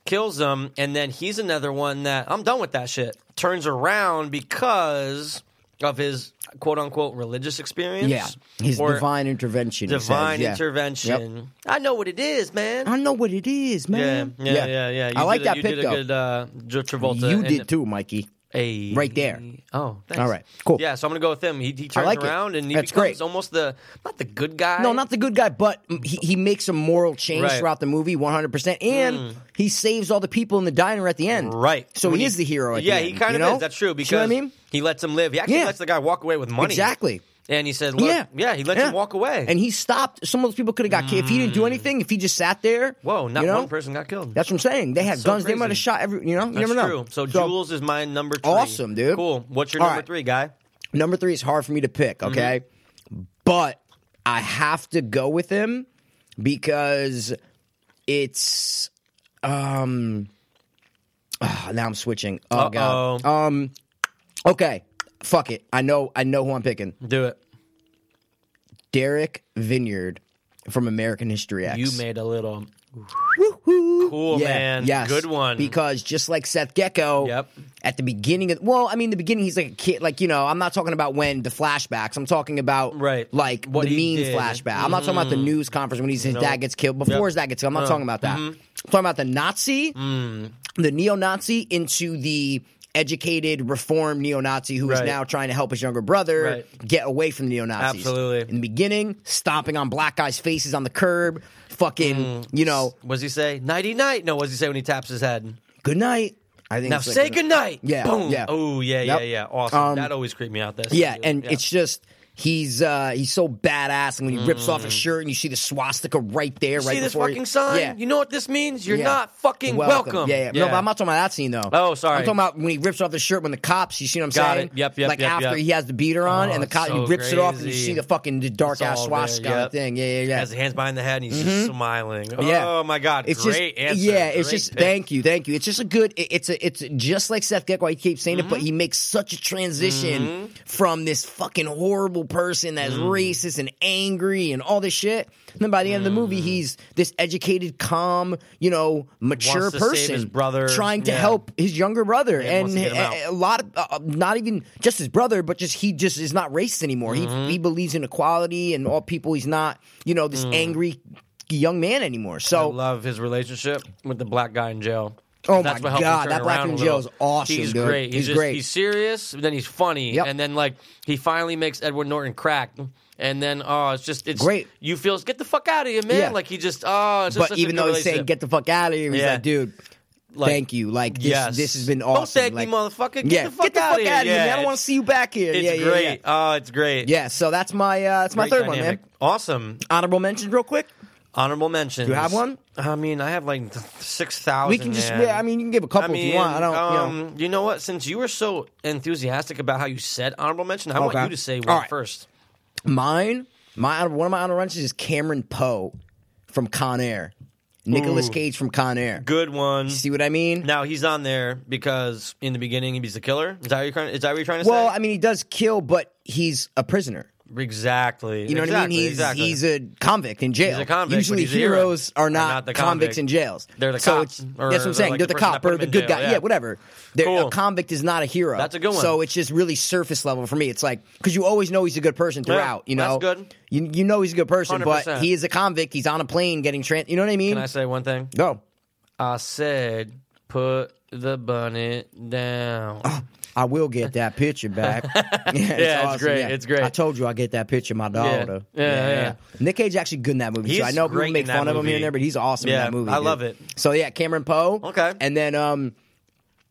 Speaker 2: Kills them, and then he's another one that I'm done with that shit. Turns around because of his quote unquote religious experience.
Speaker 1: yeah his
Speaker 2: or
Speaker 1: divine intervention he says,
Speaker 2: divine
Speaker 1: yeah.
Speaker 2: intervention. I know what it is, man.
Speaker 1: I know what it is
Speaker 2: Yeah,
Speaker 1: man
Speaker 2: yeah, yeah, yeah. You
Speaker 1: I like
Speaker 2: did a-
Speaker 1: that
Speaker 2: you
Speaker 1: pick
Speaker 2: did a
Speaker 1: though
Speaker 2: good uh, Joe Travolta.
Speaker 1: you
Speaker 2: and-
Speaker 1: did too Mikey
Speaker 2: Hey.
Speaker 1: Right there.
Speaker 2: Oh, thanks.
Speaker 1: All right, cool.
Speaker 2: Yeah, so I'm gonna go with him. He, he turns
Speaker 1: like it.
Speaker 2: around and he
Speaker 1: That's
Speaker 2: becomes
Speaker 1: great.
Speaker 2: almost the not the good guy.
Speaker 1: no not the good guy but he, he makes a moral change
Speaker 2: Right. Hmm.
Speaker 1: throughout the movie 100% and he saves all the people in the diner at the end
Speaker 2: right.
Speaker 1: so
Speaker 2: When
Speaker 1: he is the hero at
Speaker 2: yeah,
Speaker 1: the end,
Speaker 2: he kind
Speaker 1: you
Speaker 2: of
Speaker 1: know?
Speaker 2: is. That's true because
Speaker 1: See what I mean
Speaker 2: he lets him live. He actually
Speaker 1: Yeah.
Speaker 2: lets the guy walk away with money.
Speaker 1: exactly
Speaker 2: And he said, Look,
Speaker 1: Yeah.
Speaker 2: yeah, he lets
Speaker 1: Yeah.
Speaker 2: him walk away.
Speaker 1: and he stopped some of those people could have got killed if he didn't do anything if he just sat there
Speaker 2: Hmm. whoa, not
Speaker 1: you know?
Speaker 2: one person got killed.
Speaker 1: that's what I'm saying they had
Speaker 2: so
Speaker 1: guns they might have
Speaker 2: crazy.
Speaker 1: shot every you know you
Speaker 2: That's
Speaker 1: never know
Speaker 2: true. So, Jules is my number three.
Speaker 1: Awesome, dude.
Speaker 2: Cool. What's your
Speaker 1: All
Speaker 2: number
Speaker 1: right.
Speaker 2: three, guy?
Speaker 1: Number three is hard for me to pick,
Speaker 2: Mm-hmm.
Speaker 1: okay? But I have to go with him because it's um *sighs* ah, now I'm switching. Oh god.
Speaker 2: Uh-oh.
Speaker 1: Um okay. Fuck it. I know I know who I'm picking.
Speaker 2: Do it.
Speaker 1: Derek Vineyard from American History X.
Speaker 2: You made a little
Speaker 1: Woo-hoo.
Speaker 2: Cool, man.
Speaker 1: Yes.
Speaker 2: Good one.
Speaker 1: Because just like Seth Gecko,
Speaker 2: Yep.
Speaker 1: at the beginning of well, I mean the beginning he's like a kid, like you know, I'm not talking about when the flashbacks. I'm talking about
Speaker 2: Right.
Speaker 1: like
Speaker 2: What
Speaker 1: the
Speaker 2: he
Speaker 1: meme
Speaker 2: did. Mm.
Speaker 1: flashback. I'm not talking about the news conference when he's, his dad gets killed before
Speaker 2: Yep. Uh, mm-hmm.
Speaker 1: his dad gets killed. I'm not
Speaker 2: Mm.
Speaker 1: talking about that. I'm talking about the Nazi, the neo-Nazi into the educated, reformed neo Nazi who is
Speaker 2: Right.
Speaker 1: now trying to help his younger brother
Speaker 2: Right.
Speaker 1: get away from neo Nazis.
Speaker 2: Absolutely.
Speaker 1: In the beginning, stomping on black guys' faces on the curb, fucking,
Speaker 2: Mm.
Speaker 1: you know,
Speaker 2: What does he say? Nighty night? No, what does he say when he taps his head?
Speaker 1: good night. I think
Speaker 2: Now
Speaker 1: it's like,
Speaker 2: say goodnight.
Speaker 1: Yeah,
Speaker 2: Boom.
Speaker 1: yeah.
Speaker 2: Oh, yeah,
Speaker 1: Yep.
Speaker 2: yeah, yeah. Awesome.
Speaker 1: Um,
Speaker 2: that always creeped me out. That's
Speaker 1: Yeah, and it's just he's uh he's so badass, and when he rips off his shirt and you see the swastika right there, right
Speaker 2: Mm. See this
Speaker 1: before he-
Speaker 2: fucking sign?
Speaker 1: Yeah.
Speaker 2: You know what this means? You're
Speaker 1: Yeah.
Speaker 2: not fucking welcome.
Speaker 1: Yeah, yeah, No, but I'm not talking about that scene though.
Speaker 2: Oh, sorry.
Speaker 1: I'm talking about when he rips off the shirt when the cops. You see what I'm
Speaker 2: Got
Speaker 1: saying?
Speaker 2: it. Yep, yep,
Speaker 1: Like
Speaker 2: yep,
Speaker 1: after
Speaker 2: yep.
Speaker 1: he has the beater on
Speaker 2: Oh,
Speaker 1: and the
Speaker 2: it's
Speaker 1: cop, he
Speaker 2: so
Speaker 1: rips it off and you
Speaker 2: crazy.
Speaker 1: see the fucking the dark
Speaker 2: It's
Speaker 1: ass
Speaker 2: all there,
Speaker 1: swastika
Speaker 2: yep.
Speaker 1: thing. Yeah, yeah, yeah.
Speaker 2: Has his hands behind the head and he's just smiling.
Speaker 1: Mm-hmm. Yeah.
Speaker 2: Oh my god,
Speaker 1: It's
Speaker 2: great
Speaker 1: just,
Speaker 2: answer.
Speaker 1: Yeah, it's
Speaker 2: Great
Speaker 1: just
Speaker 2: pick.
Speaker 1: thank you, thank you. It's just a good. it- it's a it's just like Seth Gecko. I keep saying
Speaker 2: Mm-hmm.
Speaker 1: it, but he makes such a transition from this fucking horrible person that's
Speaker 2: Mm.
Speaker 1: racist and angry and all this shit. And then by the end of the
Speaker 2: Mm-hmm.
Speaker 1: movie, he's this educated, calm, you know, mature
Speaker 2: Wants to save
Speaker 1: person,
Speaker 2: his brother.
Speaker 1: trying to
Speaker 2: Yeah.
Speaker 1: help his younger brother, and
Speaker 2: wants to get him
Speaker 1: a, a lot of uh, not even just his brother, but just he just is not racist anymore.
Speaker 2: Mm-hmm.
Speaker 1: He he believes in equality and all people. He's not, you know, this angry young man anymore.
Speaker 2: Mm. I
Speaker 1: So
Speaker 2: love his relationship with the black guy in jail.
Speaker 1: Oh
Speaker 2: That's
Speaker 1: my
Speaker 2: what helped him
Speaker 1: God,
Speaker 2: turn
Speaker 1: that black
Speaker 2: around
Speaker 1: dude in
Speaker 2: a little.
Speaker 1: jail is awesome,
Speaker 2: He's
Speaker 1: dude.
Speaker 2: great. He's,
Speaker 1: He's
Speaker 2: just,
Speaker 1: great.
Speaker 2: He's serious, but then he's funny,
Speaker 1: Yep.
Speaker 2: and then like he finally makes Edward Norton crack, and then oh, it's just it's
Speaker 1: Great.
Speaker 2: You feel get the fuck out of here, man.
Speaker 1: Yeah.
Speaker 2: Like he just oh, it's just
Speaker 1: but even though he's saying get the fuck out of here, he's
Speaker 2: Yeah.
Speaker 1: like, dude,
Speaker 2: Like,
Speaker 1: thank you. Like this,
Speaker 2: yes.
Speaker 1: this has been
Speaker 2: Don't
Speaker 1: awesome.
Speaker 2: thank me,
Speaker 1: Like,
Speaker 2: motherfucker. Get
Speaker 1: yeah,
Speaker 2: the fuck
Speaker 1: get the
Speaker 2: outta
Speaker 1: fuck
Speaker 2: here.
Speaker 1: out of here.
Speaker 2: Yeah,
Speaker 1: man. I don't want
Speaker 2: it's-
Speaker 1: to see you back here.
Speaker 2: it's
Speaker 1: yeah, yeah,
Speaker 2: great.
Speaker 1: Yeah,
Speaker 2: Oh, it's great.
Speaker 1: Yeah, so that's my uh, that's my
Speaker 2: Great
Speaker 1: third one, man.
Speaker 2: dynamic. Awesome.
Speaker 1: Honorable mentions, real quick.
Speaker 2: Honorable mentions.
Speaker 1: Do you have one?
Speaker 2: I mean, I have like six thousand.
Speaker 1: We can just,
Speaker 2: man.
Speaker 1: yeah, I mean, you can give a couple if you want. I don't,
Speaker 2: um,
Speaker 1: you know.
Speaker 2: you know what? Since you were so enthusiastic about how you said honorable mention, I
Speaker 1: Okay.
Speaker 2: want you to say
Speaker 1: Oh, All
Speaker 2: one
Speaker 1: right.
Speaker 2: first.
Speaker 1: Mine, my honor- one of my honorable mentions is Cameron Poe from Con Air, Nicholas Cage from Con Air.
Speaker 2: Good one.
Speaker 1: See what I mean?
Speaker 2: Now he's on there because in the beginning he's the killer. Is that what you're trying? Is that what you're trying to
Speaker 1: well,
Speaker 2: say?
Speaker 1: I mean, he does kill, but he's a prisoner.
Speaker 2: exactly.
Speaker 1: You know what I mean?
Speaker 2: Exactly,
Speaker 1: He's
Speaker 2: exactly.
Speaker 1: he's a convict in jail.
Speaker 2: He's a convict, but
Speaker 1: Usually
Speaker 2: he's a hero.
Speaker 1: heroes are
Speaker 2: They're
Speaker 1: not,
Speaker 2: not the
Speaker 1: convicts
Speaker 2: convict.
Speaker 1: in jails.
Speaker 2: They're the
Speaker 1: so
Speaker 2: cop,
Speaker 1: it's-
Speaker 2: or
Speaker 1: that's what I'm
Speaker 2: they're
Speaker 1: saying.
Speaker 2: like
Speaker 1: they're
Speaker 2: the
Speaker 1: the
Speaker 2: person
Speaker 1: cop
Speaker 2: that put
Speaker 1: or
Speaker 2: him
Speaker 1: the
Speaker 2: in
Speaker 1: good
Speaker 2: jail,
Speaker 1: guy.
Speaker 2: yeah.
Speaker 1: whatever. They're,
Speaker 2: Cool.
Speaker 1: A convict is not a hero.
Speaker 2: That's a good one.
Speaker 1: So it's just really surface level for me. It's like because you always know he's a good person
Speaker 2: Yeah,
Speaker 1: throughout. you know,
Speaker 2: that's good.
Speaker 1: You you know he's a good person, but
Speaker 2: 100%.
Speaker 1: he is a convict. He's on a plane getting trans. You know what I mean?
Speaker 2: Can I say one thing?
Speaker 1: no,
Speaker 2: I said put the bonnet down.
Speaker 1: Oh, I will get that picture
Speaker 2: *laughs*
Speaker 1: back. yeah, it's,
Speaker 2: it's great, it's great.
Speaker 1: I told you I get that picture, my daughter.
Speaker 2: Yeah, yeah, yeah.
Speaker 1: Nick Cage actually good in that movie.
Speaker 2: He's
Speaker 1: so I know
Speaker 2: great
Speaker 1: people make
Speaker 2: in that
Speaker 1: fun of him here
Speaker 2: movie.
Speaker 1: and there, but he's awesome
Speaker 2: Yeah,
Speaker 1: in that movie.
Speaker 2: I
Speaker 1: dude.
Speaker 2: love it.
Speaker 1: So yeah, Cameron Poe.
Speaker 2: Okay.
Speaker 1: and then um,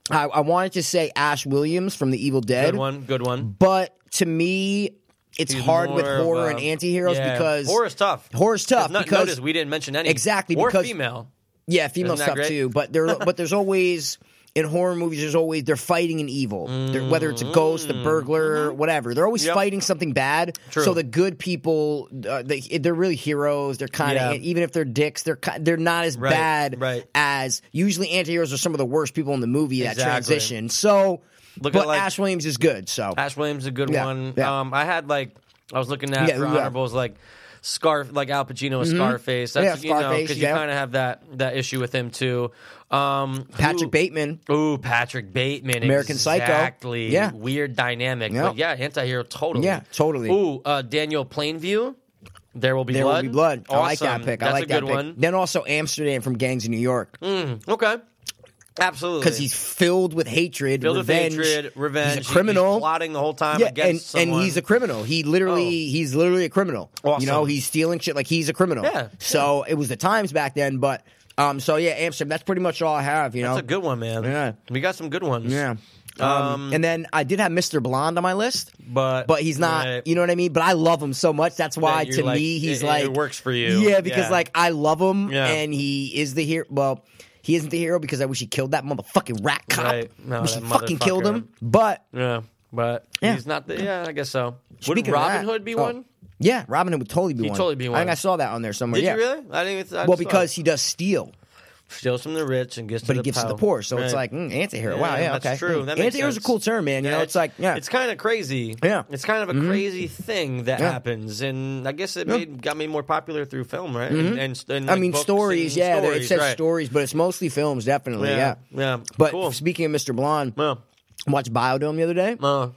Speaker 1: I, I wanted to say Ash Williams from The Evil Dead.
Speaker 2: good one. Good one.
Speaker 1: But to me, it's
Speaker 2: He's
Speaker 1: hard
Speaker 2: more
Speaker 1: with
Speaker 2: of
Speaker 1: horror
Speaker 2: a-
Speaker 1: and anti-heroes
Speaker 2: yeah.
Speaker 1: because
Speaker 2: horror's tough.
Speaker 1: Horror's tough
Speaker 2: It's not-
Speaker 1: because-
Speaker 2: notice we didn't mention any
Speaker 1: Exactly,
Speaker 2: or
Speaker 1: because-
Speaker 2: female.
Speaker 1: Yeah, female
Speaker 2: Isn't that
Speaker 1: stuff
Speaker 2: great?
Speaker 1: too. But there,
Speaker 2: *laughs*
Speaker 1: but there's always in horror movies. There's always they're fighting an evil, They're- whether it's a ghost, a burglar, whatever. They're always
Speaker 2: Mm. Mm-hmm. Yep.
Speaker 1: fighting something bad.
Speaker 2: True.
Speaker 1: So the good people, uh, they, they're really heroes. They're kind
Speaker 2: Yeah.
Speaker 1: of even if they're dicks, they're ki- they're not as
Speaker 2: Right,
Speaker 1: bad
Speaker 2: right.
Speaker 1: as usually anti-heroes are some of the worst people in the movie that
Speaker 2: Exactly.
Speaker 1: transition. So,
Speaker 2: Look at,
Speaker 1: but
Speaker 2: like-
Speaker 1: Ash Williams is good. So
Speaker 2: Ash Williams is a good
Speaker 1: Yeah,
Speaker 2: one.
Speaker 1: yeah.
Speaker 2: Um, I had like I was looking at
Speaker 1: Yeah,
Speaker 2: for
Speaker 1: yeah. Mm-hmm.
Speaker 2: honorables like Scarf, like Al Pacino with Scarface. That's
Speaker 1: Yeah,
Speaker 2: you know
Speaker 1: Scarface,
Speaker 2: because
Speaker 1: yeah.
Speaker 2: you kind of have that that issue with him too. Um,
Speaker 1: Patrick
Speaker 2: who-
Speaker 1: Bateman.
Speaker 2: Ooh, Patrick Bateman,
Speaker 1: American Psycho.
Speaker 2: exactly.
Speaker 1: Yeah.
Speaker 2: weird dynamic,
Speaker 1: Yeah.
Speaker 2: but yeah, antihero totally.
Speaker 1: Yeah, totally.
Speaker 2: Ooh, uh, Daniel Plainview. There will be
Speaker 1: There
Speaker 2: blood.
Speaker 1: will be blood. I like that
Speaker 2: Awesome.
Speaker 1: pick.
Speaker 2: That's
Speaker 1: I like
Speaker 2: a good
Speaker 1: that pick.
Speaker 2: one. Mm,
Speaker 1: Then also Amsterdam from Gangs of New York.
Speaker 2: Okay, absolutely.
Speaker 1: because he's filled with hatred,
Speaker 2: Mm. filled
Speaker 1: revenge,
Speaker 2: with hatred, revenge. He-
Speaker 1: He's
Speaker 2: he's
Speaker 1: a criminal.
Speaker 2: plotting the whole time
Speaker 1: yeah, and,
Speaker 2: against
Speaker 1: and
Speaker 2: someone.
Speaker 1: he's a criminal. He literally,
Speaker 2: Oh.
Speaker 1: he's literally a criminal.
Speaker 2: Awesome.
Speaker 1: You know, he's stealing shit like he's a criminal.
Speaker 2: Yeah,
Speaker 1: So it was the times back then, but um, so yeah, Amsterdam. That's pretty much all I have. You know,
Speaker 2: That's a good one, man.
Speaker 1: Yeah.
Speaker 2: we got some good ones.
Speaker 1: yeah. Um,
Speaker 2: Um,
Speaker 1: and then I did have Mr. Blonde on my list,
Speaker 2: but
Speaker 1: but he's not.
Speaker 2: Right.
Speaker 1: You know what I mean? But I love him so much. That's why
Speaker 2: you're
Speaker 1: to
Speaker 2: like,
Speaker 1: me he's
Speaker 2: it- it
Speaker 1: like
Speaker 2: works for you.
Speaker 1: Yeah, because
Speaker 2: Yeah.
Speaker 1: like I love him,
Speaker 2: Yeah.
Speaker 1: and he is the hero. Well, he isn't the hero because I wish he killed that motherfucking rat cop.
Speaker 2: Right. No,
Speaker 1: wish he
Speaker 2: that
Speaker 1: fucking killed
Speaker 2: motherfucker.
Speaker 1: him. But
Speaker 2: yeah, but
Speaker 1: Yeah.
Speaker 2: he's not the yeah. I guess so.
Speaker 1: Speaking
Speaker 2: Would
Speaker 1: of that-
Speaker 2: Robin Hood be
Speaker 1: oh.
Speaker 2: one?
Speaker 1: Yeah, Robin Hood would totally be
Speaker 2: He'd
Speaker 1: one.
Speaker 2: totally be
Speaker 1: I
Speaker 2: one.
Speaker 1: think I saw that on there somewhere.
Speaker 2: Did
Speaker 1: yeah.
Speaker 2: you really? I didn't. even- I
Speaker 1: Well,
Speaker 2: just saw
Speaker 1: because
Speaker 2: it.
Speaker 1: he does steal,
Speaker 2: steals from the rich and gives,
Speaker 1: but
Speaker 2: to
Speaker 1: he
Speaker 2: the
Speaker 1: gives to the
Speaker 2: pow.
Speaker 1: poor. So it's like
Speaker 2: Right.
Speaker 1: mm, anti-hero. wow, yeah,
Speaker 2: that's
Speaker 1: okay.
Speaker 2: true.
Speaker 1: Mm.
Speaker 2: That makes
Speaker 1: anti-hero's a
Speaker 2: sense.
Speaker 1: cool term, man. You know, it's, like yeah,
Speaker 2: it's kind of crazy.
Speaker 1: Yeah. Mm-hmm.
Speaker 2: it's kind of a crazy thing that
Speaker 1: Yeah.
Speaker 2: happens, and I guess it made got me more popular through film, right? And, and, and,
Speaker 1: Mm-hmm. I
Speaker 2: like,
Speaker 1: mean,
Speaker 2: books
Speaker 1: stories.
Speaker 2: and
Speaker 1: Yeah,
Speaker 2: stories,
Speaker 1: it says
Speaker 2: right.
Speaker 1: stories, but it's mostly films, definitely. Yeah,
Speaker 2: yeah, yeah.
Speaker 1: But
Speaker 2: cool.
Speaker 1: speaking of Mr. Blonde,
Speaker 2: Well,
Speaker 1: I watched Biodome the other day.
Speaker 2: uh,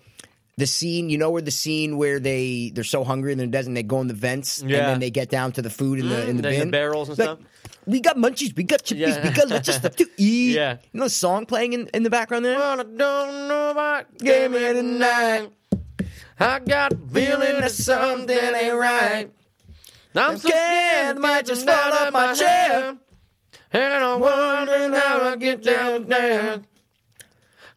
Speaker 1: the scene, you know, where the scene where they they're so hungry in the desert and they go in the vents and
Speaker 2: Yeah.
Speaker 1: then they get down to the food in the in the
Speaker 2: and the
Speaker 1: bin
Speaker 2: barrels and
Speaker 1: Like,
Speaker 2: stuff.
Speaker 1: We got munchies, we got chippies,
Speaker 2: Yeah.
Speaker 1: we got lots of stuff
Speaker 2: *laughs*
Speaker 1: to eat.
Speaker 2: Yeah.
Speaker 1: you know, the song playing in, in the background there.
Speaker 2: Well, I don't know what
Speaker 1: Give
Speaker 2: gave
Speaker 1: me
Speaker 2: me
Speaker 1: tonight.
Speaker 2: tonight. I got a feeling that something ain't right. I'm so scared, I might just fall off my chair. And I'm wondering how I get down there.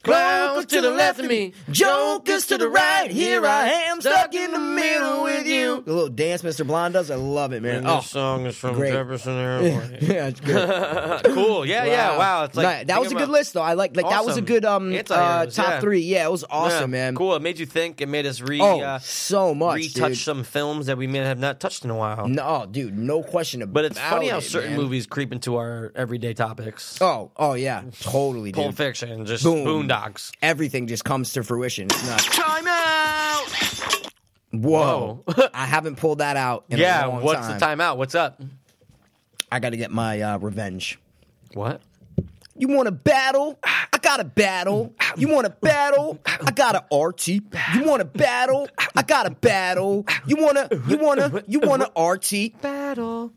Speaker 2: Clowns to the left of me,
Speaker 1: jokers to the right. Here I am, stuck in the middle with you. The little dance Mr. Blonde does, I love it, man.
Speaker 2: And
Speaker 1: Oh,
Speaker 2: this song is from
Speaker 1: great.
Speaker 2: Jefferson Airplane.
Speaker 1: *laughs*
Speaker 2: *laughs*
Speaker 1: yeah, it's good.
Speaker 2: Uh, cool. Yeah, yeah. Wow. It's like
Speaker 1: Nah, that
Speaker 2: think
Speaker 1: was a
Speaker 2: about-
Speaker 1: good list, though. I like, like that was a
Speaker 2: Awesome.
Speaker 1: good um uh,
Speaker 2: Anti-heroes,
Speaker 1: top
Speaker 2: yeah.
Speaker 1: three. Yeah, it was awesome,
Speaker 2: Yeah,
Speaker 1: man.
Speaker 2: Cool. It made you think. It made us re
Speaker 1: Oh,
Speaker 2: uh,
Speaker 1: so much,
Speaker 2: retouch
Speaker 1: dude.
Speaker 2: some films that we may have not touched in a while.
Speaker 1: No, oh, dude, no question about it.
Speaker 2: But it's funny how certain
Speaker 1: man.
Speaker 2: movies creep into our everyday topics.
Speaker 1: Oh, oh yeah, totally, dude.
Speaker 2: Pulp Fiction, just
Speaker 1: Boom.
Speaker 2: Boondocks.
Speaker 1: Everything just comes to fruition. It's nuts.
Speaker 2: Time out.
Speaker 1: Whoa,
Speaker 2: *laughs*
Speaker 1: I haven't pulled that out. In
Speaker 2: Yeah.
Speaker 1: a long
Speaker 2: What's
Speaker 1: time.
Speaker 2: the timeout? What's up?
Speaker 1: I got to get my uh, revenge.
Speaker 2: What?
Speaker 1: You want a battle? I got a battle. You want a battle? I got a RT. You want a battle? I got a battle. You wanna? You wanna? You wanna RT?
Speaker 2: Battle.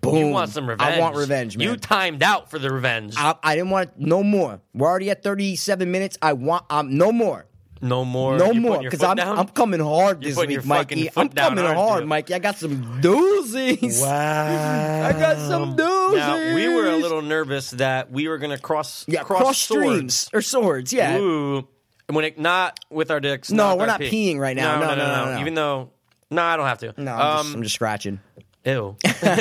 Speaker 1: Boom.
Speaker 2: You want some revenge?
Speaker 1: I want revenge, man.
Speaker 2: You timed out for the revenge.
Speaker 1: I, I didn't want no more. We're already at 37 minutes. I want um, no more.
Speaker 2: no more.
Speaker 1: No
Speaker 2: You're putting
Speaker 1: more.
Speaker 2: your
Speaker 1: Because
Speaker 2: foot
Speaker 1: I'm
Speaker 2: down?
Speaker 1: I'm coming hard
Speaker 2: You're
Speaker 1: this
Speaker 2: putting
Speaker 1: week,
Speaker 2: your fucking
Speaker 1: Mikey.
Speaker 2: foot
Speaker 1: I'm
Speaker 2: down
Speaker 1: coming
Speaker 2: hard,
Speaker 1: hard,
Speaker 2: dude.
Speaker 1: Mikey. I got some doozies.
Speaker 2: Wow.
Speaker 1: I got some doozies.
Speaker 2: Now we were a little nervous that we were going to cross
Speaker 1: yeah,
Speaker 2: cross,
Speaker 1: cross,
Speaker 2: swords.
Speaker 1: streams or swords. Yeah.
Speaker 2: Ooh. When it not with our dicks.
Speaker 1: No,
Speaker 2: with
Speaker 1: we're
Speaker 2: our
Speaker 1: not
Speaker 2: pee.
Speaker 1: peeing right now.
Speaker 2: No,
Speaker 1: No,
Speaker 2: no, no,
Speaker 1: no,
Speaker 2: no.
Speaker 1: no, no.
Speaker 2: Even though, no, I don't have to.
Speaker 1: No, I'm, just, I'm
Speaker 2: um,
Speaker 1: just scratching.
Speaker 2: ew.
Speaker 1: *laughs*
Speaker 2: *laughs*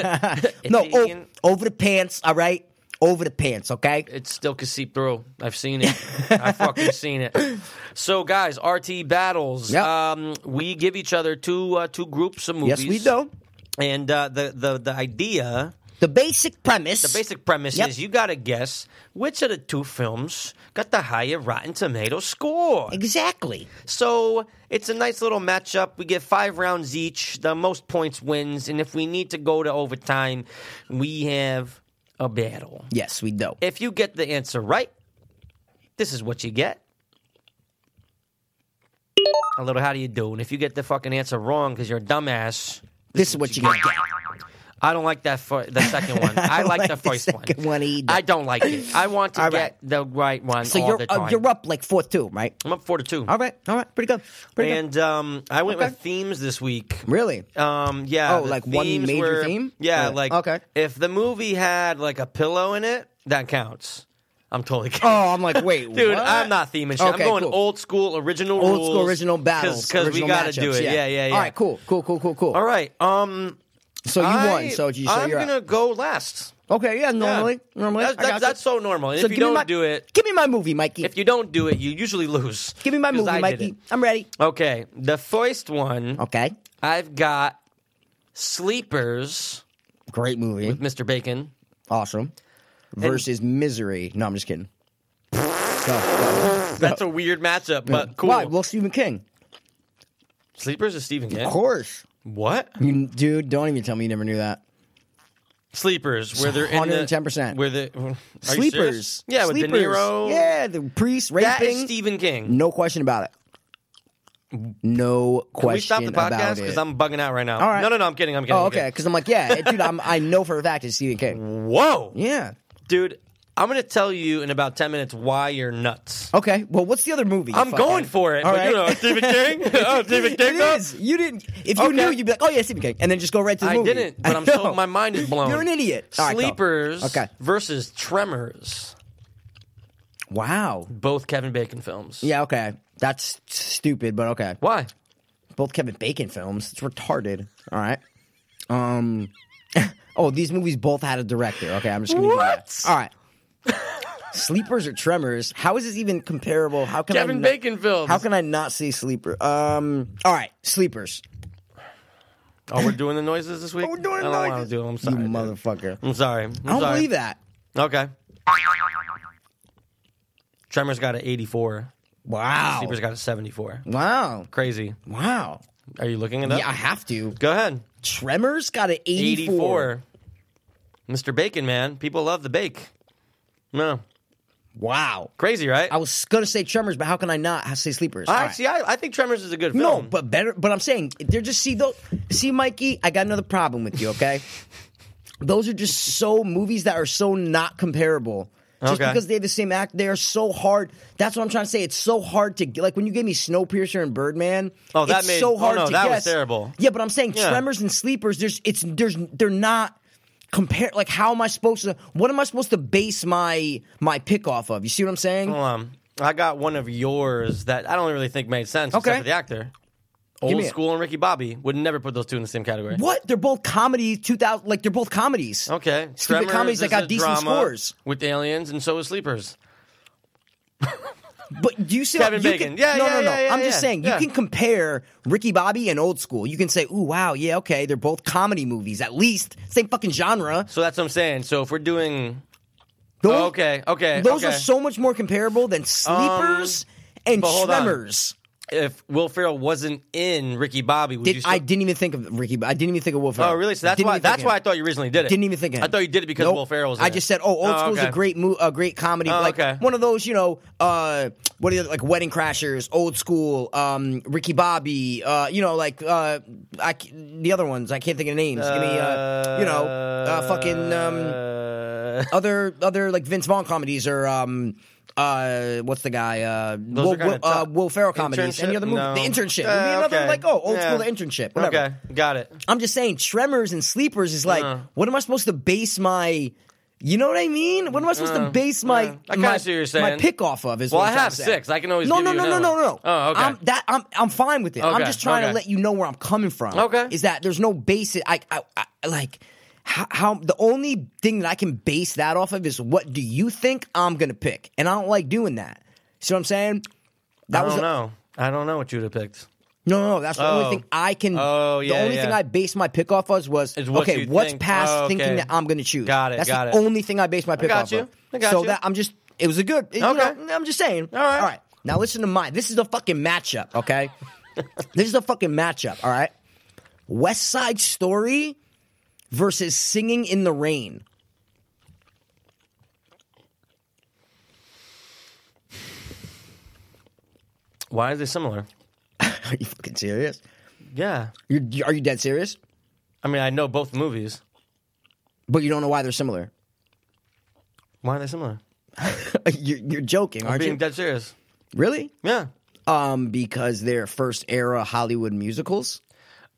Speaker 1: No, oh,
Speaker 2: It's
Speaker 1: o-
Speaker 2: vegan.
Speaker 1: over the pants. All right, over the pants. Okay.
Speaker 2: It's still can seep through. I've
Speaker 1: *laughs*
Speaker 2: seen it. I've fucking seen it. So, guys, RT battles.
Speaker 1: Yep.
Speaker 2: Um, we give each other two uh, two groups of movies.
Speaker 1: Yes, we do.
Speaker 2: And uh, the the the idea
Speaker 1: The basic premise.
Speaker 2: The basic premise
Speaker 1: Yep.
Speaker 2: is you got to guess which of the two films got the higher Rotten Tomato score.
Speaker 1: Exactly.
Speaker 2: So it's a nice little matchup. We get five rounds each. The most points wins. And if we need to go to overtime, we have a battle.
Speaker 1: Yes, we do.
Speaker 2: If you get the answer right, this is what you get. A little how do you do? And if you get the fucking answer wrong because you're a dumbass,
Speaker 1: this is what you gonna get.
Speaker 2: I don't like that. For, the second
Speaker 1: *laughs*
Speaker 2: one, I, like, the first
Speaker 1: second one either.
Speaker 2: I don't like it. I want to
Speaker 1: All right.
Speaker 2: get the right one.
Speaker 1: So
Speaker 2: all
Speaker 1: you're
Speaker 2: the time.
Speaker 1: uh, you're up like four two, right?
Speaker 2: I'm up four to two.
Speaker 1: All right, all right, pretty good. Pretty good.
Speaker 2: And um, I went
Speaker 1: Okay.
Speaker 2: with themes this week.
Speaker 1: Really?
Speaker 2: Um, yeah.
Speaker 1: Oh,
Speaker 2: the
Speaker 1: like one
Speaker 2: themes
Speaker 1: major
Speaker 2: were-
Speaker 1: theme?
Speaker 2: Yeah,
Speaker 1: Or-
Speaker 2: like
Speaker 1: okay.
Speaker 2: If the movie had like a pillow in it, that counts. I'm totally. *laughs* Kidding.
Speaker 1: Oh, I'm like, wait,
Speaker 2: *laughs* Dude,
Speaker 1: what?
Speaker 2: I'm not theming shit.
Speaker 1: Okay,
Speaker 2: I'm going
Speaker 1: cool.
Speaker 2: old school, original
Speaker 1: Old
Speaker 2: rules.
Speaker 1: school original battles
Speaker 2: Because we
Speaker 1: original
Speaker 2: got to do
Speaker 1: matchups,
Speaker 2: it. Yeah, yeah, yeah.
Speaker 1: All right, cool, cool, cool, cool, cool.
Speaker 2: All right. Um,
Speaker 1: So you
Speaker 2: I,
Speaker 1: won. So, you, so
Speaker 2: I'm
Speaker 1: you're
Speaker 2: gonna
Speaker 1: up.
Speaker 2: go last.
Speaker 1: Okay, yeah, normally,
Speaker 2: Yeah.
Speaker 1: normally.
Speaker 2: That's,
Speaker 1: I got
Speaker 2: that's, that's
Speaker 1: you.
Speaker 2: so normal. And
Speaker 1: So
Speaker 2: if you
Speaker 1: give me
Speaker 2: don't
Speaker 1: my-
Speaker 2: do it,
Speaker 1: Give me my movie, Mikey.
Speaker 2: if you don't do it, you usually lose.
Speaker 1: give me my
Speaker 2: 'Cause
Speaker 1: movie,
Speaker 2: I did
Speaker 1: Mikey. Oh.
Speaker 2: it.
Speaker 1: I'm ready.
Speaker 2: Okay, the first one
Speaker 1: Okay,
Speaker 2: I've got Sleepers,
Speaker 1: great movie, *laughs*
Speaker 2: Mr. Bacon.
Speaker 1: awesome. Versus Misery. No, I'm just
Speaker 2: *laughs*
Speaker 1: kidding. Go, go.
Speaker 2: That's a weird matchup, but cool.
Speaker 1: Why? Well, Stephen King.
Speaker 2: Sleepers is Stephen King.
Speaker 1: Of course.
Speaker 2: What?
Speaker 1: You, dude, don't even tell me you never knew that.
Speaker 2: Sleepers, where they're in the
Speaker 1: 110%.
Speaker 2: Where the are you serious?
Speaker 1: Sleepers.
Speaker 2: yeah, with
Speaker 1: Sleepers.
Speaker 2: De Niro.
Speaker 1: Yeah, the priest raping.
Speaker 2: that is Stephen King.
Speaker 1: No question about it. No question
Speaker 2: Can we stop the podcast
Speaker 1: about it.
Speaker 2: because I'm bugging out right now.
Speaker 1: All right.
Speaker 2: No, no, no. I'm kidding. I'm kidding.
Speaker 1: oh,
Speaker 2: I'm
Speaker 1: okay.
Speaker 2: kidding.
Speaker 1: Because I'm like,
Speaker 2: *laughs*
Speaker 1: yeah, dude, I'm, I know for a fact it's Stephen King.
Speaker 2: Whoa,
Speaker 1: Yeah.
Speaker 2: dude. I'm gonna tell you in about ten minutes why you're nuts.
Speaker 1: Okay. Well, what's the other movie? you
Speaker 2: I'm
Speaker 1: fucker?
Speaker 2: going for it.
Speaker 1: Oh, All
Speaker 2: but you
Speaker 1: right. *laughs*
Speaker 2: know, Stephen King. oh, *laughs* Stephen
Speaker 1: It
Speaker 2: King. though?
Speaker 1: is. You didn't. If you
Speaker 2: Okay.
Speaker 1: knew, you'd be like, "Oh yeah, Stephen King," and then just go right to the
Speaker 2: I
Speaker 1: movie.
Speaker 2: didn't, but
Speaker 1: I
Speaker 2: I'm
Speaker 1: *laughs*
Speaker 2: so
Speaker 1: know.
Speaker 2: my mind is blown.
Speaker 1: You're an idiot. All right, go.
Speaker 2: Sleepers
Speaker 1: Okay.
Speaker 2: versus Tremors,
Speaker 1: Wow.
Speaker 2: both Kevin Bacon films.
Speaker 1: Yeah. Okay. That's stupid, but okay.
Speaker 2: Why?
Speaker 1: both Kevin Bacon films. It's retarded. All right. Um. *laughs* oh, these movies both had a director. Okay, I'm just gonna give you that.
Speaker 2: What?
Speaker 1: All right. *laughs* Sleepers or Tremors? How is this even comparable? How can I
Speaker 2: Kevin
Speaker 1: not,
Speaker 2: Bacon films.
Speaker 1: How can I not see Sleeper? Um. All right, Sleepers.
Speaker 2: oh, we're doing the noises this week.
Speaker 1: *laughs* we're doing
Speaker 2: I don't wanna
Speaker 1: noises.
Speaker 2: do them. I'm sorry.
Speaker 1: you
Speaker 2: dude.
Speaker 1: motherfucker.
Speaker 2: I'm sorry. I'm
Speaker 1: I don't
Speaker 2: sorry.
Speaker 1: believe that.
Speaker 2: Okay. Tremors got an 84.
Speaker 1: Wow.
Speaker 2: Sleepers got a 74.
Speaker 1: Wow.
Speaker 2: Crazy.
Speaker 1: Wow.
Speaker 2: Are you looking it up?
Speaker 1: Yeah, I have to.
Speaker 2: Go ahead.
Speaker 1: Tremors got an 84.
Speaker 2: 84. Mr. Bacon, man. People love the bake. No.
Speaker 1: Wow.
Speaker 2: Crazy, right?
Speaker 1: I was gonna say Tremors, but how can I not say Sleepers? All
Speaker 2: I
Speaker 1: right.
Speaker 2: see. I, I think Tremors is a good film.
Speaker 1: No, but better. But I'm saying they're just see those. See, Mikey, I got another problem with you.
Speaker 2: *laughs*
Speaker 1: Okay, those are just so movies that are so not comparable. Just
Speaker 2: Okay.
Speaker 1: because they have the same act, they are so hard. That's what I'm trying to say. It's so hard to get. Like when you gave me Snowpiercer and Birdman.
Speaker 2: Oh, that
Speaker 1: it's
Speaker 2: made-
Speaker 1: so
Speaker 2: oh,
Speaker 1: hard
Speaker 2: no,
Speaker 1: to
Speaker 2: that was
Speaker 1: guess.
Speaker 2: terrible.
Speaker 1: Yeah, but I'm saying
Speaker 2: Yeah.
Speaker 1: Tremors and Sleepers. There's it's there's they're not. Compare like how am I supposed to? What am I supposed to base my my pick off of? You see what I'm saying?
Speaker 2: Hold on. Um, I got one of yours that I don't really think made sense
Speaker 1: Okay.
Speaker 2: except for the actor.
Speaker 1: me
Speaker 2: Old
Speaker 1: it.
Speaker 2: School and Ricky Bobby would never put those two in the same category.
Speaker 1: What? They're both comedies. Two thousand like they're both comedies.
Speaker 2: Okay.
Speaker 1: Stupid
Speaker 2: Tremors
Speaker 1: comedies that
Speaker 2: is
Speaker 1: got
Speaker 2: a
Speaker 1: decent
Speaker 2: drama
Speaker 1: scores.
Speaker 2: With aliens, and so is Sleepers.
Speaker 1: But do you see
Speaker 2: Kevin
Speaker 1: you
Speaker 2: Bacon.
Speaker 1: Can,
Speaker 2: Yeah,
Speaker 1: no,
Speaker 2: yeah,
Speaker 1: no, no.
Speaker 2: yeah, yeah,
Speaker 1: I'm just
Speaker 2: yeah.
Speaker 1: saying
Speaker 2: Yeah.
Speaker 1: you can compare Ricky Bobby and Old School. You can say, "Ooh, wow, yeah, okay, they're both comedy movies. At least same fucking genre."
Speaker 2: So that's what I'm saying. So if we're doing. oh,
Speaker 1: Those,
Speaker 2: okay, okay.
Speaker 1: Those
Speaker 2: okay. Um,
Speaker 1: are so much more comparable than Sleepers and
Speaker 2: but hold on.
Speaker 1: Tremors.
Speaker 2: If Will Ferrell wasn't in Ricky Bobby, would you
Speaker 1: Did,
Speaker 2: still.
Speaker 1: I didn't even think of Ricky. I didn't even think of Will Ferrell.
Speaker 2: Oh, really? So that's
Speaker 1: Didn't
Speaker 2: why
Speaker 1: even
Speaker 2: that's
Speaker 1: think
Speaker 2: why I
Speaker 1: of
Speaker 2: thought you originally did
Speaker 1: him.
Speaker 2: it.
Speaker 1: Didn't even think of him.
Speaker 2: I thought you did it because
Speaker 1: Nope.
Speaker 2: Will Ferrell was in
Speaker 1: I
Speaker 2: it.
Speaker 1: just said, "Oh, Old
Speaker 2: Oh,
Speaker 1: School's
Speaker 2: okay.
Speaker 1: a great mo- a great comedy,
Speaker 2: Oh,
Speaker 1: like
Speaker 2: okay.
Speaker 1: one of those, you know, uh, what are the, like Wedding Crashers, Old School, um, Ricky Bobby, uh, you know, like uh, I c- the other ones. I can't think of names. Give me, uh, you know, uh, fucking um,
Speaker 2: Uh,
Speaker 1: other other like Vince Vaughn comedies or um." Uh, what's the guy? Uh, Will,
Speaker 2: kinda
Speaker 1: Will, uh,
Speaker 2: tough.
Speaker 1: Will Ferrell comedies. Any
Speaker 2: Internship?
Speaker 1: other movie?
Speaker 2: No.
Speaker 1: The internship.
Speaker 2: Uh,
Speaker 1: Would be another
Speaker 2: okay.
Speaker 1: like oh, old
Speaker 2: Yeah.
Speaker 1: school. The internship. Whatever.
Speaker 2: okay, got it.
Speaker 1: I'm just saying, Tremors and Sleepers is like,
Speaker 2: Uh.
Speaker 1: what am I supposed to base my, you know what I mean? What am I supposed
Speaker 2: Uh,
Speaker 1: to base my,
Speaker 2: yeah. I kinda
Speaker 1: my,
Speaker 2: see what you're
Speaker 1: my
Speaker 2: saying.
Speaker 1: pick off of? Is
Speaker 2: Well,
Speaker 1: what
Speaker 2: I
Speaker 1: I'm trying
Speaker 2: have
Speaker 1: to say.
Speaker 2: six. I can always
Speaker 1: No,
Speaker 2: give
Speaker 1: no,
Speaker 2: you
Speaker 1: no, no,
Speaker 2: another
Speaker 1: no,
Speaker 2: one.
Speaker 1: no.
Speaker 2: Oh, okay.
Speaker 1: I'm, that I'm, I'm fine with it. I'm
Speaker 2: Okay,
Speaker 1: just trying
Speaker 2: okay.
Speaker 1: to let you know where I'm coming from.
Speaker 2: Okay.
Speaker 1: is that there's no basis? I, I, I like. How, how the only thing that I can base that off of is what do you think I'm gonna pick, and I don't like doing that. See what I'm saying? That
Speaker 2: I
Speaker 1: was
Speaker 2: don't
Speaker 1: a-
Speaker 2: know. I don't know what you'd have picked.
Speaker 1: no, no, no, that's the
Speaker 2: Oh.
Speaker 1: only thing I can.
Speaker 2: Oh,
Speaker 1: the
Speaker 2: yeah,
Speaker 1: only
Speaker 2: yeah.
Speaker 1: thing I based my pick off was was
Speaker 2: Is what
Speaker 1: okay.
Speaker 2: you
Speaker 1: What's
Speaker 2: think.
Speaker 1: past
Speaker 2: Oh,
Speaker 1: thinking
Speaker 2: okay.
Speaker 1: that I'm going to choose?
Speaker 2: Got it,
Speaker 1: That's
Speaker 2: got
Speaker 1: the
Speaker 2: it.
Speaker 1: only thing I based my pick
Speaker 2: got
Speaker 1: off
Speaker 2: you.
Speaker 1: of.
Speaker 2: I got
Speaker 1: so
Speaker 2: you.
Speaker 1: that I'm just. It was a good. You
Speaker 2: Okay.
Speaker 1: know, I'm just saying.
Speaker 2: All right.
Speaker 1: All right. Now listen to mine. This is a fucking matchup.
Speaker 2: *laughs*
Speaker 1: Okay. this is a fucking matchup. All right. West Side Story versus Singing in the Rain. *laughs*
Speaker 2: Why are they similar?
Speaker 1: Are you fucking serious?
Speaker 2: Yeah.
Speaker 1: You're, are you dead serious?
Speaker 2: I mean, I know both movies.
Speaker 1: But you don't know why they're similar. *laughs*
Speaker 2: Why are they similar?
Speaker 1: you're, you're joking,
Speaker 2: I'm
Speaker 1: aren't
Speaker 2: being
Speaker 1: you?
Speaker 2: dead serious.
Speaker 1: really?
Speaker 2: Yeah.
Speaker 1: Um, because they're first era Hollywood musicals.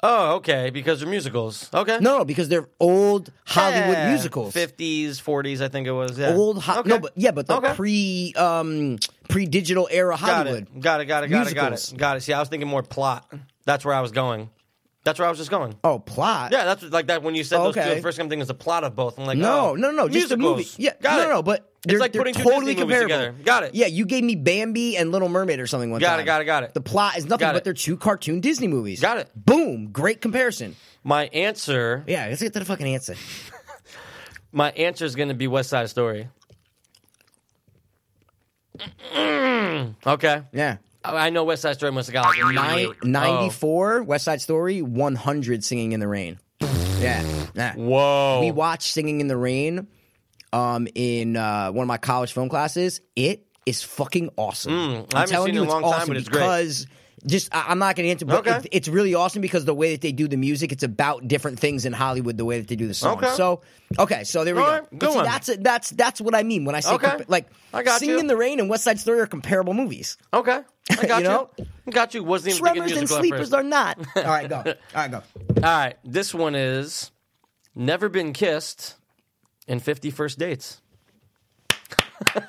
Speaker 2: Oh, okay. Because they're musicals. Okay.
Speaker 1: No, no, because they're old Hollywood
Speaker 2: Yeah.
Speaker 1: musicals.
Speaker 2: 50s, 40s, I think it was. Yeah.
Speaker 1: Old ho-
Speaker 2: Okay.
Speaker 1: no, but yeah, but the
Speaker 2: Okay.
Speaker 1: pre um pre digital era
Speaker 2: Got
Speaker 1: Hollywood.
Speaker 2: it. Got it. Got it. Got it. Got
Speaker 1: Musicals.
Speaker 2: it. Got it. See, I was thinking more plot. That's where I was going. That's where I was just going.
Speaker 1: Oh, plot.
Speaker 2: Yeah, that's what- like that when you said those two.
Speaker 1: Oh, Okay.
Speaker 2: The first time thinking is the plot of both. I'm like,
Speaker 1: No,
Speaker 2: oh,
Speaker 1: no, no, just the movie.
Speaker 2: musicals.
Speaker 1: Yeah,
Speaker 2: got
Speaker 1: no,
Speaker 2: it.
Speaker 1: no, but they're,
Speaker 2: it's like
Speaker 1: they're
Speaker 2: putting two
Speaker 1: totally
Speaker 2: Disney movies
Speaker 1: comparable.
Speaker 2: together. Got it.
Speaker 1: Yeah, you gave me Bambi and Little Mermaid or something one
Speaker 2: Got it,
Speaker 1: time.
Speaker 2: got it, got it.
Speaker 1: The plot is nothing
Speaker 2: Got
Speaker 1: but
Speaker 2: it.
Speaker 1: they're two cartoon Disney movies.
Speaker 2: Got it.
Speaker 1: Boom, great comparison.
Speaker 2: My answer,
Speaker 1: Yeah, let's get to the fucking answer.
Speaker 2: my answer is going to be West Side Story. *clears throat* okay,
Speaker 1: Yeah.
Speaker 2: I I know West Side Story must have got like a
Speaker 1: Nine,
Speaker 2: eight.
Speaker 1: 94 West Side Story, 100 Singing in the Rain. Yeah. yeah.
Speaker 2: Oh. Whoa!
Speaker 1: We watched Singing in the Rain um, in uh, one of my college film classes. It is fucking awesome.
Speaker 2: Hmm, I
Speaker 1: I'm telling
Speaker 2: haven't seen it
Speaker 1: you,
Speaker 2: in a long
Speaker 1: it's
Speaker 2: time,
Speaker 1: awesome
Speaker 2: but it's great.
Speaker 1: because just I, I'm not going to answer, but
Speaker 2: Okay.
Speaker 1: it- it's really awesome because the way that they do the music, it's about different things in Hollywood. The way that they do the songs.
Speaker 2: Okay.
Speaker 1: So okay, so there we
Speaker 2: All
Speaker 1: go.
Speaker 2: right,
Speaker 1: But
Speaker 2: good
Speaker 1: see,
Speaker 2: one.
Speaker 1: that's that's that's what I mean when I say
Speaker 2: Okay.
Speaker 1: compa- like
Speaker 2: I got
Speaker 1: Singing
Speaker 2: you.
Speaker 1: in the Rain and West Side Story are comparable movies.
Speaker 2: okay, I got
Speaker 1: *laughs*
Speaker 2: you.
Speaker 1: You know?
Speaker 2: I got you. Wasn't even thinking
Speaker 1: Tremors and
Speaker 2: musical at
Speaker 1: Sleepers
Speaker 2: first.
Speaker 1: are not. *laughs* All right,
Speaker 2: *laughs*
Speaker 1: go. All right, go.
Speaker 2: All right, this one is never been kissed and 50 first dates. *laughs*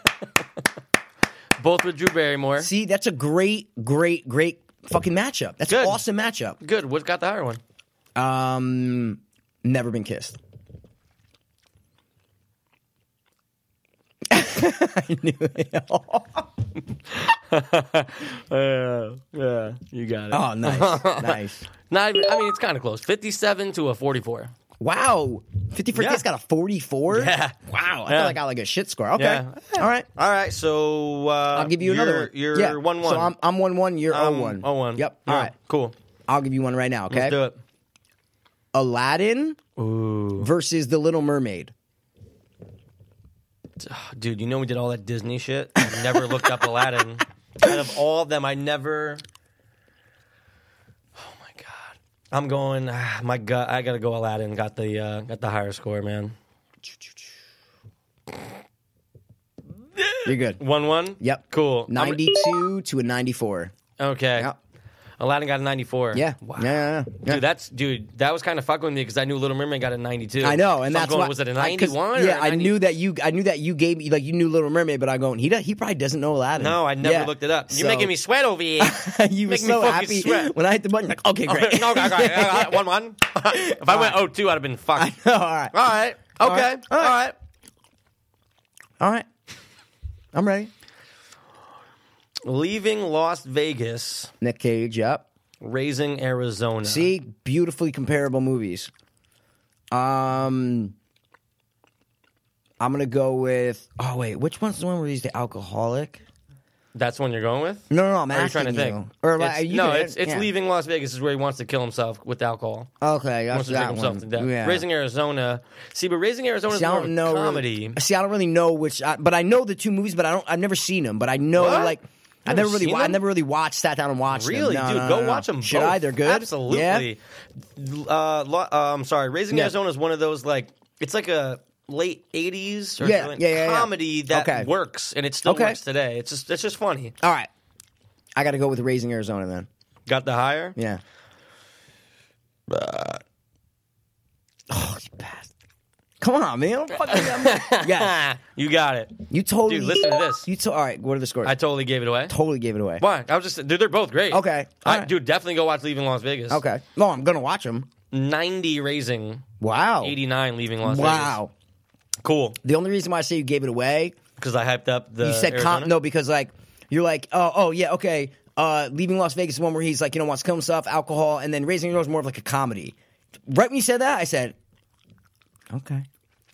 Speaker 2: Both with Drew Barrymore.
Speaker 1: See, that's a great, great, great fucking matchup. That's
Speaker 2: Good.
Speaker 1: an awesome matchup.
Speaker 2: Good. What got the
Speaker 1: *laughs*
Speaker 2: higher one?
Speaker 1: Um, never been kissed. *laughs* I knew it. Uh,
Speaker 2: Yeah, yeah, you got it.
Speaker 1: Oh,
Speaker 2: *laughs*
Speaker 1: nice, nice.
Speaker 2: Not even, I mean, it's kind of close. 57 to a 44.
Speaker 1: Wow, fifty for
Speaker 2: Yeah.
Speaker 1: got a forty-four.
Speaker 2: Yeah.
Speaker 1: Wow, I
Speaker 2: Yeah.
Speaker 1: thought I got like a shit score. Okay,
Speaker 2: Yeah.
Speaker 1: all right.
Speaker 2: All right, so uh,
Speaker 1: I'll give you another one.
Speaker 2: You're
Speaker 1: yeah.
Speaker 2: one one.
Speaker 1: So I'm I'm one one. You're
Speaker 2: Um,
Speaker 1: oh one.
Speaker 2: oh one.
Speaker 1: Yep.
Speaker 2: Yeah,
Speaker 1: All right.
Speaker 2: Cool.
Speaker 1: I'll give you one right now. Okay.
Speaker 2: Let's do it.
Speaker 1: Aladdin versus the Little Mermaid.
Speaker 2: dude, you know we did all that Disney shit. I never looked up Aladdin. Out of all of them, I never. Oh my god, I'm going. ah, My gut, I gotta go. Aladdin got the uh, got the higher score, man.
Speaker 1: You're good.
Speaker 2: One one.
Speaker 1: Yep.
Speaker 2: Cool. I'm-
Speaker 1: 92 to a 94.
Speaker 2: Okay.
Speaker 1: Yep.
Speaker 2: Aladdin got a 94.
Speaker 1: Yeah.
Speaker 2: Wow.
Speaker 1: Yeah, yeah, yeah. Yeah.
Speaker 2: Dude, that's dude. That was kind of fucking with me because I knew Little Mermaid got a 92.
Speaker 1: I know, and
Speaker 2: So I'm
Speaker 1: that's
Speaker 2: going,
Speaker 1: why,
Speaker 2: was it a
Speaker 1: I- 'cause,
Speaker 2: 91? or
Speaker 1: Yeah,
Speaker 2: a
Speaker 1: I
Speaker 2: 90?
Speaker 1: knew that you. I knew that you gave me like you knew Little Mermaid, but I go he does, he probably doesn't know Aladdin.
Speaker 2: No, I never
Speaker 1: Yeah.
Speaker 2: looked it up. You're
Speaker 1: So- *laughs*
Speaker 2: making me sweat over here.
Speaker 1: you were
Speaker 2: Make me
Speaker 1: so
Speaker 2: fucking
Speaker 1: happy
Speaker 2: sweat.
Speaker 1: when I hit the button. Like,
Speaker 2: *laughs*
Speaker 1: okay,
Speaker 2: Okay,
Speaker 1: great.
Speaker 2: no,
Speaker 1: *laughs*
Speaker 2: okay, okay, okay, one one. if I went 0-2, I'd have been fucked.
Speaker 1: All right,
Speaker 2: All right. Okay. All right.
Speaker 1: right. all right. I'm ready.
Speaker 2: Leaving Las Vegas,
Speaker 1: Nick Cage. Yep.
Speaker 2: raising Arizona.
Speaker 1: See, beautifully comparable movies. Um, I'm gonna go with. Oh wait, which one's the one where he's the alcoholic?
Speaker 2: that's one you're going with.
Speaker 1: No, no, no I'm
Speaker 2: Or are you
Speaker 1: asking
Speaker 2: trying to think?
Speaker 1: Or like,
Speaker 2: It's-
Speaker 1: you
Speaker 2: no,
Speaker 1: can-
Speaker 2: it's it's
Speaker 1: yeah.
Speaker 2: leaving Las Vegas is where he wants to kill himself with alcohol.
Speaker 1: Okay,
Speaker 2: He
Speaker 1: that's
Speaker 2: wants to drink
Speaker 1: that
Speaker 2: himself
Speaker 1: one.
Speaker 2: to death.
Speaker 1: Yeah.
Speaker 2: Raising Arizona. See, but raising Arizona is
Speaker 1: See, I
Speaker 2: more
Speaker 1: don't
Speaker 2: of a
Speaker 1: know. really-
Speaker 2: comedy.
Speaker 1: see, I don't really know which, I, but I know the two movies, but I don't. I've never seen them, but I know
Speaker 2: What?
Speaker 1: like. I
Speaker 2: Never
Speaker 1: never really,
Speaker 2: seen
Speaker 1: wa- I
Speaker 2: them?
Speaker 1: never really watched, sat down and watched. them.
Speaker 2: Really,
Speaker 1: No,
Speaker 2: dude,
Speaker 1: no,
Speaker 2: go
Speaker 1: no, no.
Speaker 2: watch them.
Speaker 1: Should
Speaker 2: both.
Speaker 1: I? They're good. Yeah?
Speaker 2: Absolutely. Uh, lo- uh, I'm sorry. Raising
Speaker 1: Yeah.
Speaker 2: Arizona is one of those like it's like a late '80s or
Speaker 1: Yeah,
Speaker 2: like
Speaker 1: yeah, yeah, yeah.
Speaker 2: comedy that
Speaker 1: Okay.
Speaker 2: works and it still
Speaker 1: Okay.
Speaker 2: works today. It's just it's just funny.
Speaker 1: All right, I got to go with Raising Arizona then.
Speaker 2: Got the higher.
Speaker 1: Yeah.
Speaker 2: Oh, you bastard.
Speaker 1: Come on, man. Don't fucking- I'm- yes.
Speaker 2: Ah, you got it.
Speaker 1: You totally.
Speaker 2: Dude, listen to this.
Speaker 1: You to- all right? What are the scores?
Speaker 2: I
Speaker 1: I
Speaker 2: totally gave it away.
Speaker 1: totally gave it away.
Speaker 2: Why? I was just dude. They're both great.
Speaker 1: Okay.
Speaker 2: I,
Speaker 1: Alright.
Speaker 2: dude, definitely go watch Leaving Las Vegas.
Speaker 1: Okay. No, I'm gonna watch them.
Speaker 2: ninety raising,
Speaker 1: Wow.
Speaker 2: eighty nine Leaving Las Vegas.
Speaker 1: Oh. Wow.
Speaker 2: cool.
Speaker 1: The only reason why I say you gave it away
Speaker 2: Because I hyped up the.
Speaker 1: you said
Speaker 2: Uh, Arizona.
Speaker 1: com- no because like you're like oh oh yeah okay uh leaving las vegas is one where he's like you know wants to kill himself alcohol and then raising Arizona is more of like a comedy right when you said that i said okay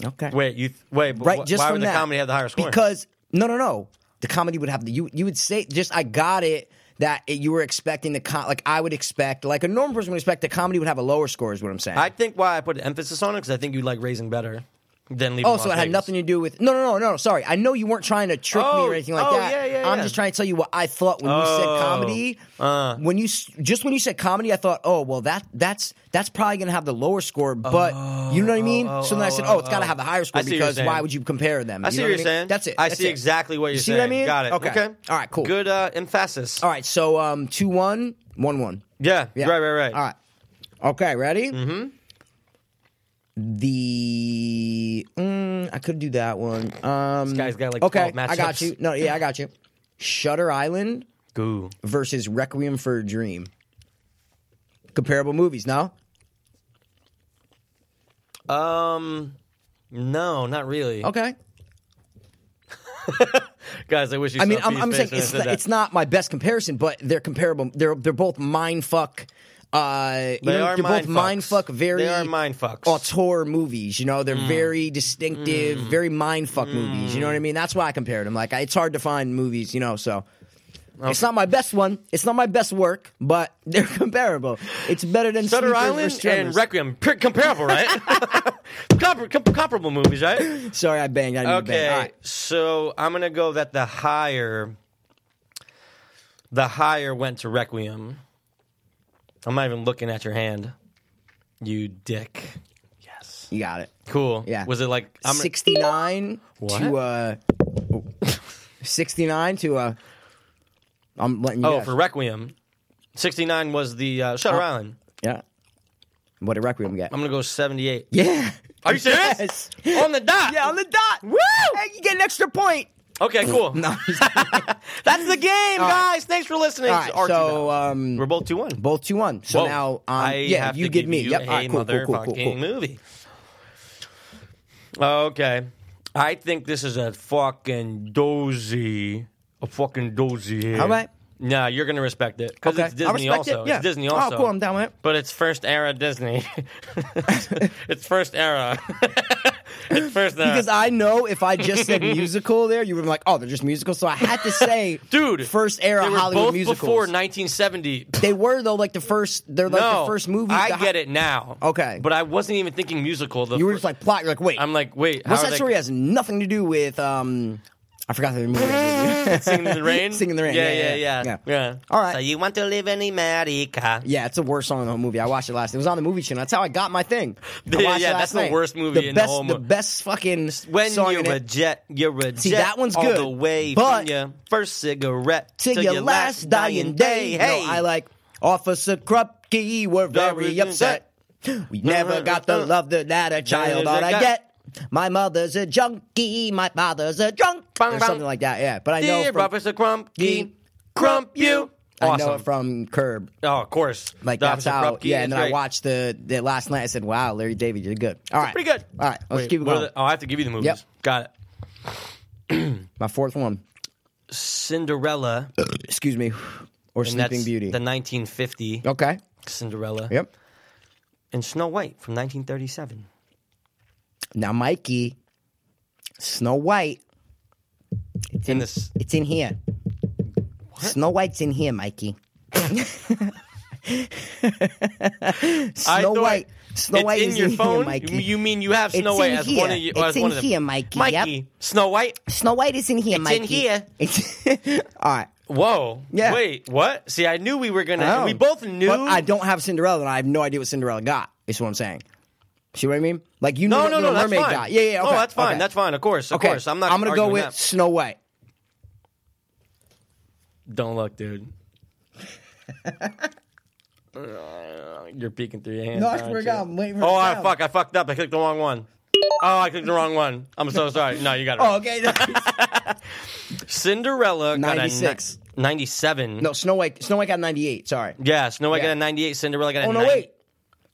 Speaker 1: okay
Speaker 2: Wait, you th- wait. But
Speaker 1: right
Speaker 2: wh-
Speaker 1: just
Speaker 2: why
Speaker 1: from
Speaker 2: would the
Speaker 1: that
Speaker 2: comedy have the higher score?
Speaker 1: because no no no the comedy would have the you you would say just i got it that it, you were expecting the com- like i would expect like a normal person would expect the comedy would have a lower score is what i'm saying
Speaker 2: I think why I put emphasis on it because I think you like raising better than leaving.
Speaker 1: Oh, so
Speaker 2: Las
Speaker 1: it had
Speaker 2: Vegas.
Speaker 1: nothing to do with no, no, no, no. no, Sorry, I know you weren't trying to trick me
Speaker 2: Oh,
Speaker 1: or anything like
Speaker 2: oh,
Speaker 1: that.
Speaker 2: yeah, yeah,
Speaker 1: I'm
Speaker 2: yeah.
Speaker 1: just trying to tell you what I thought when you said
Speaker 2: Oh,
Speaker 1: comedy.
Speaker 2: uh.
Speaker 1: when you s- just when you said comedy, I thought, oh, well, that that's that's probably gonna have the lower score, but you know what I mean.
Speaker 2: oh,
Speaker 1: so then I
Speaker 2: oh,
Speaker 1: said,
Speaker 2: oh,
Speaker 1: oh, it's gotta
Speaker 2: oh.
Speaker 1: have the higher score
Speaker 2: I see what you're
Speaker 1: because
Speaker 2: saying.
Speaker 1: why would you compare them?
Speaker 2: I
Speaker 1: You
Speaker 2: see
Speaker 1: know
Speaker 2: what you're
Speaker 1: I mean?
Speaker 2: saying.
Speaker 1: That's it.
Speaker 2: I
Speaker 1: that's
Speaker 2: see
Speaker 1: it.
Speaker 2: exactly what you're
Speaker 1: You see
Speaker 2: saying.
Speaker 1: what I mean?
Speaker 2: Got it.
Speaker 1: Okay. All right, cool.
Speaker 2: Good uh, emphasis.
Speaker 1: All right, so um, two one, one one.
Speaker 2: Yeah,
Speaker 1: Yeah.
Speaker 2: Right. Right. Right.
Speaker 1: All right. Okay, ready? Mm-hmm. The mm, I could do that one. Um
Speaker 2: This guy's got, like,
Speaker 1: Okay,
Speaker 2: 12
Speaker 1: I got
Speaker 2: matchups.
Speaker 1: you. No, yeah, I
Speaker 2: *laughs*
Speaker 1: got you. Shutter Island
Speaker 2: Goo.
Speaker 1: versus Requiem for a Dream. Comparable movies, no?
Speaker 2: Um. No, not really,
Speaker 1: Okay.
Speaker 2: guys. I wish you.
Speaker 1: I mean,
Speaker 2: saw
Speaker 1: I'm,
Speaker 2: Pete's
Speaker 1: I'm
Speaker 2: face
Speaker 1: saying
Speaker 2: when I
Speaker 1: it's
Speaker 2: said
Speaker 1: not,
Speaker 2: that.
Speaker 1: it's not my best comparison, but they're comparable. They're they're both mind fuck. Uh, you
Speaker 2: They
Speaker 1: know,
Speaker 2: are
Speaker 1: they're both
Speaker 2: mindfucks.
Speaker 1: mind fuck. Very
Speaker 2: They are mindfucks.
Speaker 1: Auteur movies, you know, they're
Speaker 2: Mm.
Speaker 1: very distinctive, very mind fuck movies. You know what I mean? That's why I compared them. Like, I- it's hard to find movies, you know. So it's not my best one. It's not my best work, but *laughs* they're comparable. It's better than
Speaker 2: Shutter
Speaker 1: Sleepers or
Speaker 2: Island
Speaker 1: Strummers.
Speaker 2: and Requiem, Pretty
Speaker 1: *laughs*
Speaker 2: comparable, right? *laughs* Compar- com- comparable movies, right?
Speaker 1: Sorry, I banged. I didn't okay.
Speaker 2: Okay,
Speaker 1: bang. All right.
Speaker 2: so I'm gonna go that the higher, the higher went to Requiem. I'm not even looking at your hand, you dick. Yes.
Speaker 1: You got it.
Speaker 2: Cool.
Speaker 1: Yeah.
Speaker 2: Was it like I'm
Speaker 1: 69
Speaker 2: What?
Speaker 1: to uh *laughs* oh. 69 to uh I'm letting you
Speaker 2: Oh,
Speaker 1: guess.
Speaker 2: for Requiem, 69 was the uh,
Speaker 1: Oh.
Speaker 2: Shutter Island.
Speaker 1: yeah. What did Requiem get?
Speaker 2: I'm gonna go 78.
Speaker 1: yeah.
Speaker 2: Are you serious?
Speaker 1: *laughs* Yes.
Speaker 2: On the dot.
Speaker 1: Yeah, on the dot. Woo! Hey, you get an extra point.
Speaker 2: Okay, cool.
Speaker 1: No. I'm just-
Speaker 2: That's the game,
Speaker 1: All right.
Speaker 2: guys. Thanks for listening.
Speaker 1: All
Speaker 2: It's
Speaker 1: right,
Speaker 2: Archie
Speaker 1: so
Speaker 2: now.
Speaker 1: um
Speaker 2: we're both two one.
Speaker 1: both 2 1. So
Speaker 2: Whoa.
Speaker 1: now um
Speaker 2: I
Speaker 1: yeah,
Speaker 2: have
Speaker 1: you
Speaker 2: to
Speaker 1: give
Speaker 2: give
Speaker 1: me.
Speaker 2: you
Speaker 1: yep.
Speaker 2: a
Speaker 1: All right, cool, cool, cool, cool,
Speaker 2: motherfucking
Speaker 1: cool.
Speaker 2: movie. Okay, I think this is a fucking dozy, a fucking dozy. Here.
Speaker 1: All right.
Speaker 2: Nah, you're gonna respect it because
Speaker 1: Okay.
Speaker 2: it's
Speaker 1: I
Speaker 2: Disney
Speaker 1: respect
Speaker 2: also.
Speaker 1: it. Yeah.
Speaker 2: It's Disney
Speaker 1: Oh,
Speaker 2: also.
Speaker 1: cool. I'm down with it.
Speaker 2: *laughs* But *laughs* it's first era Disney. it's first era. At first, nah.
Speaker 1: Because I know if I just
Speaker 2: *laughs*
Speaker 1: said musical there, you would have been like, oh, they're just musicals. So I had to say,
Speaker 2: dude,
Speaker 1: first era
Speaker 2: they were
Speaker 1: Hollywood
Speaker 2: both
Speaker 1: musicals.
Speaker 2: before 1970.
Speaker 1: they were though, like the first. They're like
Speaker 2: no,
Speaker 1: the first movie.
Speaker 2: I get it now.
Speaker 1: Okay.
Speaker 2: but I wasn't even thinking musical. The
Speaker 1: You were
Speaker 2: fir-
Speaker 1: just like plot. You're like, wait,
Speaker 2: I'm like, wait,
Speaker 1: what's
Speaker 2: how
Speaker 1: that
Speaker 2: are they
Speaker 1: story?
Speaker 2: *laughs*
Speaker 1: Has nothing to do with. um I forgot the movie.
Speaker 2: *laughs*
Speaker 1: *laughs*
Speaker 2: Singing in the rain.
Speaker 1: Singing in the Rain,
Speaker 2: Yeah,
Speaker 1: yeah,
Speaker 2: yeah,
Speaker 1: yeah,
Speaker 2: yeah,
Speaker 1: yeah. All right.
Speaker 2: So you want to live in America?
Speaker 1: Yeah, it's the worst song in the whole movie. I watched it last. It was on the movie channel. That's how I got my
Speaker 2: *laughs*
Speaker 1: thing. I
Speaker 2: Yeah,
Speaker 1: watched
Speaker 2: yeah,
Speaker 1: it last
Speaker 2: that's the
Speaker 1: night.
Speaker 2: worst movie
Speaker 1: The
Speaker 2: in the
Speaker 1: best,
Speaker 2: whole
Speaker 1: the
Speaker 2: mo-
Speaker 1: best fucking
Speaker 2: When
Speaker 1: song
Speaker 2: you're
Speaker 1: in
Speaker 2: a
Speaker 1: it.
Speaker 2: jet, you're a
Speaker 1: See,
Speaker 2: jet
Speaker 1: that one's
Speaker 2: all
Speaker 1: good,
Speaker 2: the way
Speaker 1: but-
Speaker 2: from your first cigarette
Speaker 1: to your last dying day.
Speaker 2: Hey,
Speaker 1: No, I like Officer Krupke. We're very
Speaker 2: Very Uh-huh.
Speaker 1: upset. We never got the love that that a child ought to get. My mother's a junkie. My father's a drunk.
Speaker 2: Bang,
Speaker 1: Or
Speaker 2: bang.
Speaker 1: something like that. Yeah, but I know
Speaker 2: dear
Speaker 1: from,
Speaker 2: Officer Crumpy, Crump you.
Speaker 1: I
Speaker 2: Awesome.
Speaker 1: know it from Curb.
Speaker 2: oh, of course.
Speaker 1: Like
Speaker 2: The
Speaker 1: that's
Speaker 2: Officer
Speaker 1: how.
Speaker 2: Krupke
Speaker 1: Yeah,
Speaker 2: is
Speaker 1: and then I
Speaker 2: great.
Speaker 1: watched the, the last night. I said, "Wow, Larry David, you did good. All right,
Speaker 2: Pretty good.
Speaker 1: All right, let's
Speaker 2: Wait,
Speaker 1: keep it
Speaker 2: what are
Speaker 1: going.
Speaker 2: the- oh, I have to give you the movies.
Speaker 1: Yep.
Speaker 2: Got it.
Speaker 1: My fourth one.
Speaker 2: Cinderella.
Speaker 1: Excuse me, or
Speaker 2: and
Speaker 1: Sleeping
Speaker 2: that's
Speaker 1: Beauty. Oh,
Speaker 2: The 1950
Speaker 1: okay.
Speaker 2: Cinderella.
Speaker 1: Yep.
Speaker 2: And Snow White from 1937.
Speaker 1: Now, Mikey, Snow White. It's
Speaker 2: In this-
Speaker 1: It's in here. Snow White's in here,
Speaker 2: *laughs*
Speaker 1: Mikey.
Speaker 2: I
Speaker 1: Snow
Speaker 2: thought
Speaker 1: White. Snow
Speaker 2: it's
Speaker 1: White
Speaker 2: in
Speaker 1: is
Speaker 2: your
Speaker 1: in
Speaker 2: phone.
Speaker 1: here, Mikey.
Speaker 2: You- You mean you have
Speaker 1: It's
Speaker 2: Snow
Speaker 1: in
Speaker 2: White as
Speaker 1: here.
Speaker 2: one of you?
Speaker 1: It's
Speaker 2: as one
Speaker 1: in
Speaker 2: of them.
Speaker 1: here, Mikey, yep.
Speaker 2: Mikey. Snow White.
Speaker 1: Snow White is in here,
Speaker 2: It's
Speaker 1: Mikey.
Speaker 2: in here.
Speaker 1: It's- *laughs* All right.
Speaker 2: Whoa.
Speaker 1: Yeah.
Speaker 2: Wait. What? See, I knew we were gonna.
Speaker 1: Oh.
Speaker 2: We both knew.
Speaker 1: But I don't have Cinderella, and I have no idea what Cinderella got. Is what I'm saying. See what I mean? Like you know,
Speaker 2: No,
Speaker 1: what
Speaker 2: no, no.
Speaker 1: Little
Speaker 2: That's
Speaker 1: Mermaid
Speaker 2: fine.
Speaker 1: got. Yeah, yeah.
Speaker 2: Oh,
Speaker 1: okay,
Speaker 2: that's fine.
Speaker 1: okay.
Speaker 2: That's fine. Of course. Of
Speaker 1: okay.
Speaker 2: course. I'm not.
Speaker 1: I'm gonna go
Speaker 2: arguing
Speaker 1: with
Speaker 2: that.
Speaker 1: Snow White.
Speaker 2: Don't
Speaker 1: *laughs*
Speaker 2: look, dude. You're peeking through your hands.
Speaker 1: No, I
Speaker 2: aren't
Speaker 1: swear to
Speaker 2: you?
Speaker 1: God, I'm waiting for
Speaker 2: Oh,
Speaker 1: the
Speaker 2: I
Speaker 1: sound.
Speaker 2: fuck! I fucked up. I clicked the wrong one. Oh, I clicked the wrong one. I'm so sorry. No,
Speaker 1: *laughs*
Speaker 2: you got it.
Speaker 1: Oh,
Speaker 2: Right.
Speaker 1: okay.
Speaker 2: Cinderella got a ni-
Speaker 1: 96.
Speaker 2: 97.
Speaker 1: no, Snow White. Snow White got 98. Sorry.
Speaker 2: Yeah, Snow White
Speaker 1: Yeah.
Speaker 2: got a 98. Cinderella got a
Speaker 1: Oh no,
Speaker 2: 90.
Speaker 1: wait.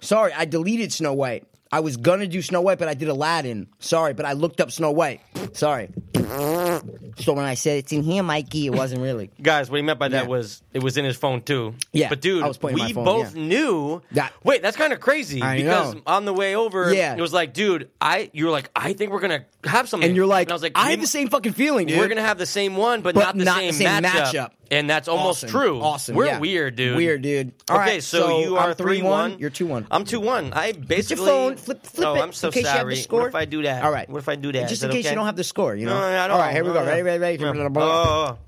Speaker 1: Sorry, I deleted Snow White. I was gonna do Snow White, but I did Aladdin. Sorry, but I looked up Snow White. Sorry. So when I said it's in here, Mikey, it wasn't really.
Speaker 2: Guys, what he meant by that
Speaker 1: Yeah.
Speaker 2: was it was in his phone too.
Speaker 1: Yeah,
Speaker 2: but dude,
Speaker 1: I was playing
Speaker 2: we
Speaker 1: my phone,
Speaker 2: both
Speaker 1: yeah.
Speaker 2: knew.
Speaker 1: That-
Speaker 2: wait, that's kind of crazy
Speaker 1: I
Speaker 2: because
Speaker 1: know.
Speaker 2: on the way over,
Speaker 1: Yeah.
Speaker 2: it was like, dude, I you were like, I think we're gonna have something,
Speaker 1: *laughs* And you're like,
Speaker 2: I was like,
Speaker 1: I
Speaker 2: we-
Speaker 1: have the same fucking feeling, dude.
Speaker 2: We're gonna have the same one, but,
Speaker 1: But
Speaker 2: not the
Speaker 1: not
Speaker 2: same,
Speaker 1: the same
Speaker 2: matchup.
Speaker 1: matchup.
Speaker 2: and that's almost
Speaker 1: Awesome.
Speaker 2: true.
Speaker 1: Awesome.
Speaker 2: we're
Speaker 1: yeah.
Speaker 2: weird, dude.
Speaker 1: Weird, dude. All
Speaker 2: okay,
Speaker 1: right,
Speaker 2: so, you are
Speaker 1: I'm
Speaker 2: three one.
Speaker 1: You're two one.
Speaker 2: I'm two one. I basically
Speaker 1: phone, flip- flip
Speaker 2: oh,
Speaker 1: it
Speaker 2: I'm so
Speaker 1: in case you have the
Speaker 2: sorry.
Speaker 1: score.
Speaker 2: What if I do that?
Speaker 1: All right.
Speaker 2: What if I do that?
Speaker 1: Just
Speaker 2: Is
Speaker 1: in
Speaker 2: that
Speaker 1: case you
Speaker 2: okay?
Speaker 1: don't have the score, you know.
Speaker 2: No, no, I don't.
Speaker 1: All right, here we
Speaker 2: No,
Speaker 1: go.
Speaker 2: no.
Speaker 1: Ready, ready, ready.
Speaker 2: Yeah. Oh,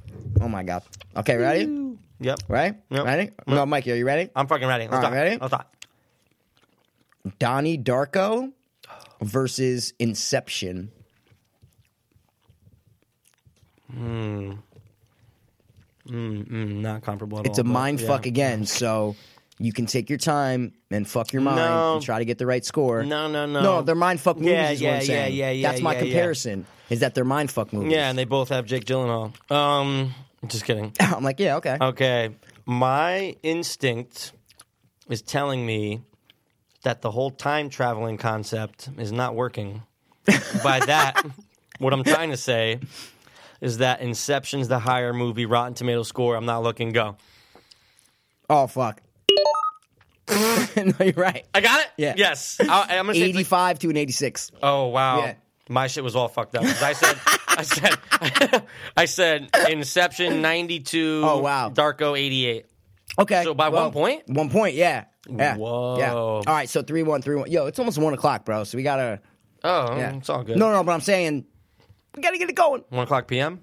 Speaker 1: Oh my god. Okay, ready?
Speaker 2: yep.
Speaker 1: Ready?
Speaker 2: Yep.
Speaker 1: Ready? No, Mikey, are you ready?
Speaker 2: I'm fucking ready. Let's
Speaker 1: All right,
Speaker 2: talk.
Speaker 1: ready?
Speaker 2: Let's talk.
Speaker 1: Donnie Darko versus Inception.
Speaker 2: Mm, Not comparable at
Speaker 1: It's
Speaker 2: all.
Speaker 1: a
Speaker 2: but
Speaker 1: mind
Speaker 2: Oh, yeah.
Speaker 1: fuck again, so you can take your time and fuck your mind
Speaker 2: No.
Speaker 1: and try to get the right score.
Speaker 2: No, no, no.
Speaker 1: No, they're mind fuck movies.
Speaker 2: Yeah,
Speaker 1: is what
Speaker 2: yeah,
Speaker 1: I'm saying.
Speaker 2: yeah, yeah, yeah,
Speaker 1: That's my
Speaker 2: yeah, yeah.
Speaker 1: comparison. Is that they're mind fuck movies? *laughs*
Speaker 2: Yeah, and they both have Jake Gyllenhaal. Um, just kidding.
Speaker 1: I'm like, yeah, okay.
Speaker 2: Okay, my instinct is telling me that the whole time traveling concept is not
Speaker 1: *laughs*
Speaker 2: working. By that, what I'm trying to say is that Inception's the higher movie, Rotten Tomato score. I'm not looking. Go.
Speaker 1: Oh
Speaker 2: *laughs*
Speaker 1: fuck. no, you're right.
Speaker 2: I got it.
Speaker 1: Yeah.
Speaker 2: Yes. I, I'm gonna say it's like-
Speaker 1: Eighty-five to an eighty-six.
Speaker 2: Oh wow.
Speaker 1: Yeah.
Speaker 2: My shit was all fucked up. 'Cause I said I said *laughs* I said Inception 92
Speaker 1: Oh, wow.
Speaker 2: Darko 88.
Speaker 1: Okay.
Speaker 2: So by
Speaker 1: well,
Speaker 2: one point?
Speaker 1: One point, yeah. yeah.
Speaker 2: Whoa.
Speaker 1: Yeah. All right, so three one, three one. Yo, it's almost one o'clock, bro. So we gotta
Speaker 2: Oh,
Speaker 1: yeah.
Speaker 2: it's all good.
Speaker 1: No, no, but I'm saying we gotta get it going.
Speaker 2: 1 o'clock p.m.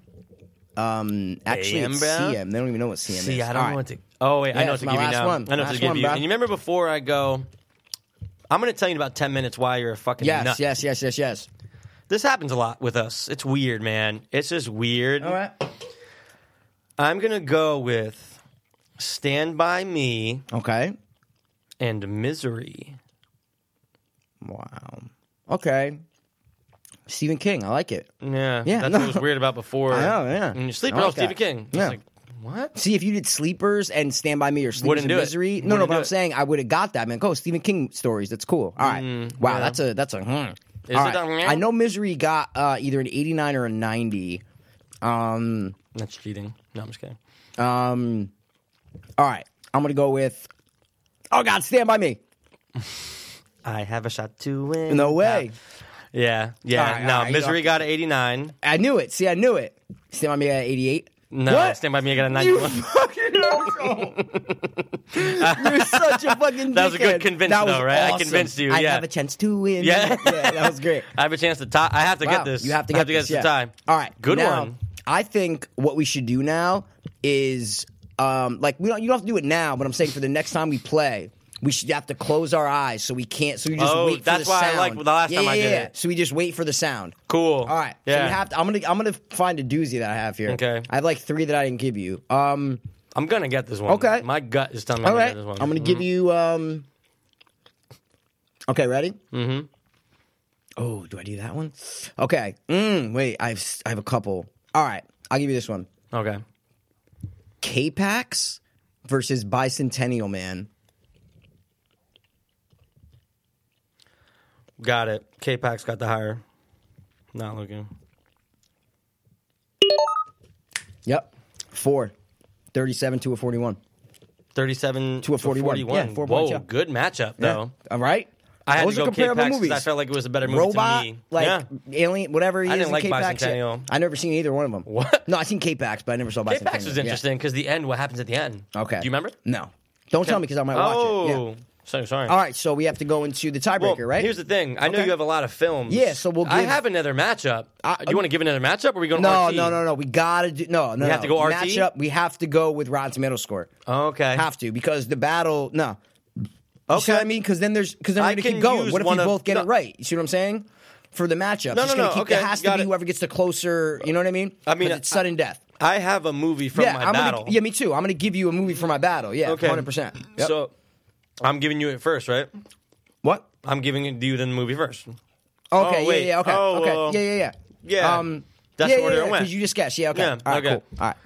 Speaker 1: Um actually
Speaker 2: AM,
Speaker 1: it's
Speaker 2: bro?
Speaker 1: CM. They don't even know what CM is.
Speaker 2: See, I
Speaker 1: All
Speaker 2: don't
Speaker 1: right.
Speaker 2: know what to Oh wait,
Speaker 1: Yeah,
Speaker 2: I know what
Speaker 1: it's
Speaker 2: to
Speaker 1: my
Speaker 2: give you
Speaker 1: last
Speaker 2: now.
Speaker 1: one.
Speaker 2: I know what
Speaker 1: Last
Speaker 2: to give
Speaker 1: one,
Speaker 2: you.
Speaker 1: bro.
Speaker 2: And you remember before I go I'm going to tell you in about 10 minutes why you're a fucking
Speaker 1: Yes,
Speaker 2: nut.
Speaker 1: yes, yes, yes, yes.
Speaker 2: This happens a lot with us. It's weird, man. It's just weird.
Speaker 1: All right.
Speaker 2: I'm going to go with Stand by Me
Speaker 1: Okay.
Speaker 2: and Misery.
Speaker 1: Wow. Okay. Stephen King, I like it.
Speaker 2: Yeah,
Speaker 1: Yeah,
Speaker 2: That's
Speaker 1: no.
Speaker 2: what was weird about before.
Speaker 1: I know, yeah.
Speaker 2: And you sleep
Speaker 1: I
Speaker 2: all
Speaker 1: like
Speaker 2: Stephen
Speaker 1: that.
Speaker 2: King. It's
Speaker 1: Yeah.
Speaker 2: like, what?
Speaker 1: See, if you did Sleepers and Stand By Me or Sleepers
Speaker 2: Wouldn't
Speaker 1: and
Speaker 2: do it.
Speaker 1: Misery, no, no,
Speaker 2: Wouldn't
Speaker 1: but
Speaker 2: do
Speaker 1: I'm
Speaker 2: it.
Speaker 1: saying I would have got that, man. Go Stephen King stories. That's cool. All right, wow,
Speaker 2: Mm, yeah.
Speaker 1: that's a that's a. Hmm.
Speaker 2: Is
Speaker 1: All right.
Speaker 2: it a-
Speaker 1: I know Misery got uh, either an 89 or a 90. Um,
Speaker 2: That's cheating. No, I'm just kidding.
Speaker 1: um, all right, I'm gonna go with. Oh God, Stand By Me.
Speaker 2: I have a shot to win.
Speaker 1: No way.
Speaker 2: Yeah, yeah.
Speaker 1: All right,
Speaker 2: no,
Speaker 1: all right, you
Speaker 2: Misery
Speaker 1: don't-
Speaker 2: got an 89.
Speaker 1: I knew it. See, I knew it. Stand by me at 88.
Speaker 2: No,
Speaker 1: What?
Speaker 2: Stand By Me, I got a
Speaker 1: You
Speaker 2: 91.
Speaker 1: fucking asshole. *laughs* You're such a fucking
Speaker 2: That was a good
Speaker 1: dickhead.
Speaker 2: convince,
Speaker 1: That was
Speaker 2: though, right? I
Speaker 1: awesome.
Speaker 2: convinced you,
Speaker 1: I
Speaker 2: yeah.
Speaker 1: have a chance to win.
Speaker 2: Yeah.
Speaker 1: that was great.
Speaker 2: I have a chance to tie. I have to
Speaker 1: Wow,
Speaker 2: get this.
Speaker 1: You have to
Speaker 2: I
Speaker 1: get, this,
Speaker 2: to
Speaker 1: yeah.
Speaker 2: tie.
Speaker 1: All right,
Speaker 2: Good
Speaker 1: now,
Speaker 2: one.
Speaker 1: I think what we should do now is um, like we don't you don't have to do it now, but I'm saying for the next time we play. We should have to close our eyes so we can't. So we just
Speaker 2: Oh,
Speaker 1: wait for
Speaker 2: that's
Speaker 1: the
Speaker 2: why I
Speaker 1: sound.
Speaker 2: liked the last
Speaker 1: yeah,
Speaker 2: time I
Speaker 1: yeah,
Speaker 2: did
Speaker 1: yeah.
Speaker 2: it.
Speaker 1: So we just wait for the sound.
Speaker 2: Cool.
Speaker 1: All right. So
Speaker 2: Yeah.
Speaker 1: we have to, I'm gonna I'm gonna find a doozy that I have here.
Speaker 2: Okay.
Speaker 1: I have like three that I didn't give you. Um.
Speaker 2: I'm gonna get this one.
Speaker 1: Okay.
Speaker 2: My gut is telling me
Speaker 1: All
Speaker 2: I'm
Speaker 1: right.
Speaker 2: gonna get this
Speaker 1: I'm
Speaker 2: one.
Speaker 1: gonna give you. Um. Okay. Ready. Mm-hmm. Oh, do I do that one? Okay. Mm, wait. I've s- I have a couple. All right. I'll give you this one.
Speaker 2: Mm-hmm. Okay.
Speaker 1: K-Pax versus Bicentennial Man.
Speaker 2: Got it. K Pax got the higher. Not looking.
Speaker 1: Yep. Four. 37 to a 41.
Speaker 2: 37
Speaker 1: To a 41. Yeah, four
Speaker 2: Whoa,
Speaker 1: points, yeah.
Speaker 2: good matchup though.
Speaker 1: All right.
Speaker 2: I had
Speaker 1: Those
Speaker 2: to
Speaker 1: are
Speaker 2: go K
Speaker 1: comparable
Speaker 2: Pax
Speaker 1: movies.
Speaker 2: because I felt like it was a better movie
Speaker 1: Robot,
Speaker 2: to me.
Speaker 1: like
Speaker 2: yeah.
Speaker 1: alien, whatever he
Speaker 2: I
Speaker 1: is
Speaker 2: didn't
Speaker 1: in
Speaker 2: like
Speaker 1: K-Pax.
Speaker 2: Bicentennial.
Speaker 1: I never seen either one of them.
Speaker 2: What?
Speaker 1: No, I seen K-Pax, but I never saw Bicentennial.
Speaker 2: K Pax was
Speaker 1: Yeah.
Speaker 2: interesting because the end. What happens at the end?
Speaker 1: Okay.
Speaker 2: Do you remember?
Speaker 1: No. Don't tell me because I might watch
Speaker 2: oh,
Speaker 1: it. Yeah.
Speaker 2: so sorry.
Speaker 1: All right, so we have to go into the
Speaker 2: Well,
Speaker 1: tiebreaker, right?
Speaker 2: Here's the thing. I know
Speaker 1: Okay.
Speaker 2: you have a lot of films.
Speaker 1: Yeah, so we'll
Speaker 2: I
Speaker 1: give-
Speaker 2: have another matchup.
Speaker 1: I-
Speaker 2: Do you want to give another matchup? Or are we going?
Speaker 1: no,
Speaker 2: RT?
Speaker 1: no, no, no. We gotta do no, no.
Speaker 2: We have
Speaker 1: no.
Speaker 2: to go RT?
Speaker 1: Matchup. We have to go with Rotten Tomato score.
Speaker 2: Okay.
Speaker 1: Have to because the battle. No. You see
Speaker 2: Okay.
Speaker 1: what I mean? Because then there's because then
Speaker 2: I
Speaker 1: we're gonna
Speaker 2: can
Speaker 1: keep going.
Speaker 2: use
Speaker 1: What if
Speaker 2: one
Speaker 1: we
Speaker 2: of-
Speaker 1: both get
Speaker 2: no.
Speaker 1: it right? You see what I'm saying? For the matchup,
Speaker 2: No,
Speaker 1: it's gonna
Speaker 2: no, no,
Speaker 1: Keep,
Speaker 2: okay,
Speaker 1: it has to
Speaker 2: got
Speaker 1: be
Speaker 2: it.
Speaker 1: whoever gets the closer. You know what I mean?
Speaker 2: I mean,
Speaker 1: 'Cause it's sudden death.
Speaker 2: I have a movie from
Speaker 1: yeah,
Speaker 2: my
Speaker 1: I'm
Speaker 2: battle.
Speaker 1: gonna. Yeah, me too. I'm gonna give you a movie for my battle. Yeah,
Speaker 2: Okay.
Speaker 1: 100. percent
Speaker 2: So I'm giving you it first, right?
Speaker 1: what?
Speaker 2: I'm giving it to you the movie first.
Speaker 1: Okay, yeah,
Speaker 2: wait.
Speaker 1: yeah, okay,
Speaker 2: Oh,
Speaker 1: okay,
Speaker 2: well,
Speaker 1: yeah, yeah, yeah.
Speaker 2: yeah.
Speaker 1: Um,
Speaker 2: That's
Speaker 1: yeah,
Speaker 2: the order
Speaker 1: yeah,
Speaker 2: it
Speaker 1: yeah,
Speaker 2: went.
Speaker 1: 'cause you just guessed. Yeah, okay.
Speaker 2: Yeah,
Speaker 1: all right,
Speaker 2: okay.
Speaker 1: cool. All right.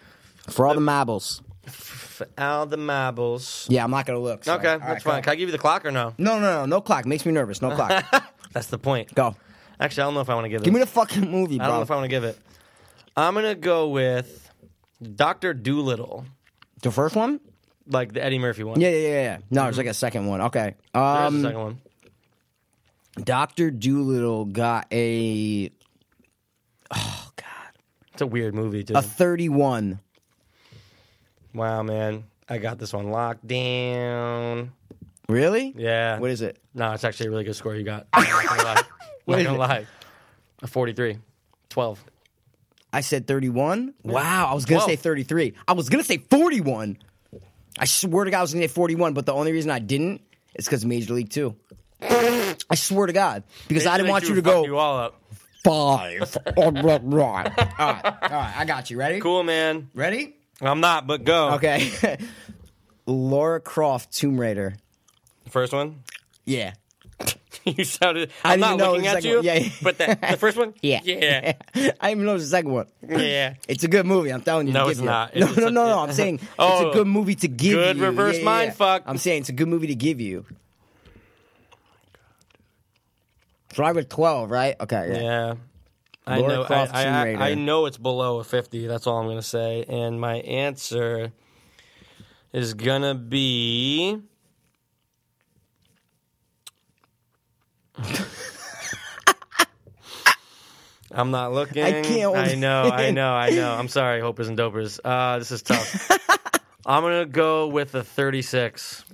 Speaker 1: For all the marbles.
Speaker 2: For all the marbles.
Speaker 1: Yeah, I'm not gonna look. so-
Speaker 2: Okay,
Speaker 1: all right,
Speaker 2: that's
Speaker 1: go.
Speaker 2: fine. Can I give you the clock or no?
Speaker 1: No, no, no, no clock. Makes me nervous. No clock.
Speaker 2: *laughs* That's the point.
Speaker 1: go.
Speaker 2: Actually, I don't know if I want to give it.
Speaker 1: Give me the fucking movie, bro.
Speaker 2: I don't know if I want to give it. I'm gonna go with Doctor Doolittle,
Speaker 1: the first one.
Speaker 2: like the Eddie Murphy one.
Speaker 1: Yeah, yeah, yeah, yeah. No, there's like a second one. Okay.
Speaker 2: There's the
Speaker 1: Um,
Speaker 2: second one.
Speaker 1: Doctor Doolittle got a
Speaker 2: It's a weird movie too.
Speaker 1: a 31.
Speaker 2: wow, man, I got this one locked down.
Speaker 1: Really?
Speaker 2: Yeah.
Speaker 1: What is it?
Speaker 2: No, it's actually a really good score
Speaker 1: *laughs*
Speaker 2: you got. I'm not gonna lie. I'm not gonna lie. A 43. 12.
Speaker 1: I said 31. Wow, I was gonna
Speaker 2: Whoa.
Speaker 1: say 33. I was gonna say 41. I swear to God, I was gonna say 41, but the only reason I didn't is because Major League Two. I swear to God, because I didn't want you to
Speaker 2: fuck
Speaker 1: go
Speaker 2: You all up.
Speaker 1: *laughs* five. all right, all right, I got you. Ready?
Speaker 2: Cool, man.
Speaker 1: Ready?
Speaker 2: I'm not, but go.
Speaker 1: Okay. *laughs* Laura Croft, Tomb Raider.
Speaker 2: First one. *laughs*
Speaker 1: Yeah. *laughs*
Speaker 2: You shouted.
Speaker 1: I
Speaker 2: I'm not
Speaker 1: didn't know
Speaker 2: looking
Speaker 1: the
Speaker 2: at
Speaker 1: second
Speaker 2: you.
Speaker 1: one. Yeah.
Speaker 2: But the, the first one?
Speaker 1: *laughs* Yeah.
Speaker 2: Yeah.
Speaker 1: I didn't even know it was the second one.
Speaker 2: Yeah.
Speaker 1: It's a good movie. I'm telling you. to
Speaker 2: No,
Speaker 1: give
Speaker 2: it's
Speaker 1: you.
Speaker 2: not.
Speaker 1: No,
Speaker 2: It's
Speaker 1: no,
Speaker 2: a-
Speaker 1: no, no. I'm saying
Speaker 2: Oh.
Speaker 1: it's a good movie to give
Speaker 2: Good
Speaker 1: you.
Speaker 2: reverse mind fuck.
Speaker 1: I'm saying it's a good movie to give you. Driver 12, right? Okay. Yeah.
Speaker 2: Yeah. I
Speaker 1: Laura
Speaker 2: know, I,
Speaker 1: Croft,
Speaker 2: I-
Speaker 1: Tomb
Speaker 2: I-
Speaker 1: Raider.
Speaker 2: I know it's below a 50. That's all I'm going to say. And my answer is going to be. I'm not looking.
Speaker 1: I can't *laughs*
Speaker 2: I know, I
Speaker 1: understand.
Speaker 2: know, I know. I'm sorry, hopers and dopers. Uh, this
Speaker 1: *laughs*
Speaker 2: is tough. I'm going to go with a 36.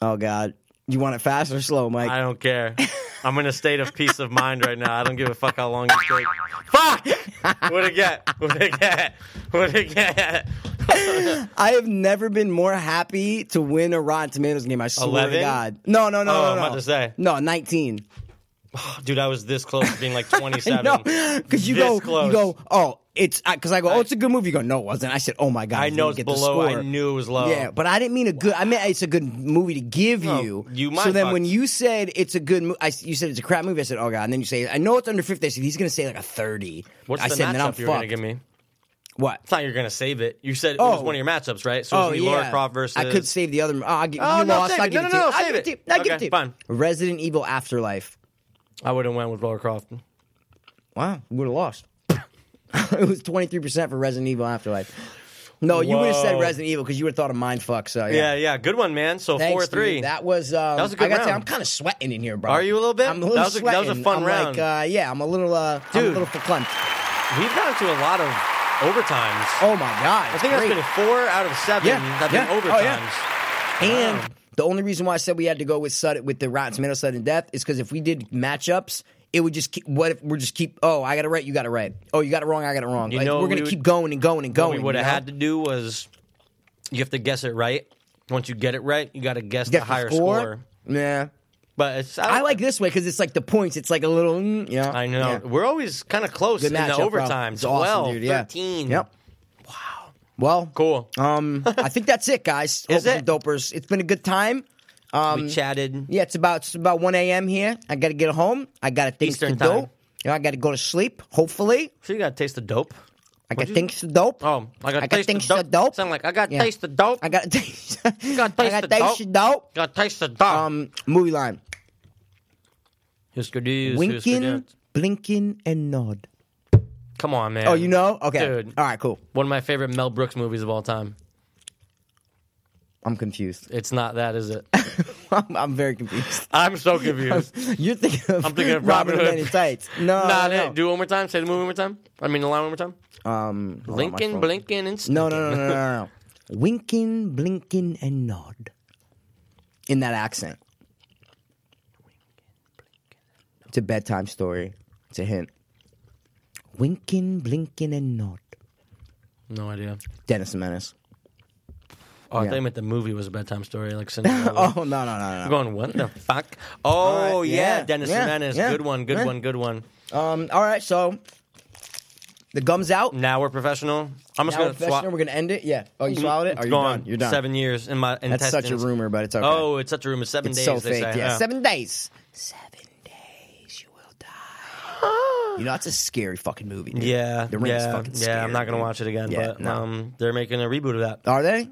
Speaker 1: Oh, God. You want it fast or slow, Mike?
Speaker 2: I
Speaker 1: *laughs*
Speaker 2: don't care. I'm in a state of peace of mind right now. I don't give a fuck how long you take. Fuck! What I get? What I get? What I get?
Speaker 1: *laughs* I have never been more happy to win a Rotten Tomatoes game. I swear
Speaker 2: 11?
Speaker 1: to God. No, no, no,
Speaker 2: Oh,
Speaker 1: no, no.
Speaker 2: I'm about to say.
Speaker 1: No, 19.
Speaker 2: Dude, I was this close to
Speaker 1: *laughs*
Speaker 2: being like 27.
Speaker 1: No, because you
Speaker 2: This
Speaker 1: go,
Speaker 2: close.
Speaker 1: you go. Oh, it's because I go. Oh, it's a good movie. You go. No, it wasn't. I said, oh my God.
Speaker 2: I
Speaker 1: you
Speaker 2: know
Speaker 1: didn't
Speaker 2: it's
Speaker 1: get the
Speaker 2: below. I
Speaker 1: score."
Speaker 2: knew it was low.
Speaker 1: Yeah, but I didn't mean a good. I meant it's a good movie to give
Speaker 2: Oh. No,
Speaker 1: you.
Speaker 2: you
Speaker 1: so
Speaker 2: mind
Speaker 1: then
Speaker 2: fucked.
Speaker 1: when you said it's a good, mo- I, you said it's a crap movie. I said, oh god. And then you say, I know it's under fifty. I said he's gonna say like a thirty.
Speaker 2: What's
Speaker 1: I
Speaker 2: the
Speaker 1: said, then I'm
Speaker 2: matchup you were gonna
Speaker 1: fucked.
Speaker 2: give me?
Speaker 1: What?
Speaker 2: It's not you're gonna save it. You said it was
Speaker 1: Oh.
Speaker 2: one of your matchups, right? So
Speaker 1: Oh yeah,
Speaker 2: it's gonna be Laura Croft versus.
Speaker 1: I could save the other. Oh, I give,
Speaker 2: Oh,
Speaker 1: you
Speaker 2: no,
Speaker 1: lost.
Speaker 2: save
Speaker 1: I
Speaker 2: it.
Speaker 1: give
Speaker 2: No,
Speaker 1: it to
Speaker 2: no,
Speaker 1: you.
Speaker 2: no,
Speaker 1: I
Speaker 2: save
Speaker 1: give it.
Speaker 2: it.
Speaker 1: to you. I give it
Speaker 2: Okay,
Speaker 1: to you.
Speaker 2: fine.
Speaker 1: Resident Evil Afterlife.
Speaker 2: I would have went with Laura Croft.
Speaker 1: *laughs* Wow, would have lost. it was twenty three percent for Resident Evil Afterlife. No, you would have said
Speaker 2: Whoa.
Speaker 1: Resident Evil because you would have thought of Mindfuck. So yeah.
Speaker 2: Yeah, yeah, good one, man. So
Speaker 1: Thanks,
Speaker 2: four three.
Speaker 1: dude. That was um,
Speaker 2: That was a good
Speaker 1: I gotta
Speaker 2: round.
Speaker 1: tell you, I'm kind of sweating in here, bro.
Speaker 2: Are you a little bit?
Speaker 1: I'm a little
Speaker 2: That was a- that was a
Speaker 1: sweating.
Speaker 2: fun
Speaker 1: I'm
Speaker 2: round.
Speaker 1: Like, uh, yeah, I'm a little, uh, I'm a
Speaker 2: Dude.
Speaker 1: little verklempt.
Speaker 2: We've gone to a lot of overtimes.
Speaker 1: Oh my god!
Speaker 2: I think that's been four out of seven
Speaker 1: Yeah,
Speaker 2: that have been
Speaker 1: yeah.
Speaker 2: overtimes.
Speaker 1: Oh, yeah. And the only reason why I said we had to go with sudden, with the Rotten Tomato sudden death is because if we did matchups, it would just keep, what if we're just keep oh I got it right, you got it right, oh you got it wrong, I got it wrong.
Speaker 2: You
Speaker 1: Like,
Speaker 2: know
Speaker 1: we're gonna
Speaker 2: we would-
Speaker 1: keep going and going and
Speaker 2: What
Speaker 1: going.
Speaker 2: we would have
Speaker 1: Oh, you know?
Speaker 2: had to do was you have to guess it right. Once you get it right, you got to guess
Speaker 1: Get
Speaker 2: the higher
Speaker 1: score.
Speaker 2: score.
Speaker 1: Yeah,
Speaker 2: But it's,
Speaker 1: I like this way because it's like the points. It's like a little mm, you know.
Speaker 2: I know
Speaker 1: Yeah.
Speaker 2: we're always kind of close
Speaker 1: Good
Speaker 2: in the
Speaker 1: matchup, bro.
Speaker 2: overtime.
Speaker 1: It's awesome,
Speaker 2: 12,
Speaker 1: dude, yeah.
Speaker 2: 13.
Speaker 1: Yep. Wow. Well,
Speaker 2: Cool.
Speaker 1: Um, I think that's it, guys.
Speaker 2: *laughs* Is
Speaker 1: Hopers and
Speaker 2: it?
Speaker 1: Dopers. It's been a good time.
Speaker 2: we chatted.
Speaker 1: Um, Yeah, it's about it's about one a.m. here. I got to get home. I got things
Speaker 2: Eastern
Speaker 1: to do.
Speaker 2: time.
Speaker 1: You know, I got to go to sleep. Hopefully,
Speaker 2: So you got to taste the dope.
Speaker 1: I got
Speaker 2: you-
Speaker 1: things to dope.
Speaker 2: Oh, I got
Speaker 1: I
Speaker 2: to
Speaker 1: got
Speaker 2: taste
Speaker 1: things
Speaker 2: the dope.
Speaker 1: to dope.
Speaker 2: Sound like I got to
Speaker 1: Yeah.
Speaker 2: taste the dope.
Speaker 1: I got *laughs* things.
Speaker 2: got
Speaker 1: I
Speaker 2: things
Speaker 1: got
Speaker 2: to
Speaker 1: things
Speaker 2: dope.
Speaker 1: to dope.
Speaker 2: got to taste the dope.
Speaker 1: Um, movie line:
Speaker 2: Husker dudes, Husker
Speaker 1: winking,
Speaker 2: dudes.
Speaker 1: blinking, and nod.
Speaker 2: Come on, man.
Speaker 1: Oh, you know? Okay.
Speaker 2: Dude.
Speaker 1: All right. Cool.
Speaker 2: One of my favorite Mel Brooks movies of all time.
Speaker 1: I'm confused. *laughs*
Speaker 2: It's not that, is it?
Speaker 1: I'm, I'm very confused. *laughs*
Speaker 2: I'm so confused.
Speaker 1: You're thinking of
Speaker 2: I'm thinking
Speaker 1: *laughs*
Speaker 2: of
Speaker 1: Robin
Speaker 2: Robin
Speaker 1: Hood
Speaker 2: Hood.
Speaker 1: in Tights. *laughs*
Speaker 2: *laughs*
Speaker 1: No,
Speaker 2: Not
Speaker 1: no,
Speaker 2: it. Do it one more time. Say the movie one more time. I mean the line one more time.
Speaker 1: no. Um, hold on, my
Speaker 2: Lincoln,
Speaker 1: phone.
Speaker 2: blinking, and stinking.
Speaker 1: No, no, no, no, no,
Speaker 2: *laughs*
Speaker 1: no. no. Winking, blinking, and nod. In that accent. It's a bedtime story. It's a hint. Winking, blinking, and nod.
Speaker 2: No idea.
Speaker 1: Dennis the
Speaker 2: *laughs*
Speaker 1: Menace.
Speaker 2: Oh, I
Speaker 1: Yeah.
Speaker 2: thought you meant the movie was a bedtime
Speaker 1: *laughs*
Speaker 2: story, like Cinderella.
Speaker 1: Oh no, no, no,
Speaker 2: I'm
Speaker 1: no.
Speaker 2: going, what the fuck? Oh,
Speaker 1: All right,
Speaker 2: yeah,
Speaker 1: yeah,
Speaker 2: Dennis
Speaker 1: yeah,
Speaker 2: Menace.
Speaker 1: yeah,
Speaker 2: good one, good
Speaker 1: yeah.
Speaker 2: one, good one.
Speaker 1: Um, all right, so the gums out.
Speaker 2: Now we're professional.
Speaker 1: Now
Speaker 2: I'm just
Speaker 1: we're
Speaker 2: Mm, gonna swap.
Speaker 1: professional, we're gonna end it. Yeah. Oh, you swallowed it.
Speaker 2: It's
Speaker 1: Oh, you're
Speaker 2: gone.
Speaker 1: done. You're done.
Speaker 2: Seven years in my
Speaker 1: That's
Speaker 2: intestines.
Speaker 1: such a rumor, but it's okay.
Speaker 2: Oh, it's such a rumor. Seven
Speaker 1: it's
Speaker 2: days.
Speaker 1: so
Speaker 2: they
Speaker 1: fake.
Speaker 2: say.
Speaker 1: Yeah. Seven days. Seven days, you will die. you know that's a scary fucking movie. Dude.
Speaker 2: Yeah,
Speaker 1: The Ring
Speaker 2: yeah,
Speaker 1: is fucking
Speaker 2: yeah.
Speaker 1: scary.
Speaker 2: I'm not gonna watch it again.
Speaker 1: Yeah,
Speaker 2: but
Speaker 1: no.
Speaker 2: um, they're making a reboot of that.
Speaker 1: Are they?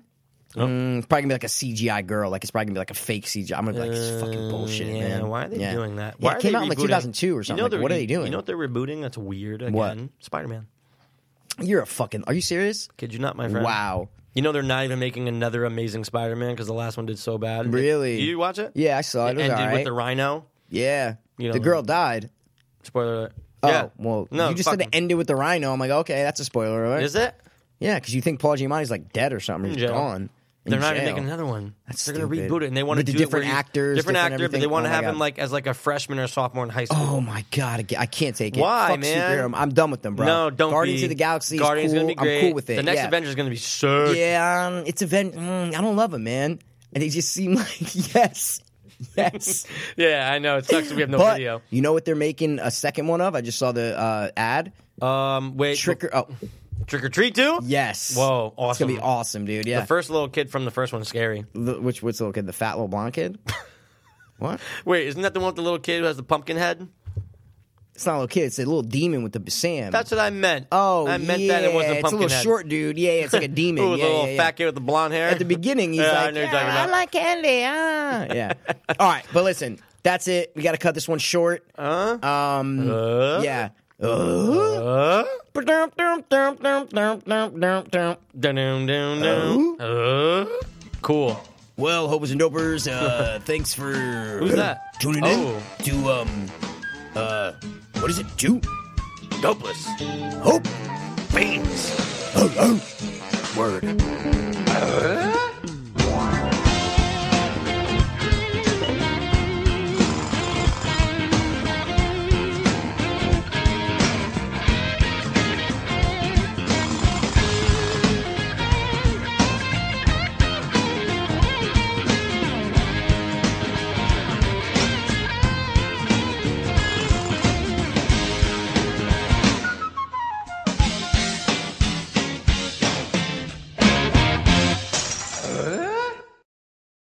Speaker 2: Nope.
Speaker 1: Mm, it's probably gonna be like a CGI girl. Like it's probably gonna be like a fake CGI. I'm gonna be like, this is fucking bullshit,
Speaker 2: Uh, yeah,
Speaker 1: man.
Speaker 2: Why are they
Speaker 1: Yeah.
Speaker 2: doing that?
Speaker 1: Yeah,
Speaker 2: Why
Speaker 1: it
Speaker 2: are
Speaker 1: came
Speaker 2: they
Speaker 1: out in like
Speaker 2: rebooting-
Speaker 1: 2002 or something. Like,
Speaker 2: they're-
Speaker 1: what are they doing?
Speaker 2: You know what they're rebooting? That's weird. Again.
Speaker 1: What?
Speaker 2: Spider Man.
Speaker 1: You're a fucking. Are you serious?
Speaker 2: Kid you not, my friend.
Speaker 1: Wow.
Speaker 2: You know they're not even making another Amazing Spider Man because the last one did so bad.
Speaker 1: Really?
Speaker 2: you watch it?
Speaker 1: Yeah, I saw it. It
Speaker 2: It
Speaker 1: was
Speaker 2: ended
Speaker 1: alright.
Speaker 2: with the Rhino.
Speaker 1: Yeah.
Speaker 2: You know,
Speaker 1: the girl died.
Speaker 2: Spoiler alert.
Speaker 1: Oh,
Speaker 2: yeah.
Speaker 1: well,
Speaker 2: no.
Speaker 1: you just said
Speaker 2: fuck
Speaker 1: it ended with the rhino. I'm like, okay, that's a spoiler, right?
Speaker 2: them. Is it?
Speaker 1: Yeah, because you think Paul Giamatti's like dead or something. He's
Speaker 2: jail.
Speaker 1: gone. In
Speaker 2: They're not even
Speaker 1: jail.
Speaker 2: making another one.
Speaker 1: That's
Speaker 2: They're gonna
Speaker 1: stupid.
Speaker 2: reboot it, and they want
Speaker 1: With
Speaker 2: to
Speaker 1: the
Speaker 2: do
Speaker 1: different
Speaker 2: it where you-
Speaker 1: actors,
Speaker 2: different,
Speaker 1: different
Speaker 2: actor, but they
Speaker 1: everything.
Speaker 2: want to
Speaker 1: Oh my
Speaker 2: have
Speaker 1: God.
Speaker 2: him like as like a freshman or sophomore in high school.
Speaker 1: Oh my god, I ca- I can't take it.
Speaker 2: Why,
Speaker 1: Fuck
Speaker 2: man?
Speaker 1: superhero. I'm done with them, bro.
Speaker 2: No, don't.
Speaker 1: Guardians
Speaker 2: be.
Speaker 1: of the Galaxy. is
Speaker 2: Guardians
Speaker 1: cool.
Speaker 2: gonna be great.
Speaker 1: I'm cool with it.
Speaker 2: The next
Speaker 1: yeah.
Speaker 2: Avengers gonna be sick.
Speaker 1: Yeah, um, it's event. Mm, I don't love it, man. And they just seem *laughs* like yes, yes.
Speaker 2: Yeah, I know. It sucks that we have *laughs* no
Speaker 1: but
Speaker 2: video.
Speaker 1: you know what they're making a second one of? I just saw the uh, ad.
Speaker 2: Um, wait,
Speaker 1: Trick or oh
Speaker 2: trick or treat too?
Speaker 1: yes.
Speaker 2: Whoa, awesome.
Speaker 1: It's gonna be awesome, dude. Yeah.
Speaker 2: The first little kid from the first one's scary.
Speaker 1: L- which which little kid? The fat little blonde
Speaker 2: *laughs*
Speaker 1: kid. what?
Speaker 2: Wait, isn't that the one with the little kid who has the pumpkin head?
Speaker 1: It's not a little kid. It's a little demon with the Bassam.
Speaker 2: That's what I meant.
Speaker 1: Oh,
Speaker 2: I meant
Speaker 1: yeah.
Speaker 2: that it was a
Speaker 1: It's a
Speaker 2: pumpkin
Speaker 1: little
Speaker 2: head.
Speaker 1: short dude. Yeah, it's like
Speaker 2: *laughs*
Speaker 1: a demon.
Speaker 2: Ooh, the
Speaker 1: yeah,
Speaker 2: little
Speaker 1: yeah, yeah.
Speaker 2: fat kid with the blonde hair.
Speaker 1: At the beginning, he's
Speaker 2: *laughs* Yeah, I
Speaker 1: like,
Speaker 2: know
Speaker 1: yeah,
Speaker 2: you're talking
Speaker 1: I
Speaker 2: about.
Speaker 1: like candy. Ah. yeah. All right, but listen, that's it. We got to cut this one
Speaker 2: *laughs*
Speaker 1: short.
Speaker 2: Huh?
Speaker 1: Um,
Speaker 2: Uh,
Speaker 1: yeah. Uh,
Speaker 2: Uh,
Speaker 1: ba-dum, dum, dum, dum, dum, dum, dum, dum.
Speaker 2: dun, dun, dun, dun. Uh, cool.
Speaker 1: Well, hopers and dopers,
Speaker 2: *laughs*
Speaker 1: uh, thanks for
Speaker 2: Who's that?
Speaker 1: tuning
Speaker 2: Oh.
Speaker 1: in to um, uh, what is it? To
Speaker 2: Dopeless.
Speaker 1: hope.
Speaker 2: Beans.
Speaker 1: Oh, oh. Word.
Speaker 2: Uh?